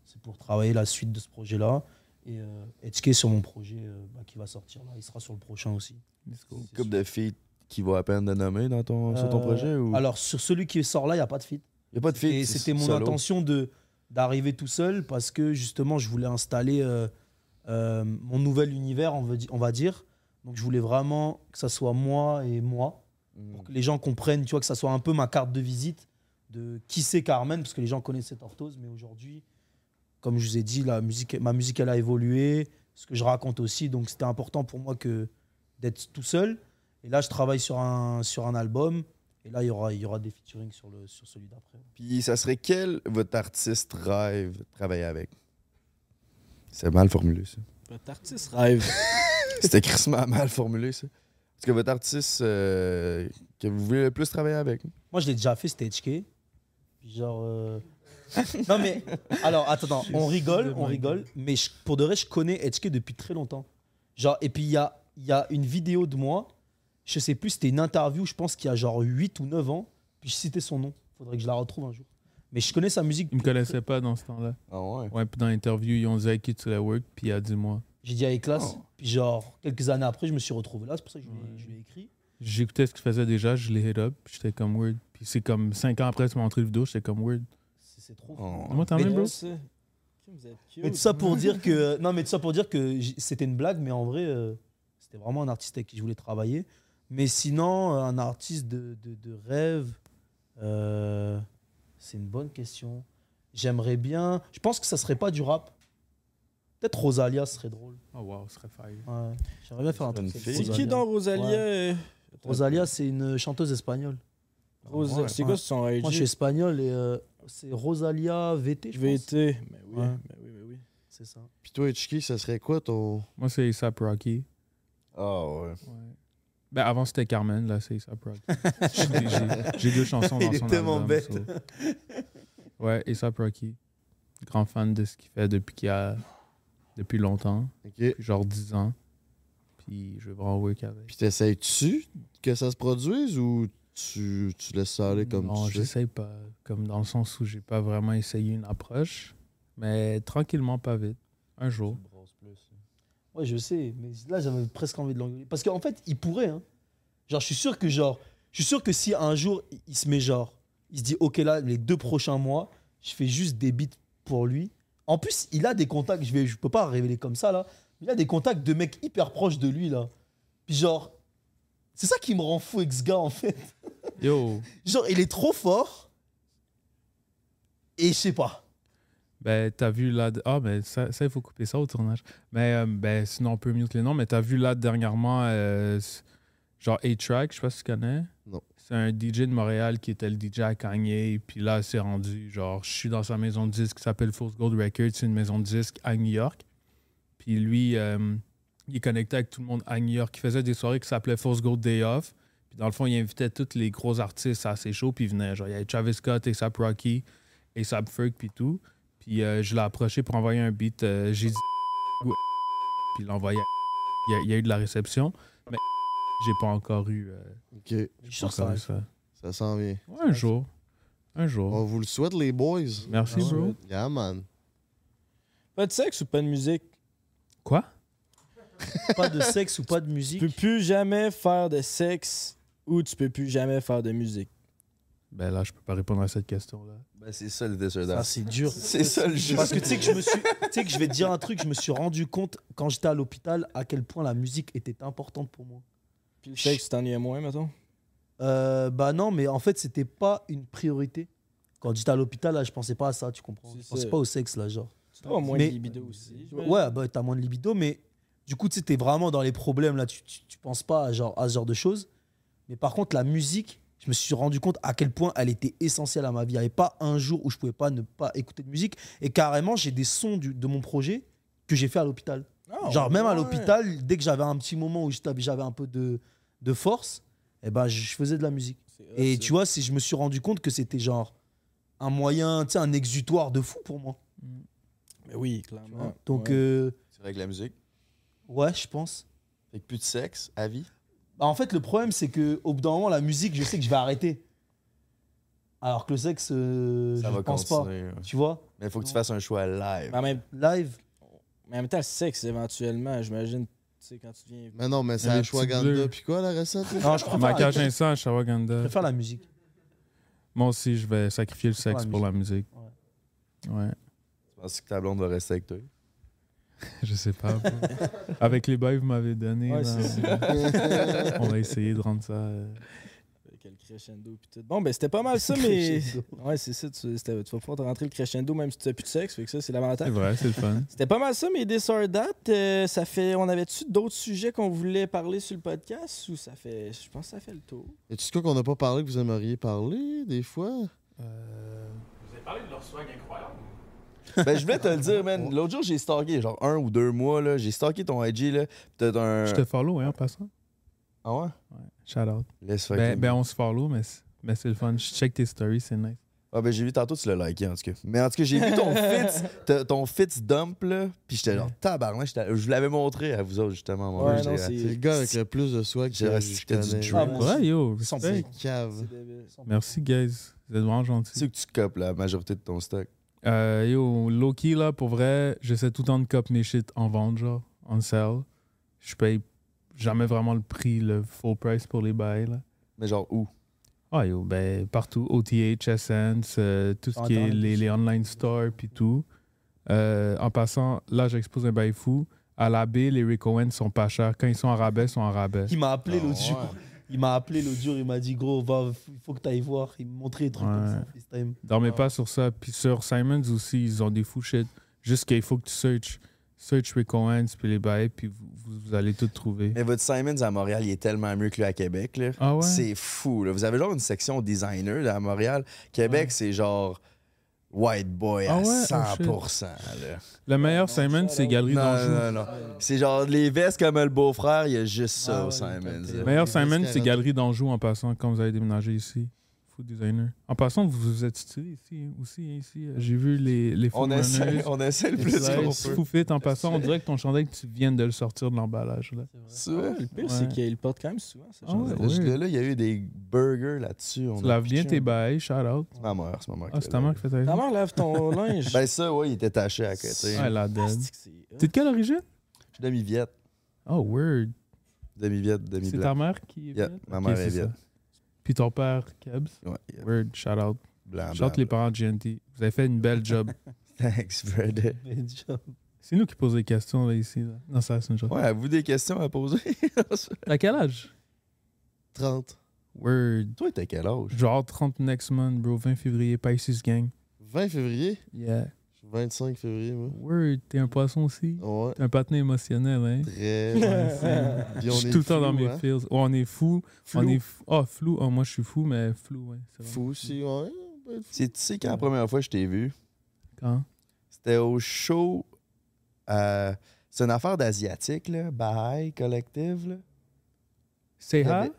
[SPEAKER 2] C'est pour travailler la suite de ce projet-là. Et euh, étiquer sur mon projet euh, bah, qui va sortir là. Il sera sur le prochain aussi.
[SPEAKER 5] Une couple de filles qui vaut à peine de nommer dans ton, sur ton
[SPEAKER 2] Euh,
[SPEAKER 5] projet ou
[SPEAKER 2] Alors, sur celui qui sort là, il n'y a pas de feat.
[SPEAKER 5] Il a pas de feat,
[SPEAKER 2] Et
[SPEAKER 5] c'est
[SPEAKER 2] c'était mon
[SPEAKER 5] solo.
[SPEAKER 2] intention de d'arriver tout seul parce que justement, je voulais installer euh, euh, mon nouvel univers, on, veut di- on va dire. Donc, je voulais vraiment que ça soit moi et moi
[SPEAKER 5] Mm.
[SPEAKER 2] pour que les gens comprennent, tu vois, que ça soit un peu ma carte de visite de qui c'est Carmen, parce que les gens connaissaient Tortoise, mais aujourd'hui, comme je vous ai dit, la musique, ma musique, elle a évolué, ce que je raconte aussi, donc c'était important pour moi que d'être tout seul. Et là, je travaille sur un, sur un album, et là, il y aura, il y aura des featuring sur, le, sur celui d'après.
[SPEAKER 5] Puis ça serait quel votre artiste rêve de travailler avec C'est mal formulé
[SPEAKER 3] *laughs*
[SPEAKER 5] ça.
[SPEAKER 1] Votre artiste rêve.
[SPEAKER 5] C'était crissement mal formulé ça. Est-ce que votre artiste euh, que vous voulez le plus travailler avec
[SPEAKER 2] Moi, je l'ai déjà fait, c'était HK. Puis Genre. euh, *laughs* non, mais. Alors, attends, attends, on rigole, on rigole. Mais je- pour de vrai, je connais HK depuis très longtemps. Genre, et puis, il y a, il y a une vidéo de moi. Je sais plus, c'était une interview, je pense qu'il y a genre 8 ou 9 ans. Puis je citais son nom. Faudrait que je la retrouve un jour. Mais je connais sa musique.
[SPEAKER 4] Il me connaissait pas dans ce temps-là.
[SPEAKER 5] Ah ouais?
[SPEAKER 4] Ouais, puis dans l'interview, ils ont dit à qui tu la work, puis il a dit moi.
[SPEAKER 2] J'ai dit avec
[SPEAKER 4] Oh.
[SPEAKER 2] classe. Puis genre, quelques années après, je me suis retrouvé là. C'est pour ça que je lui ai- je lui ai écrit.
[SPEAKER 4] J'écoutais ce qu'il faisait déjà, je l'ai hit up, puis j'étais comme weird. Puis c'est comme 5 ans après, tu m'as montré le vidéo, j'étais comme weird.
[SPEAKER 2] C'est
[SPEAKER 4] Oh.
[SPEAKER 2] trop.
[SPEAKER 4] Moi, t'en veux, bro?
[SPEAKER 2] Mais tout ça pour dire que *laughs* non, mais tout ça pour dire que j- c'était une blague, mais en vrai, euh, c'était vraiment un artiste avec qui je voulais travailler. Mais sinon, euh, un artiste de, de- de rêve, euh, c'est une bonne question. J'aimerais bien. Je pense que ça serait pas du rap. Peut-être Rosalia serait drôle.
[SPEAKER 4] Oh wow, ce serait fire.
[SPEAKER 2] Ouais. J'aimerais bien faire un truc. avec
[SPEAKER 1] C'est qui dans Rosalia euh,
[SPEAKER 2] Rosalia, c'est une chanteuse espagnole.
[SPEAKER 1] Rose- c'est quoi son IG?
[SPEAKER 2] Moi, je suis espagnol et euh, c'est Rosalia VT. Je
[SPEAKER 1] VT, mais oui,
[SPEAKER 2] mais oui, mais oui. C'est ça.
[SPEAKER 11] Puis toi, Hitchki, ça serait quoi ton.
[SPEAKER 4] Moi, c'est ASAP Rocky.
[SPEAKER 5] Ah ouais.
[SPEAKER 4] Ben, avant, c'était Carmen, là, c'est ASAP Rocky. J'ai- j'ai- J'ai deux chansons dans
[SPEAKER 12] Il est
[SPEAKER 4] son
[SPEAKER 12] tellement
[SPEAKER 4] album,
[SPEAKER 12] bête.
[SPEAKER 4] so. Ouais, ASAP Rocky. Grand fan de ce qu'il fait depuis qu'il a... depuis longtemps.
[SPEAKER 11] Depuis
[SPEAKER 4] Genre 10 ans. Puis je vais vraiment work avec.
[SPEAKER 11] Puis t'essayes-tu que ça se produise ou tu, tu laisses ça aller comme
[SPEAKER 4] Non,
[SPEAKER 11] tu sais?
[SPEAKER 4] j'essaye pas. Comme dans le sens où j'ai pas vraiment essayé une approche, mais tranquillement, pas vite. Un jour.
[SPEAKER 2] Ouais, je sais, mais là j'avais presque envie de l'engueuler. Parce qu'en fait, il pourrait. Hein. Genre, je suis sûr que genre, je suis sûr que si un jour il- il se met genre, il se dit ok là les deux prochains mois, je fais juste des beats pour lui. En plus, il a des contacts. Je vais, je peux pas révéler comme ça là. mais Il a des contacts de mecs hyper proches de lui là. Puis genre, c'est ça qui me rend fou avec ce gars en fait.
[SPEAKER 4] Yo!
[SPEAKER 2] Genre, il est trop fort. Et je sais pas.
[SPEAKER 4] Ben, t'as vu là. de- Ah, ben, ça, ça, il faut couper ça au tournage. Mais, euh, ben, sinon, on peut mute les noms. Mais t'as vu là dernièrement, euh, s- genre A-Track, je sais pas si tu connais.
[SPEAKER 11] Non.
[SPEAKER 4] C'est un DJ de Montréal qui était le DJ à Kanye. Puis là, c'est rendu, genre, je suis dans sa maison de disque qui s'appelle Force Gold Records. C'est une maison de disque à New York. Puis lui, euh, il est connecté avec tout le monde à New York. Il faisait des soirées qui s'appelaient Force Gold Day Off. Puis dans le fond, il invitait tous les gros artistes à ses shows. Puis il venait, genre, il y avait Travis Scott, A$AP Rocky, A$AP Ferg, puis tout. Puis euh, je l'ai approché pour envoyer un beat. euh, J'ai dit ou puis il l'a envoyé à il y, a, il y a eu de la réception, mais j'ai pas encore eu. euh,
[SPEAKER 11] Ok.
[SPEAKER 4] j'ai pas encore eu ça.
[SPEAKER 11] Ça s'en vient.
[SPEAKER 4] Ouais, Oh. un jour. Un jour.
[SPEAKER 11] On vous le souhaite, les boys.
[SPEAKER 4] Merci,
[SPEAKER 11] On vous le
[SPEAKER 4] bro.
[SPEAKER 11] souhaite. Yeah, man.
[SPEAKER 1] Pas de sexe ou pas de musique?
[SPEAKER 4] Quoi?
[SPEAKER 2] Pas de sexe ou pas de musique?
[SPEAKER 1] Tu peux plus jamais faire de sexe ou tu peux plus jamais faire de musique.
[SPEAKER 4] Ben là, je peux pas répondre à cette question-là.
[SPEAKER 5] Ben c'est ça le désordre.
[SPEAKER 2] Ça, c'est dur.
[SPEAKER 5] C'est ça le jeu.
[SPEAKER 2] Parce que tu sais que je me suis. Tu sais que je vais te dire un truc, je me suis rendu compte quand j'étais à l'hôpital à quel point la musique était importante pour moi.
[SPEAKER 1] Puis le sexe, t'en es moins, mettons?
[SPEAKER 2] Euh, bah non, mais en fait, c'était pas une priorité. Quand j'étais à l'hôpital, là, je pensais pas à ça, tu comprends? Je pensais
[SPEAKER 1] ça.
[SPEAKER 2] pas au sexe, là, genre.
[SPEAKER 1] Tu dois avoir moins de
[SPEAKER 2] Mais-
[SPEAKER 1] libido aussi. j'imagine.
[SPEAKER 2] Ouais, bah, t'as moins de libido, mais du coup, tu sais, t'es vraiment dans les problèmes, là. Tu, tu, tu penses pas à, genre, à ce genre de choses. Mais par contre, la musique, je me suis rendu compte à quel point elle était essentielle à ma vie. Il n'y avait pas un jour où je pouvais pas ne pas écouter de musique. Et carrément, j'ai des sons du- de mon projet que j'ai fait à l'hôpital.
[SPEAKER 1] Ah,
[SPEAKER 2] genre, même à
[SPEAKER 1] ouais.
[SPEAKER 2] l'hôpital, dès que j'avais un petit moment où j'étais- j'avais un peu de, de force, eh ben, je faisais de la musique. Et tu vois, c'est- je me suis rendu compte que c'était genre un moyen, tu sais, un exutoire de fou pour moi.
[SPEAKER 1] Mais oui,
[SPEAKER 2] Tu
[SPEAKER 1] clairement.
[SPEAKER 2] vois. Donc,
[SPEAKER 1] Ouais.
[SPEAKER 2] euh,
[SPEAKER 3] C'est vrai que la musique.
[SPEAKER 2] ouais, je pense.
[SPEAKER 3] Fait que plus de sexe, à vie.
[SPEAKER 2] Bah, en fait, le problème, c'est que au bout d'un moment, la musique, je sais que je vais arrêter. Alors que le sexe, euh,
[SPEAKER 3] Ça
[SPEAKER 2] je
[SPEAKER 3] va
[SPEAKER 2] pense
[SPEAKER 3] continuer,
[SPEAKER 2] pas.
[SPEAKER 3] ouais.
[SPEAKER 2] Tu vois
[SPEAKER 3] Mais il faut que tu fasses un choix live.
[SPEAKER 1] Mais en même,
[SPEAKER 2] live.
[SPEAKER 1] Mais en même temps, le sexe, éventuellement, j'imagine, tu sais, quand tu viens.
[SPEAKER 11] Mais non, mais c'est
[SPEAKER 4] Mais les
[SPEAKER 11] ashwagandha,
[SPEAKER 4] petites
[SPEAKER 11] puis quoi, la recette? là?
[SPEAKER 2] Non, je préfère-
[SPEAKER 4] Maquillage instant, Shawaganda.
[SPEAKER 2] Je Ah, préfère la musique.
[SPEAKER 4] Moi aussi, je vais sacrifier le
[SPEAKER 2] préfère
[SPEAKER 4] sexe
[SPEAKER 2] la
[SPEAKER 4] pour la musique. Ouais.
[SPEAKER 3] Tu penses que ta blonde va rester avec toi?
[SPEAKER 4] *laughs* Je sais pas. *laughs* Avec les bails que vous m'avez donné,
[SPEAKER 1] Ouais,
[SPEAKER 4] là,
[SPEAKER 1] c'est ça.
[SPEAKER 4] on va essayer de rendre ça. euh,
[SPEAKER 1] Avec le crescendo puis tout. Bon, ben c'était pas mal ça, mais. Ouais, c'est ça, tu, c'était- tu vas pouvoir te rentrer le crescendo même si tu n'as plus de sexe, fait que ça, c'est l'avantage.
[SPEAKER 4] C'est vrai, c'est le *laughs* fun.
[SPEAKER 1] C'était pas mal ça, mais Disorder Date, euh, ça fait. On avait-tu d'autres sujets qu'on voulait parler sur le podcast ou ça fait. Je pense que ça fait le tour.
[SPEAKER 11] Y a-tu de quoi qu'on n'a pas parlé que vous aimeriez parler, des fois?
[SPEAKER 10] Vous avez parlé de leur swag incroyable.
[SPEAKER 3] Ben, je voulais te le dire, man. L'autre jour, j'ai stalké, genre un ou deux mois, là. J'ai stalké ton IG, là. Peut-être un.
[SPEAKER 4] Je te follow, hein, en passant.
[SPEAKER 3] Ah ouais?
[SPEAKER 4] Shout out.
[SPEAKER 3] Laisse
[SPEAKER 4] Ben,
[SPEAKER 3] fucking-
[SPEAKER 4] ben, on se follow, mais c'est mais c'est le fun. Je check tes stories, c'est nice.
[SPEAKER 3] Ah, ben, j'ai vu tantôt, tu l'as liké, en tout cas. Mais en tout cas, j'ai vu ton fits, t- ton fits dump, là. Puis j'étais genre, tabarnak, j'étais- je vous l'avais montré à vous autres, justement. à un moment
[SPEAKER 11] Ouais,
[SPEAKER 3] donné,
[SPEAKER 11] non,
[SPEAKER 3] j'ai-
[SPEAKER 11] c'est le gars avec le plus de swag
[SPEAKER 3] J'ai
[SPEAKER 11] que je
[SPEAKER 3] resté du
[SPEAKER 11] connais.
[SPEAKER 3] drip. Ah, moi
[SPEAKER 4] Ouais, yo,
[SPEAKER 11] Sans
[SPEAKER 4] respect.
[SPEAKER 11] cave.
[SPEAKER 4] Merci, guys. Vous êtes vraiment gentils.
[SPEAKER 3] C'est que tu copes la majorité de ton stock.
[SPEAKER 4] Euh, yo, low-key, là, pour vrai, j'essaie tout le temps de cop mes shit en vente, genre, on sale. Je paye jamais vraiment le prix, le full price pour les bails, là.
[SPEAKER 3] Mais genre où?
[SPEAKER 4] Ah, yo, ben, partout. OTH, Essence, euh, tout ce
[SPEAKER 3] Sur
[SPEAKER 4] qui est
[SPEAKER 3] Internet
[SPEAKER 4] les, les online stores, puis tout. Euh, en passant, là, j'expose un bail fou. À la baie, les Rick Owens sont pas chers. Quand ils sont en rabais, ils sont en rabais.
[SPEAKER 2] Il m'a appelé l'autre jour. Il m'a appelé l'autre jour, il m'a dit gros, va, il faut que t'ailles voir. Il me montrait des trucs comme ça,
[SPEAKER 4] Ouais.
[SPEAKER 2] FaceTime. *laughs*
[SPEAKER 3] Ah.
[SPEAKER 4] Dormez pas sur ça. Puis sur Simons aussi, ils ont des fous shit. Juste qu'il faut que tu searches. Search Rick Owens, puis les bails, puis vous, vous- vous allez tout trouver.
[SPEAKER 3] Mais votre Simons à Montréal, il est tellement mieux que lui à Québec. Là.
[SPEAKER 4] Ah ouais?
[SPEAKER 3] C'est fou. Là. Vous avez genre une section designer là, à Montréal. Québec, c'est genre white boy à
[SPEAKER 4] Ah ouais? Oh,
[SPEAKER 3] 100%. là.
[SPEAKER 4] Le meilleur Simon, c'est Galerie
[SPEAKER 3] Non,
[SPEAKER 4] d'Anjou.
[SPEAKER 3] non, non. C'est genre les vestes comme le beau-frère, il y a juste
[SPEAKER 4] Ah
[SPEAKER 3] ça au Simons. là.
[SPEAKER 4] Le meilleur Simon, c'est Galerie d'Anjou en passant, quand vous allez déménager ici. Food designer. En passant, vous vous êtes stylé ici, hein, aussi, hein, ici. euh, J'ai vu les, les
[SPEAKER 3] On
[SPEAKER 4] food
[SPEAKER 3] essaie-
[SPEAKER 4] runners,
[SPEAKER 3] on essaie le
[SPEAKER 4] les
[SPEAKER 3] plus
[SPEAKER 4] slides,
[SPEAKER 3] qu'on
[SPEAKER 4] si
[SPEAKER 3] peut.
[SPEAKER 4] vous faites en passant, on dirait que ton chandail, que tu viens de le sortir de l'emballage. là.
[SPEAKER 3] C'est vrai.
[SPEAKER 1] Le pire, c'est qu'il porte quand même souvent, ce
[SPEAKER 4] Ah ouais,
[SPEAKER 1] genre
[SPEAKER 3] Là,
[SPEAKER 4] ouais.
[SPEAKER 3] je- là, il y a eu des burgers là-dessus. on
[SPEAKER 4] Tu
[SPEAKER 3] a
[SPEAKER 4] laves bien
[SPEAKER 3] pitché
[SPEAKER 4] tes
[SPEAKER 3] un-
[SPEAKER 4] bails, shout out.
[SPEAKER 3] C'est ma mère, c'est ma mère.
[SPEAKER 4] Ah, c'est ta mère qui fait ta
[SPEAKER 1] Ta mère lave ton linge.
[SPEAKER 3] Ben ça, ouais, il était taché à côté.
[SPEAKER 4] Ouais, la
[SPEAKER 1] Ah,
[SPEAKER 4] dead.
[SPEAKER 1] hot.
[SPEAKER 4] T'es de quelle origine?
[SPEAKER 3] Je suis demi-viette.
[SPEAKER 4] Oh, word.
[SPEAKER 3] Demi-viette, demi-blanc.
[SPEAKER 4] C'est ta mère qui est
[SPEAKER 3] Yeah,
[SPEAKER 4] viette?
[SPEAKER 3] ma
[SPEAKER 4] Ok,
[SPEAKER 3] mère
[SPEAKER 4] c'est
[SPEAKER 3] est
[SPEAKER 4] ça.
[SPEAKER 3] viette.
[SPEAKER 4] Puis ton père, Kebs?
[SPEAKER 3] Ouais, yeah.
[SPEAKER 4] Word, shout out.
[SPEAKER 3] Blanc,
[SPEAKER 4] shout
[SPEAKER 3] blanc,
[SPEAKER 4] out les parents de GNT. Vous avez fait une belle
[SPEAKER 3] *laughs*
[SPEAKER 4] job.
[SPEAKER 3] Thanks, brother.
[SPEAKER 4] C'est nous qui posons les questions là, ici. là. Non, ça, c'est une joke.
[SPEAKER 3] Ouais, à vous des questions à poser.
[SPEAKER 4] T'as quel âge?
[SPEAKER 11] 30.
[SPEAKER 4] Word.
[SPEAKER 3] Toi, t'as quel âge?
[SPEAKER 4] Genre 30 next month, bro. 20 février, Pisces Gang.
[SPEAKER 11] 20 février?
[SPEAKER 4] Yeah.
[SPEAKER 11] Je suis 25 février, moi.
[SPEAKER 4] Word, t'es un poisson aussi.
[SPEAKER 11] Ouais.
[SPEAKER 4] T'es un patin émotionnel, hein? *laughs*
[SPEAKER 11] Très.
[SPEAKER 4] Ouais,
[SPEAKER 3] hein.
[SPEAKER 4] c'est-
[SPEAKER 11] Puis
[SPEAKER 4] Je
[SPEAKER 11] on
[SPEAKER 4] suis
[SPEAKER 11] est
[SPEAKER 4] tout le temps
[SPEAKER 11] flou,
[SPEAKER 4] dans mes
[SPEAKER 11] hein?
[SPEAKER 4] feels. Ouais, on est fou.
[SPEAKER 11] Flou.
[SPEAKER 4] On est fou. Oh, flou. Oh, moi, je suis fou, mais flou, ouais. c'est vrai.
[SPEAKER 11] Fou aussi, ouais.
[SPEAKER 3] C'est- Tu sais quand la première fois que je t'ai vu?
[SPEAKER 4] Quand?
[SPEAKER 3] C'était au show. euh, c'est une affaire d'asiatique, là. Baha'i Collective, là.
[SPEAKER 4] C'est
[SPEAKER 3] Il y
[SPEAKER 4] high?
[SPEAKER 3] avait-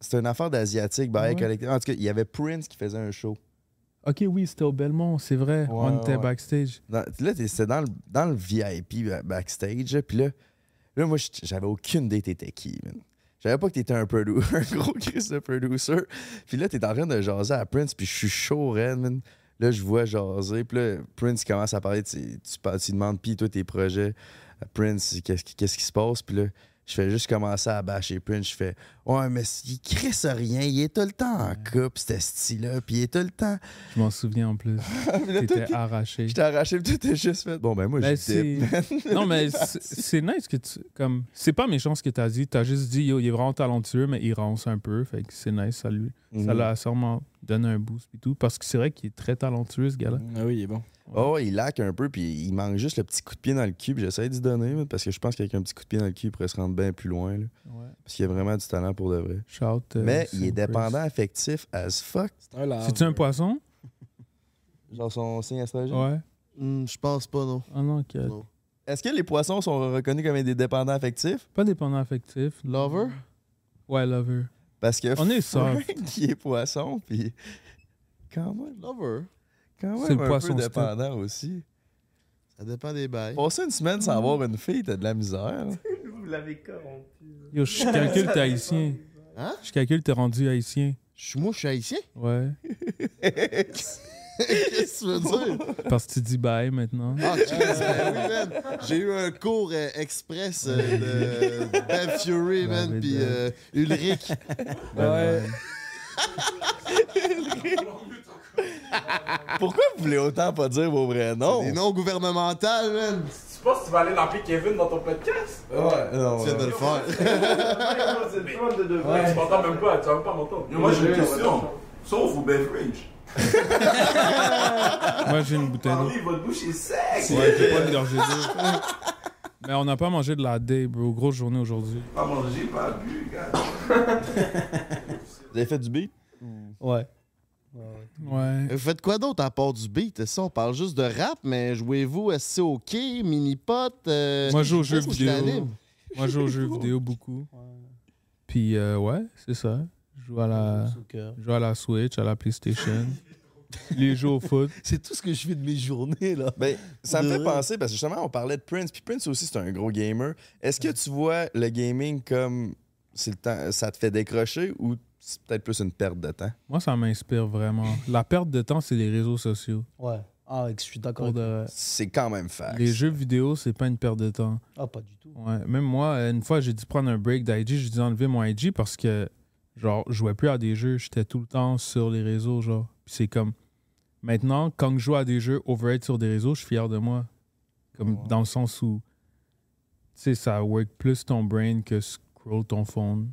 [SPEAKER 3] C'était une affaire d'asiatique, Baha'i
[SPEAKER 4] Ah ouais?
[SPEAKER 3] Collective. En tout cas, il y avait Prince qui faisait un show.
[SPEAKER 4] Ok, oui, c'était au Belmont, c'est vrai. on était
[SPEAKER 3] ouais.
[SPEAKER 4] backstage.
[SPEAKER 3] Dans- là, t'es- c'était dans le, dans le VIP ba- backstage. là, Puis là, là, moi, j't- j'avais aucune idée t'étais qui, man. J'avais pas que t'étais un, produ- *laughs* un gros Chris de producer. Puis là, t'es en train de jaser à Prince, puis je suis chaud, red, man. Là, je vois jaser. Puis là, Prince commence à parler. Tu, tu, par- tu demandes, puis toi, tes projets. à Prince, qu'est-ce qui, qu'est-ce qui se passe? Puis là, je fais juste commencer à bâcher Prince. Je fais, ouais, mais il crisse rien. Il est tout le temps en couple, ce style-là. Puis il est tout le temps.
[SPEAKER 4] Je m'en souviens en plus.
[SPEAKER 3] Mais là, toi,
[SPEAKER 4] T'étais
[SPEAKER 3] t'es-
[SPEAKER 4] arraché.
[SPEAKER 3] Je t'ai arraché, puis t'es juste fait. Bon, ben moi,
[SPEAKER 4] Ben,
[SPEAKER 3] je dip,
[SPEAKER 4] c'est-
[SPEAKER 3] man.
[SPEAKER 4] *laughs* non, mais c'est c'est nice que tu. Comme, c'est pas méchant ce que t'as dit. T'as juste dit, yo, il est vraiment talentueux, mais il ronce un peu. Fait que c'est nice, ça lui. Ça
[SPEAKER 3] Mhm.
[SPEAKER 4] l'a sûrement donne un boost et tout. Parce que c'est vrai qu'il est très talentueux, ce gars-là.
[SPEAKER 1] Ah oui, il est bon.
[SPEAKER 3] Oh, il laque un peu, puis il manque juste le petit coup de pied dans le cul. puis J'essaie d'y donner, man, parce que je pense qu'avec un petit coup de pied dans le cul, il pourrait se rendre bien plus loin. là. Parce qu'il a vraiment du talent pour de vrai.
[SPEAKER 4] Shout, euh,
[SPEAKER 3] Mais il
[SPEAKER 4] Sam
[SPEAKER 3] est dépendant affectif as fuck.
[SPEAKER 1] C'est un lard.
[SPEAKER 4] C'est-tu un poisson?
[SPEAKER 3] Genre son signe astrologique?
[SPEAKER 4] Ouais.
[SPEAKER 11] Hmm, je pense pas, non.
[SPEAKER 4] Ah non, ok.
[SPEAKER 3] Est-ce que les poissons sont reconnus comme des dépendants affectifs?
[SPEAKER 4] Pas dépendant affectif.
[SPEAKER 11] Lover?
[SPEAKER 4] Ouais, lover.
[SPEAKER 3] Parce que
[SPEAKER 4] On est soft.
[SPEAKER 3] Frank, *laughs* il est poisson, puis quand même,
[SPEAKER 11] Lover.
[SPEAKER 3] quand même
[SPEAKER 4] C'est le
[SPEAKER 3] un
[SPEAKER 4] poisson
[SPEAKER 3] peu
[SPEAKER 4] step.
[SPEAKER 3] dépendant aussi.
[SPEAKER 11] Ça dépend des bails.
[SPEAKER 3] Passer une semaine sans avoir une fille, t'as de la misère.
[SPEAKER 10] Vous l'avez corrompu.
[SPEAKER 4] Yo, je calcule t'es haïtien.
[SPEAKER 11] Hein?
[SPEAKER 4] Je calcule t'es rendu haïtien.
[SPEAKER 11] Moi, je suis haïtien? *laughs*
[SPEAKER 4] Ouais.
[SPEAKER 11] Qu'est-ce que tu veux dire?
[SPEAKER 4] Parce que tu dis bye maintenant.
[SPEAKER 11] Ah, *laughs* Chris, ben oui, man. J'ai eu un cours euh, express euh, de Bad Fury, man,
[SPEAKER 4] mais
[SPEAKER 11] puis
[SPEAKER 4] de-
[SPEAKER 11] euh,
[SPEAKER 4] *laughs*
[SPEAKER 11] Ulrich.
[SPEAKER 3] Ouais.
[SPEAKER 4] Ben,
[SPEAKER 3] Pourquoi vous voulez autant pas dire vos vrais noms?
[SPEAKER 11] Des noms gouvernementales, man.
[SPEAKER 4] Ah
[SPEAKER 17] Tu penses que tu vas aller l'appeler Kevin dans ton podcast?
[SPEAKER 3] Ouais, non.
[SPEAKER 11] Tu viens de le faire.
[SPEAKER 17] Tu m'entends même pas, tu vas même pas m'entendre.
[SPEAKER 10] Yo, moi, j'ai une question. Sauf au beverage.
[SPEAKER 4] Moi, j'ai une bouteille d'eau.
[SPEAKER 10] *laughs* Henri, votre bouche est sec.
[SPEAKER 4] Ouais, j'ai pas une gorgée d'eau. Mais on n'a pas mangé de la day, bro. Grosse journée aujourd'hui.
[SPEAKER 10] Pas mangé, pas bu, gars.
[SPEAKER 3] Vous avez fait du beat?
[SPEAKER 11] Ouais.
[SPEAKER 4] Ouais.
[SPEAKER 11] Vous faites quoi d'autre à part du beat? Ça, on parle juste de rap, mais jouez-vous SC au quai, mini-pot? euh,
[SPEAKER 4] Moi, je joue aux
[SPEAKER 11] qu'est-ce
[SPEAKER 4] jeux
[SPEAKER 11] qui
[SPEAKER 4] vidéo.
[SPEAKER 11] t'anime?
[SPEAKER 4] Moi, je joue aux jeux vidéo beaucoup. Puis, euh, ouais, c'est ça. Je joue à la, je joue à la Switch, à la PlayStation. Les jeux au foot.
[SPEAKER 2] C'est tout ce que je fais de mes journées, là.
[SPEAKER 3] Ben, ça me
[SPEAKER 2] De
[SPEAKER 3] fait
[SPEAKER 2] vrai.
[SPEAKER 3] penser, parce que justement, on parlait de Prince, puis Prince aussi, c'est un gros gamer. Est-ce que tu vois le gaming comme c'est le temps, ça te fait décrocher ou c'est peut-être plus une perte de temps?
[SPEAKER 4] Moi, ça m'inspire vraiment. La perte de temps, c'est les réseaux sociaux.
[SPEAKER 2] Ouais. Ah, je suis d'accord.
[SPEAKER 4] Pour de vrai.
[SPEAKER 3] C'est quand même fact.
[SPEAKER 4] Les jeux vidéo, c'est pas une perte de temps.
[SPEAKER 2] Ah, pas du tout.
[SPEAKER 4] Ouais, même moi, euh, une fois, j'ai dû prendre un break d'IG. J'ai dû enlever mon IG parce que, genre, je jouais plus à des jeux. J'étais tout le temps sur les réseaux, genre. Puis c'est comme. Maintenant, quand je joue à des jeux overhead sur des réseaux, je suis fier de moi. Comme dans le sens où. Tu sais, ça work plus ton brain que scroll ton phone.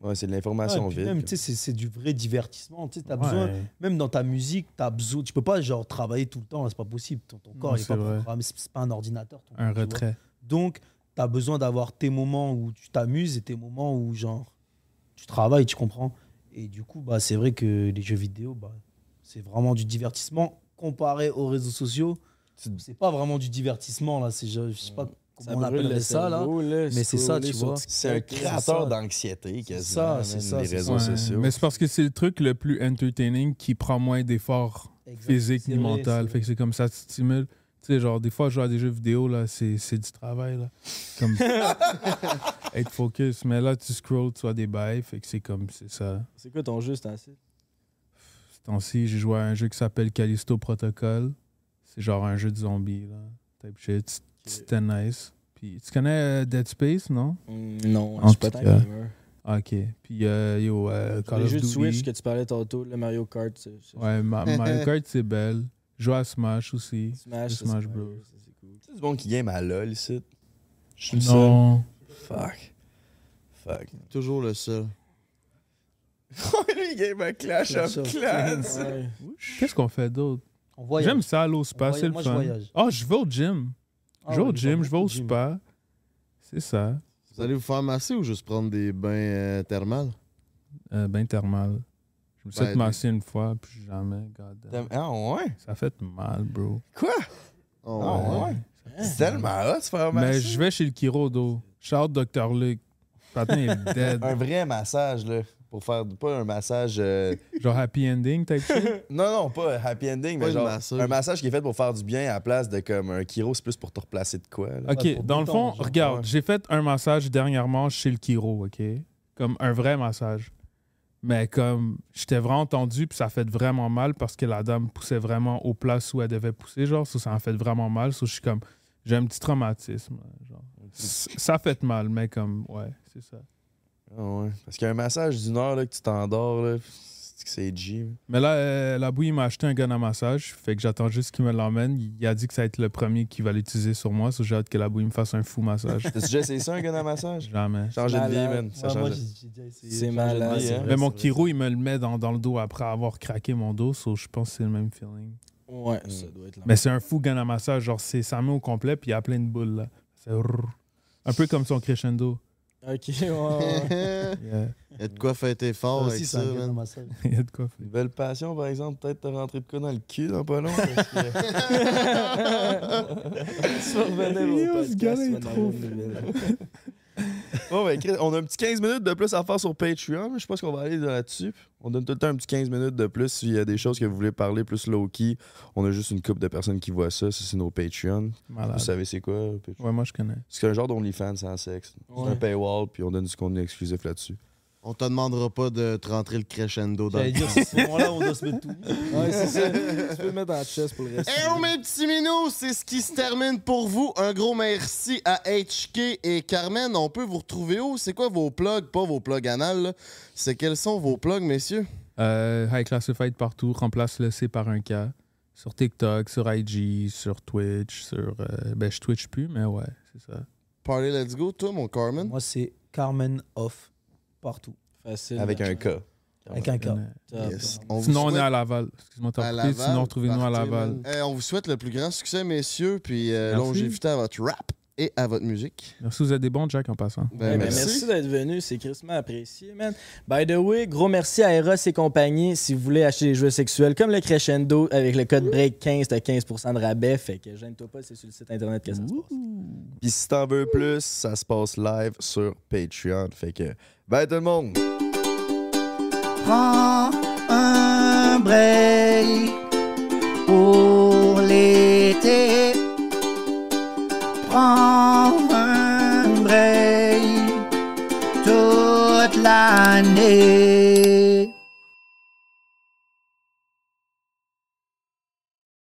[SPEAKER 3] Ouais, c'est de
[SPEAKER 2] Ouais,
[SPEAKER 3] l'information
[SPEAKER 2] puis
[SPEAKER 3] vide.
[SPEAKER 2] même, tu sais, c'est- c'est du vrai divertissement. Tu sais, t'as
[SPEAKER 4] Ouais.
[SPEAKER 2] besoin, même dans ta musique, t'as besoin. Tu peux pas, genre, travailler tout le temps, là, c'est pas possible. Ton, ton corps,
[SPEAKER 4] Non,
[SPEAKER 2] il est
[SPEAKER 4] c'est
[SPEAKER 2] pas
[SPEAKER 4] vrai.
[SPEAKER 2] programmé, c'est c'est pas un ordinateur. ton
[SPEAKER 4] Un
[SPEAKER 2] corps, tu
[SPEAKER 4] retrait.
[SPEAKER 2] vois. Donc, t'as besoin d'avoir tes moments où tu t'amuses et tes moments où, genre, tu travailles, tu comprends. Et du coup, bah, c'est vrai que les jeux vidéo, bah, c'est vraiment du divertissement comparé aux réseaux sociaux. C'est pas vraiment du divertissement, là. C'est, je, je sais pas comment on
[SPEAKER 1] brûle le
[SPEAKER 2] appellerait ça, là.
[SPEAKER 1] cerveau, là,
[SPEAKER 2] Mais c'est ça,
[SPEAKER 1] scroller
[SPEAKER 2] tu
[SPEAKER 1] sur
[SPEAKER 2] vois.
[SPEAKER 1] TikTok,
[SPEAKER 3] C'est un créateur d'anxiété, quasiment.
[SPEAKER 2] c'est
[SPEAKER 3] man,
[SPEAKER 2] ça,
[SPEAKER 3] Les
[SPEAKER 2] c'est
[SPEAKER 3] réseaux
[SPEAKER 4] Ouais,
[SPEAKER 3] sociaux.
[SPEAKER 4] Mais c'est parce que c'est le truc le plus entertaining qui prend moins d'efforts
[SPEAKER 2] Exact,
[SPEAKER 4] physiques
[SPEAKER 2] c'est
[SPEAKER 4] ni
[SPEAKER 2] vrai, c'est
[SPEAKER 4] mentaux. Fait que c'est comme ça, tu te stimules. Tu sais, genre, des fois, je joue à des jeux vidéo, là, c'est c'est du travail, là. Comme. être focus. Mais là, tu scrolls, tu as des bails. Fait que c'est comme, c'est ça.
[SPEAKER 1] C'est quoi ton jeu, c'est ainsi?
[SPEAKER 4] Ce temps-ci, j'ai joué à un jeu qui s'appelle Callisto Protocol. C'est genre un jeu de zombies, là. Type shit. C'était nice. Puis, tu connais euh, Dead Space, non?
[SPEAKER 1] Non,
[SPEAKER 4] En
[SPEAKER 1] je suis pas
[SPEAKER 4] tout
[SPEAKER 1] tant
[SPEAKER 4] cas.
[SPEAKER 1] gamer.
[SPEAKER 4] Ah, ok. Puis, euh, yo, euh, Call
[SPEAKER 1] Les
[SPEAKER 4] of
[SPEAKER 1] jeux de
[SPEAKER 4] Duty.
[SPEAKER 1] Switch que tu parlais tantôt, le Mario Kart, c'est- c'est-
[SPEAKER 4] Ouais, Ma- Mario Kart, c'est belle. Joue à Smash aussi.
[SPEAKER 1] Smash,
[SPEAKER 4] Le
[SPEAKER 1] ça,
[SPEAKER 4] Smash
[SPEAKER 1] c'est
[SPEAKER 4] Bros.
[SPEAKER 3] C'est du bon qui game à LOL ici. Je suis le seul.
[SPEAKER 4] Non.
[SPEAKER 3] Fuck. Fuck. *laughs*
[SPEAKER 11] Toujours le seul.
[SPEAKER 3] Lui, il game à Clash of Clans.
[SPEAKER 4] Qu'est-ce qu'on fait d'autre?
[SPEAKER 2] On voyage.
[SPEAKER 4] J'aime ça, l'eau spa,
[SPEAKER 2] On voyage.
[SPEAKER 4] c'est le
[SPEAKER 2] Moi, je
[SPEAKER 4] fun.
[SPEAKER 2] voyage.
[SPEAKER 4] Ah, je vais au gym.
[SPEAKER 2] Ah
[SPEAKER 4] je vais
[SPEAKER 2] ouais,
[SPEAKER 4] au
[SPEAKER 2] il va
[SPEAKER 4] gym, je vais
[SPEAKER 2] beaucoup
[SPEAKER 4] au
[SPEAKER 2] au gym.
[SPEAKER 4] spa. C'est ça.
[SPEAKER 11] Vous allez vous faire masser ou juste prendre des bains euh, thermales?
[SPEAKER 4] Euh, ben thermal. Je me suis
[SPEAKER 11] Ben,
[SPEAKER 4] fait masser une fois, puis jamais. God damn.
[SPEAKER 3] Ah ouais?
[SPEAKER 4] Ça fait mal, bro.
[SPEAKER 3] Quoi?
[SPEAKER 11] Oh,
[SPEAKER 3] Ah
[SPEAKER 11] ouais.
[SPEAKER 3] ouais? C'est tellement hot de se faire
[SPEAKER 4] Mais
[SPEAKER 3] masser.
[SPEAKER 4] je vais chez le chiro, Shout Dr. Luc. Patin est dead.
[SPEAKER 3] Un vrai massage, là. Pour faire pas un massage. euh,
[SPEAKER 4] Genre happy ending, type shit.
[SPEAKER 3] Non, non, pas happy ending,
[SPEAKER 11] Pas
[SPEAKER 3] mais
[SPEAKER 11] une
[SPEAKER 3] genre
[SPEAKER 11] masseuse.
[SPEAKER 3] un massage qui est fait pour faire du bien à la place de comme un chiro, c'est plus pour te replacer de quoi. là.
[SPEAKER 4] Ok, dans le fond, regarde, j'ai fait un massage dernièrement chez le chiro, ok? Comme un vrai massage. Mais comme j'étais vraiment tendu, puis ça fait vraiment mal parce que la dame poussait vraiment aux places où elle devait pousser, genre, ça, ça en fait vraiment mal. So, je suis comme, j'ai un petit traumatisme. Genre. S- Ça fait mal, mais comme, ouais, c'est ça.
[SPEAKER 3] Ah ouais. Parce qu'un massage d'une heure là, que tu t'endors, là, pff, C'est que c'est G.
[SPEAKER 4] Mais là, euh, la bouille, il m'a acheté un gun à massage. Fait que j'attends juste qu'il me l'emmène. Il a dit que ça va être le premier qui va l'utiliser sur moi. So j'ai hâte que la bouille me fasse un fou massage.
[SPEAKER 3] T'as déjà essayé ça, un gun à massage?
[SPEAKER 4] Jamais.
[SPEAKER 3] Changer de vie,
[SPEAKER 4] Malade.
[SPEAKER 3] man. Ça
[SPEAKER 2] Ah,
[SPEAKER 4] Ouais, moi,
[SPEAKER 3] change.
[SPEAKER 4] j'ai-
[SPEAKER 3] de-
[SPEAKER 4] j'ai
[SPEAKER 11] déjà essayé.
[SPEAKER 3] Changer
[SPEAKER 4] C'est
[SPEAKER 3] de
[SPEAKER 4] malade.
[SPEAKER 3] vie, hein.
[SPEAKER 4] Mais mon Kiro, il me le met dans, dans le dos après avoir craqué mon dos. So je pense que c'est le même feeling.
[SPEAKER 11] Ah
[SPEAKER 1] Ouais, ça doit être la
[SPEAKER 4] Mais c'est un fou gun à massage. Genre, c'est sa main au complet, puis il y a plein de boules. Là. C'est rrr. un peu comme son
[SPEAKER 11] *laughs*
[SPEAKER 4] crescendo.
[SPEAKER 1] Ok, ouais, ouais. *laughs*
[SPEAKER 11] yeah.
[SPEAKER 3] Il y a de quoi fêter
[SPEAKER 11] fort Ça aussi, avec Ah ça ça, vient man. dans ma salle.
[SPEAKER 4] *laughs*
[SPEAKER 11] *laughs*
[SPEAKER 4] Il y a de quoi
[SPEAKER 3] Une belle passion, par exemple, peut-être te rentrer de quoi dans le cul dans pas long. parce que-
[SPEAKER 1] Tu vas revenir au
[SPEAKER 3] Yo, ce
[SPEAKER 1] podcast,
[SPEAKER 3] gars-là
[SPEAKER 1] tu
[SPEAKER 3] est
[SPEAKER 1] vas
[SPEAKER 3] trop
[SPEAKER 1] avoir
[SPEAKER 3] fou.
[SPEAKER 1] une nouvelle.
[SPEAKER 3] Bon, ben, Chris, on a un petit 15 minutes de plus à faire sur Patreon. Je pense qu'on va aller là-dessus. On donne tout le temps un petit 15 minutes de plus s'il y a des choses que vous voulez parler plus low-key. On a juste une couple de personnes qui voient ça. Ça, c'est nos Patreon.
[SPEAKER 4] Malade.
[SPEAKER 3] Vous
[SPEAKER 11] Ah.
[SPEAKER 3] savez c'est quoi, euh, Patreon?
[SPEAKER 4] Ouais, moi, je connais.
[SPEAKER 3] C'est un genre d'OnlyFans sans sexe. C'est
[SPEAKER 11] Ouais.
[SPEAKER 3] un paywall, puis on donne du contenu exclusif là-dessus.
[SPEAKER 11] On te demandera pas de te rentrer le crescendo dans
[SPEAKER 3] J'allais
[SPEAKER 11] le
[SPEAKER 3] dire,
[SPEAKER 11] cul.
[SPEAKER 3] c'est ce moment-là
[SPEAKER 1] où on doit se mettre tout. Ouais, c'est *laughs* ça. tu peux le mettre dans la chest pour le reste.
[SPEAKER 11] Eh oh mes petits minous, c'est ce qui se termine pour vous. Un gros merci à HK et Carmen. On peut vous retrouver où? C'est quoi vos plugs? Pas vos plugs anal, là. C'est quels sont vos plugs, messieurs?
[SPEAKER 4] Euh, High Classified partout, remplace le C par un K. Sur TikTok, sur IG, sur Twitch, sur. euh, ben, je Twitch plus, mais ouais, c'est ça.
[SPEAKER 11] Party, let's go. Toi, mon Carmen?
[SPEAKER 16] Moi, c'est Carmen Off partout.
[SPEAKER 1] Facile.
[SPEAKER 3] Avec un K.
[SPEAKER 16] Avec un cas.
[SPEAKER 11] Yes. On vous
[SPEAKER 4] sinon, on
[SPEAKER 11] souhaite-
[SPEAKER 4] est à Laval. Excuse-moi,
[SPEAKER 11] À
[SPEAKER 4] t'as coupé.
[SPEAKER 11] Laval,
[SPEAKER 4] Sinon, retrouvez-nous à
[SPEAKER 11] partez,
[SPEAKER 4] Laval.
[SPEAKER 11] man. Eh, on vous souhaite le plus grand succès, messieurs, puis euh,
[SPEAKER 4] Merci.
[SPEAKER 11] longévité à votre rap et à votre musique.
[SPEAKER 4] Merci, vous êtes des bons, Jack, en passant.
[SPEAKER 11] Ben,
[SPEAKER 1] Ouais, ben, merci d'être venu, c'est crissement apprécié, man. By the way, gros merci à Eros et compagnie si vous voulez acheter des jouets sexuels comme le Crescendo avec le code BREAK15, t'as 15% de rabais, fait que gêne-toi pas, c'est sur le site internet que ça se passe.
[SPEAKER 3] Puis si t'en veux plus, ça se passe live sur Patreon. Fait que, bye tout le monde!
[SPEAKER 8] Prends un break pour l'été. Prends un break toute l'année.